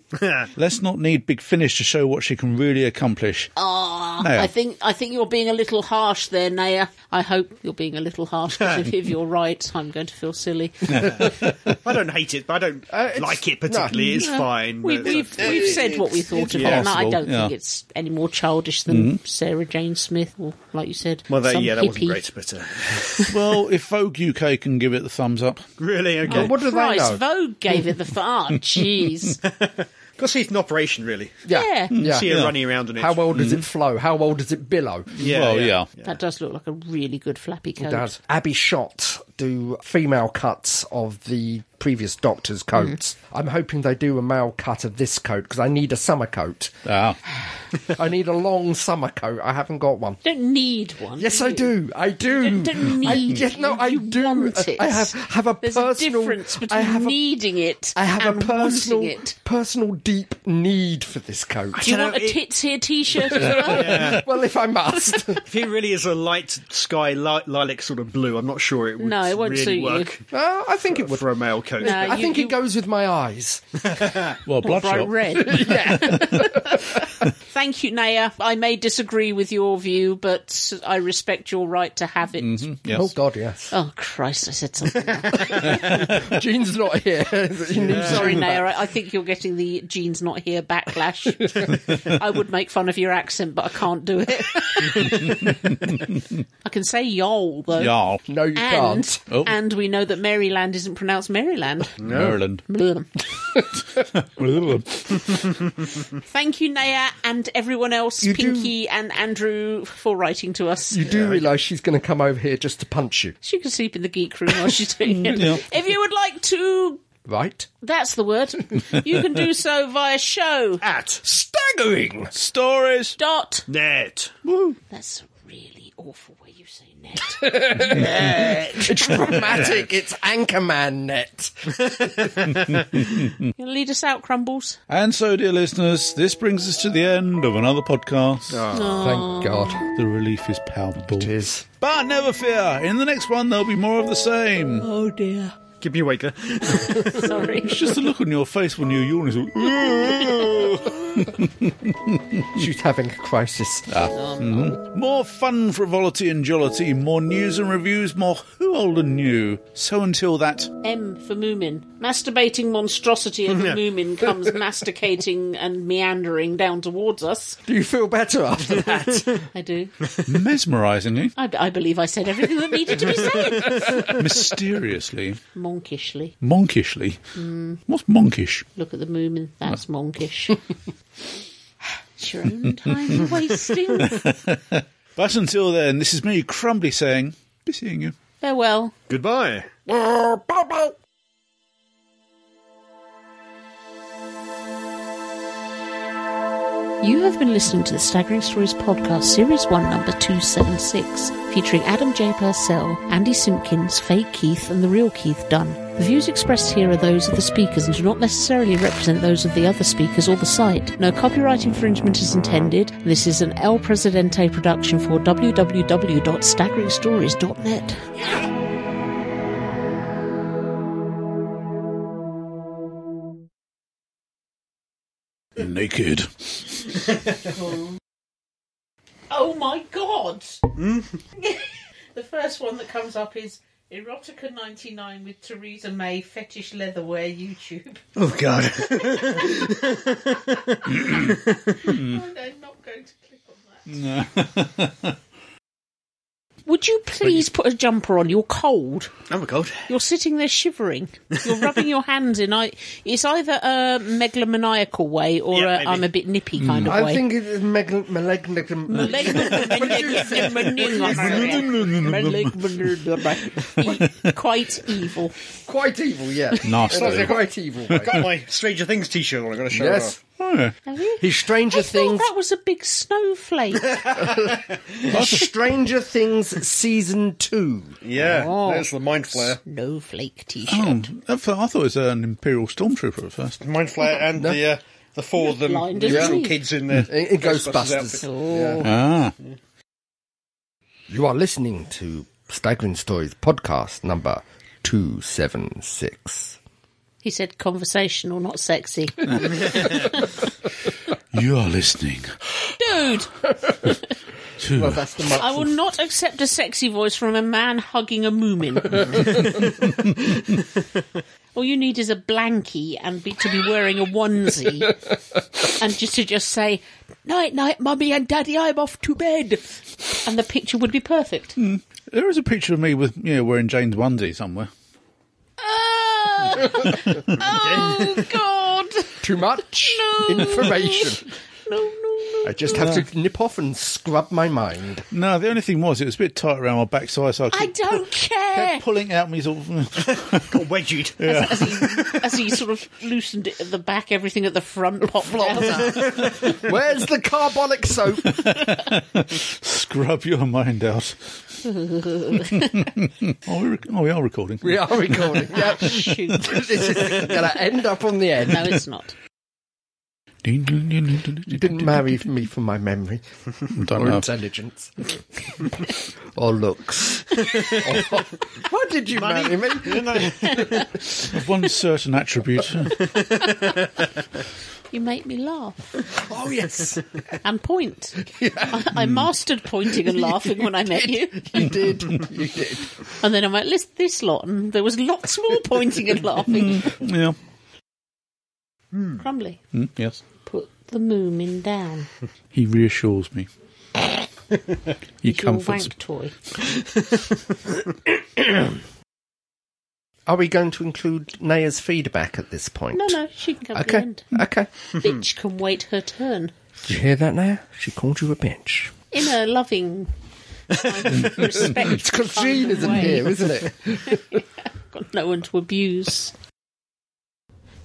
Speaker 1: Let's not need Big Finish to show what she can really accomplish.
Speaker 3: Ah,
Speaker 1: Naya.
Speaker 3: I think I think you're being a little harsh there, Naya. I hope you're being a little harsh 'cause if, if you're right, I'm going to feel silly.
Speaker 4: I don't hate it, but I don't
Speaker 3: Uh,
Speaker 2: it's-
Speaker 4: like it particularly. It's fine.
Speaker 3: We,
Speaker 4: but-
Speaker 3: we've we've said what we thought of it, and I
Speaker 1: possible,
Speaker 3: don't
Speaker 1: yeah. Mm-hmm.
Speaker 3: think it's any more childish than Sarah Jane Smith or, like you said,
Speaker 4: well, that,
Speaker 3: some
Speaker 4: yeah, that wasn't
Speaker 3: hippie.
Speaker 4: great, but uh,
Speaker 1: well, if Vogue UK can give it the thumbs up.
Speaker 4: really okay.
Speaker 2: What do they
Speaker 3: Christ,
Speaker 2: know?
Speaker 3: Vogue
Speaker 2: (laughs)
Speaker 3: gave it the far. Jeez,
Speaker 4: Because it's an operation, really.
Speaker 2: Yeah.
Speaker 3: Yeah.
Speaker 2: Yeah.
Speaker 4: See her running around in it.
Speaker 2: How well does it flow? How well does it billow?
Speaker 4: Yeah,
Speaker 1: well, yeah.
Speaker 3: that does look like a really good flappy coat.
Speaker 2: Does Abby Schott do female cuts of the previous Doctor's
Speaker 3: Mm-hmm.
Speaker 2: coats? I'm hoping they do a male cut of this coat because I need a summer
Speaker 3: (laughs)
Speaker 2: coat.
Speaker 1: Ah.
Speaker 2: I need a long summer coat. I haven't got one.
Speaker 3: Don't need one.
Speaker 2: Yes, I
Speaker 3: you?
Speaker 2: do. I do.
Speaker 3: You don't need.
Speaker 2: I, yes, no,
Speaker 3: it.
Speaker 2: I
Speaker 3: You
Speaker 2: do.
Speaker 3: Want it.
Speaker 2: I have have a
Speaker 3: There's
Speaker 2: personal
Speaker 3: a difference between
Speaker 2: I have a-
Speaker 3: needing it.
Speaker 2: I have
Speaker 3: and
Speaker 2: a personal,
Speaker 3: wanting it.
Speaker 2: personal deep need for this coat.
Speaker 3: Do you
Speaker 4: Can I-
Speaker 3: want a
Speaker 4: it-
Speaker 3: tits here T-shirt
Speaker 2: (laughs)
Speaker 3: as well?
Speaker 2: well, if I
Speaker 3: (laughs)
Speaker 2: must, (laughs)
Speaker 4: (laughs) If it really is a light sky, li- lilac sort of blue, I'm not sure it would
Speaker 3: No, it won't
Speaker 4: really
Speaker 3: suit you.
Speaker 4: work
Speaker 2: Well, I think it would.
Speaker 4: for a male coat.
Speaker 3: No,
Speaker 2: I
Speaker 3: Uh, you-
Speaker 2: think
Speaker 3: you-
Speaker 2: it goes with my eyes.
Speaker 1: Well,
Speaker 3: bright
Speaker 1: Bloodshot.
Speaker 2: (laughs)
Speaker 3: red. Thank you, Naya. I may disagree with your view, but I respect your right to have it.
Speaker 1: Yes.
Speaker 2: Oh God, yes.
Speaker 3: Oh Christ! I said
Speaker 2: (laughs)
Speaker 3: something.
Speaker 2: Jean's not here. (laughs) You knew
Speaker 3: Sorry,
Speaker 2: something
Speaker 3: Naya.
Speaker 2: about-
Speaker 3: I, I think you're getting the jeans not here backlash. (laughs) I would make fun of your accent, but I can't do it. (laughs) I can say y'all though.
Speaker 1: Yarl.
Speaker 2: No, you
Speaker 3: And
Speaker 2: can't.
Speaker 1: Oh.
Speaker 3: and we know that Maryland isn't pronounced Maryland.
Speaker 1: Maryland.
Speaker 3: Blum.
Speaker 1: Thank
Speaker 3: Thank you, Naya, and everyone else,
Speaker 2: You do-
Speaker 3: Pinky and Andrew, for writing to us.
Speaker 2: You do realise she's going to come over here just to punch you,
Speaker 3: She can sleep in the geek room while she's doing it.
Speaker 1: Yeah.
Speaker 3: If you would like to,
Speaker 2: (laughs) right?
Speaker 3: that's the word, you can do so via show
Speaker 4: At
Speaker 2: Staggering.
Speaker 1: Stories.
Speaker 3: dot.
Speaker 4: net.
Speaker 3: That's a really awful way you say (laughs) net.
Speaker 2: It's dramatic. it's Anchorman net.
Speaker 3: You'll lead us out, Crumbles.
Speaker 1: And so, dear listeners, this brings us to the end of another podcast.
Speaker 2: Thank God.
Speaker 1: The relief is palpable.
Speaker 2: It is.
Speaker 1: But never fear, in the next one, there'll be more of the same.
Speaker 3: Oh dear.
Speaker 4: Give me a waker.
Speaker 3: Sorry.
Speaker 1: It's just the look on your face when you yawn. Is all,
Speaker 2: She's having a crisis.
Speaker 1: more fun, frivolity, and jollity, more news and reviews, more who old and new. So until that,
Speaker 3: M for Moomin. Masturbating monstrosity (laughs) of a Moomin comes masticating and meandering down towards (laughs) us.
Speaker 2: Do you feel better after that?
Speaker 3: I do.
Speaker 4: (laughs)
Speaker 1: mesmerisingly,
Speaker 3: I, I believe I said everything that needed to be (laughs) said.
Speaker 1: mysteriously,
Speaker 3: Monkishly.
Speaker 1: monkishly.
Speaker 4: Mm.
Speaker 1: What's monkish?
Speaker 3: Look at the Moomin. That's (laughs) monkish. it's your own time you're wasting. (laughs)
Speaker 1: But until then, this is me, Crumbly, saying, be seeing you.
Speaker 3: Farewell.
Speaker 4: Goodbye.
Speaker 3: You have been listening to the Staggering Stories podcast, series one, number 276, featuring Adam J. Purcell, Andy Simpkins, fake Keith, and the real Keith Dunn. The views expressed here are those of the speakers and do not necessarily represent those of the other speakers or the site. No copyright infringement is intended. This is an El Presidente production for www.staggeringstories.net.
Speaker 1: naked.
Speaker 3: Oh my god! the first one that comes up is Erotica 99 with Theresa May Fetish Leatherwear YouTube.
Speaker 4: Oh
Speaker 1: (laughs)
Speaker 4: god.
Speaker 3: And I'm not going to click on that. Would you please put a jumper on? You're cold.
Speaker 4: I'm cold.
Speaker 3: You're sitting there shivering. You're rubbing your hands in. I, it's either a megalomaniacal way or
Speaker 4: Yeah,
Speaker 3: a,
Speaker 4: maybe. Mm.
Speaker 3: I'm a bit nippy kind of
Speaker 2: (laughs) I
Speaker 3: (laughs) way.
Speaker 2: think it's Megan Malignant.
Speaker 4: (laughs)
Speaker 3: Quite evil.
Speaker 2: Quite evil, yeah.
Speaker 1: Nasty.
Speaker 2: That's a quite evil.
Speaker 4: (laughs)
Speaker 2: way.
Speaker 4: Got my Stranger Things t-shirt on. I gotta show it
Speaker 2: yes.
Speaker 4: off.
Speaker 2: His Stranger
Speaker 3: I thought
Speaker 2: Things,
Speaker 3: that was a big
Speaker 4: (laughs)
Speaker 3: snowflake.
Speaker 2: his Stranger Things season two.
Speaker 4: Yeah,
Speaker 3: Oh.
Speaker 4: there's the mind flare,
Speaker 3: snowflake t
Speaker 1: Oh,
Speaker 3: shirt.
Speaker 1: that- I thought it was an Imperial Stormtrooper at first.
Speaker 4: mind flare, and the uh, the four of them
Speaker 3: blind,
Speaker 4: the
Speaker 3: isn't
Speaker 4: little
Speaker 3: he?
Speaker 4: kids in there.
Speaker 2: In, in Ghostbusters.
Speaker 3: Oh.
Speaker 4: Ghostbusters
Speaker 1: Ah,
Speaker 2: You are listening to Staggering Stories podcast number 276.
Speaker 3: He said conversational, not sexy.
Speaker 1: you are listening
Speaker 3: Dude,
Speaker 1: to
Speaker 2: Well, that's the much.
Speaker 3: I will not accept a sexy voice from a man hugging a
Speaker 2: (laughs)
Speaker 3: moomin. All you need is a blankie and be, to be wearing a onesie, and just to just say night, night, mummy and daddy, I'm off to bed, and the picture would be perfect.
Speaker 2: Hmm.
Speaker 1: There is a picture of me with you know wearing Jane's onesie somewhere.
Speaker 2: (laughs)
Speaker 3: Ah! oh God!
Speaker 2: Too much
Speaker 3: No.
Speaker 2: information.
Speaker 3: No, no, no.
Speaker 2: (laughs) I just have to nip off and scrub my mind.
Speaker 1: No, the only thing was it was a bit tight around my backside, so I
Speaker 3: I
Speaker 1: kept,
Speaker 3: don't care.
Speaker 1: kept pulling out me sort of. (laughs)
Speaker 4: Got wedgied.
Speaker 3: As he, as he sort of loosened it at the back, everything at the front popped out.
Speaker 2: Where's the carbolic soap?
Speaker 1: Scrub your mind out. oh, we rec- oh, we are recording.
Speaker 2: We are recording. (laughs) Yeah.
Speaker 3: Shoot.
Speaker 2: this is going to end up on the end.
Speaker 3: No, it's not.
Speaker 2: You didn't marry me for my memory
Speaker 1: Don't
Speaker 2: or
Speaker 1: know.
Speaker 2: intelligence or looks. (laughs) Why did you marry me?
Speaker 1: Of (laughs) one certain attribute.
Speaker 3: You make me laugh
Speaker 2: Oh, yes.
Speaker 3: and point. I, I mastered pointing and laughing when I met you,
Speaker 2: You did. You did.
Speaker 3: and then I went, "List this lot," and there was lots more pointing and laughing.
Speaker 1: yeah.
Speaker 2: Hmm.
Speaker 3: Crumbly,
Speaker 1: Mm, yes.
Speaker 3: put the moomin down.
Speaker 1: He reassures me. he
Speaker 3: It's your
Speaker 1: comforts
Speaker 3: wank toy.
Speaker 2: Are we going to include Naya's feedback at this point?
Speaker 3: No, no, she can come to the
Speaker 2: Okay.
Speaker 3: end.
Speaker 2: Okay.
Speaker 3: Bitch can wait her turn
Speaker 2: Did you hear that, Naya? She called you a bitch.
Speaker 3: in a loving,
Speaker 2: (laughs)
Speaker 3: respectful.
Speaker 2: It's because Jean isn't
Speaker 3: way.
Speaker 2: here, isn't it?
Speaker 3: got no one to abuse.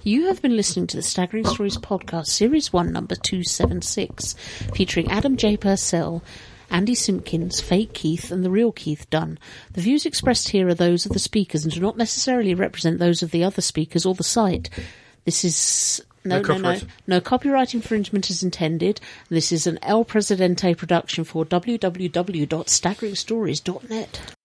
Speaker 3: You have been listening to the Staggering Stories podcast, series one, number 276, featuring Adam J. Purcell, Andy Simpkins, Fake Keith, and the real Keith Dunn. The views expressed here are those of the speakers and do not necessarily represent those of the other speakers or the site. This is. No, no, no. No copyright infringement is intended. This is an El Presidente production for www.staggeringstories.net.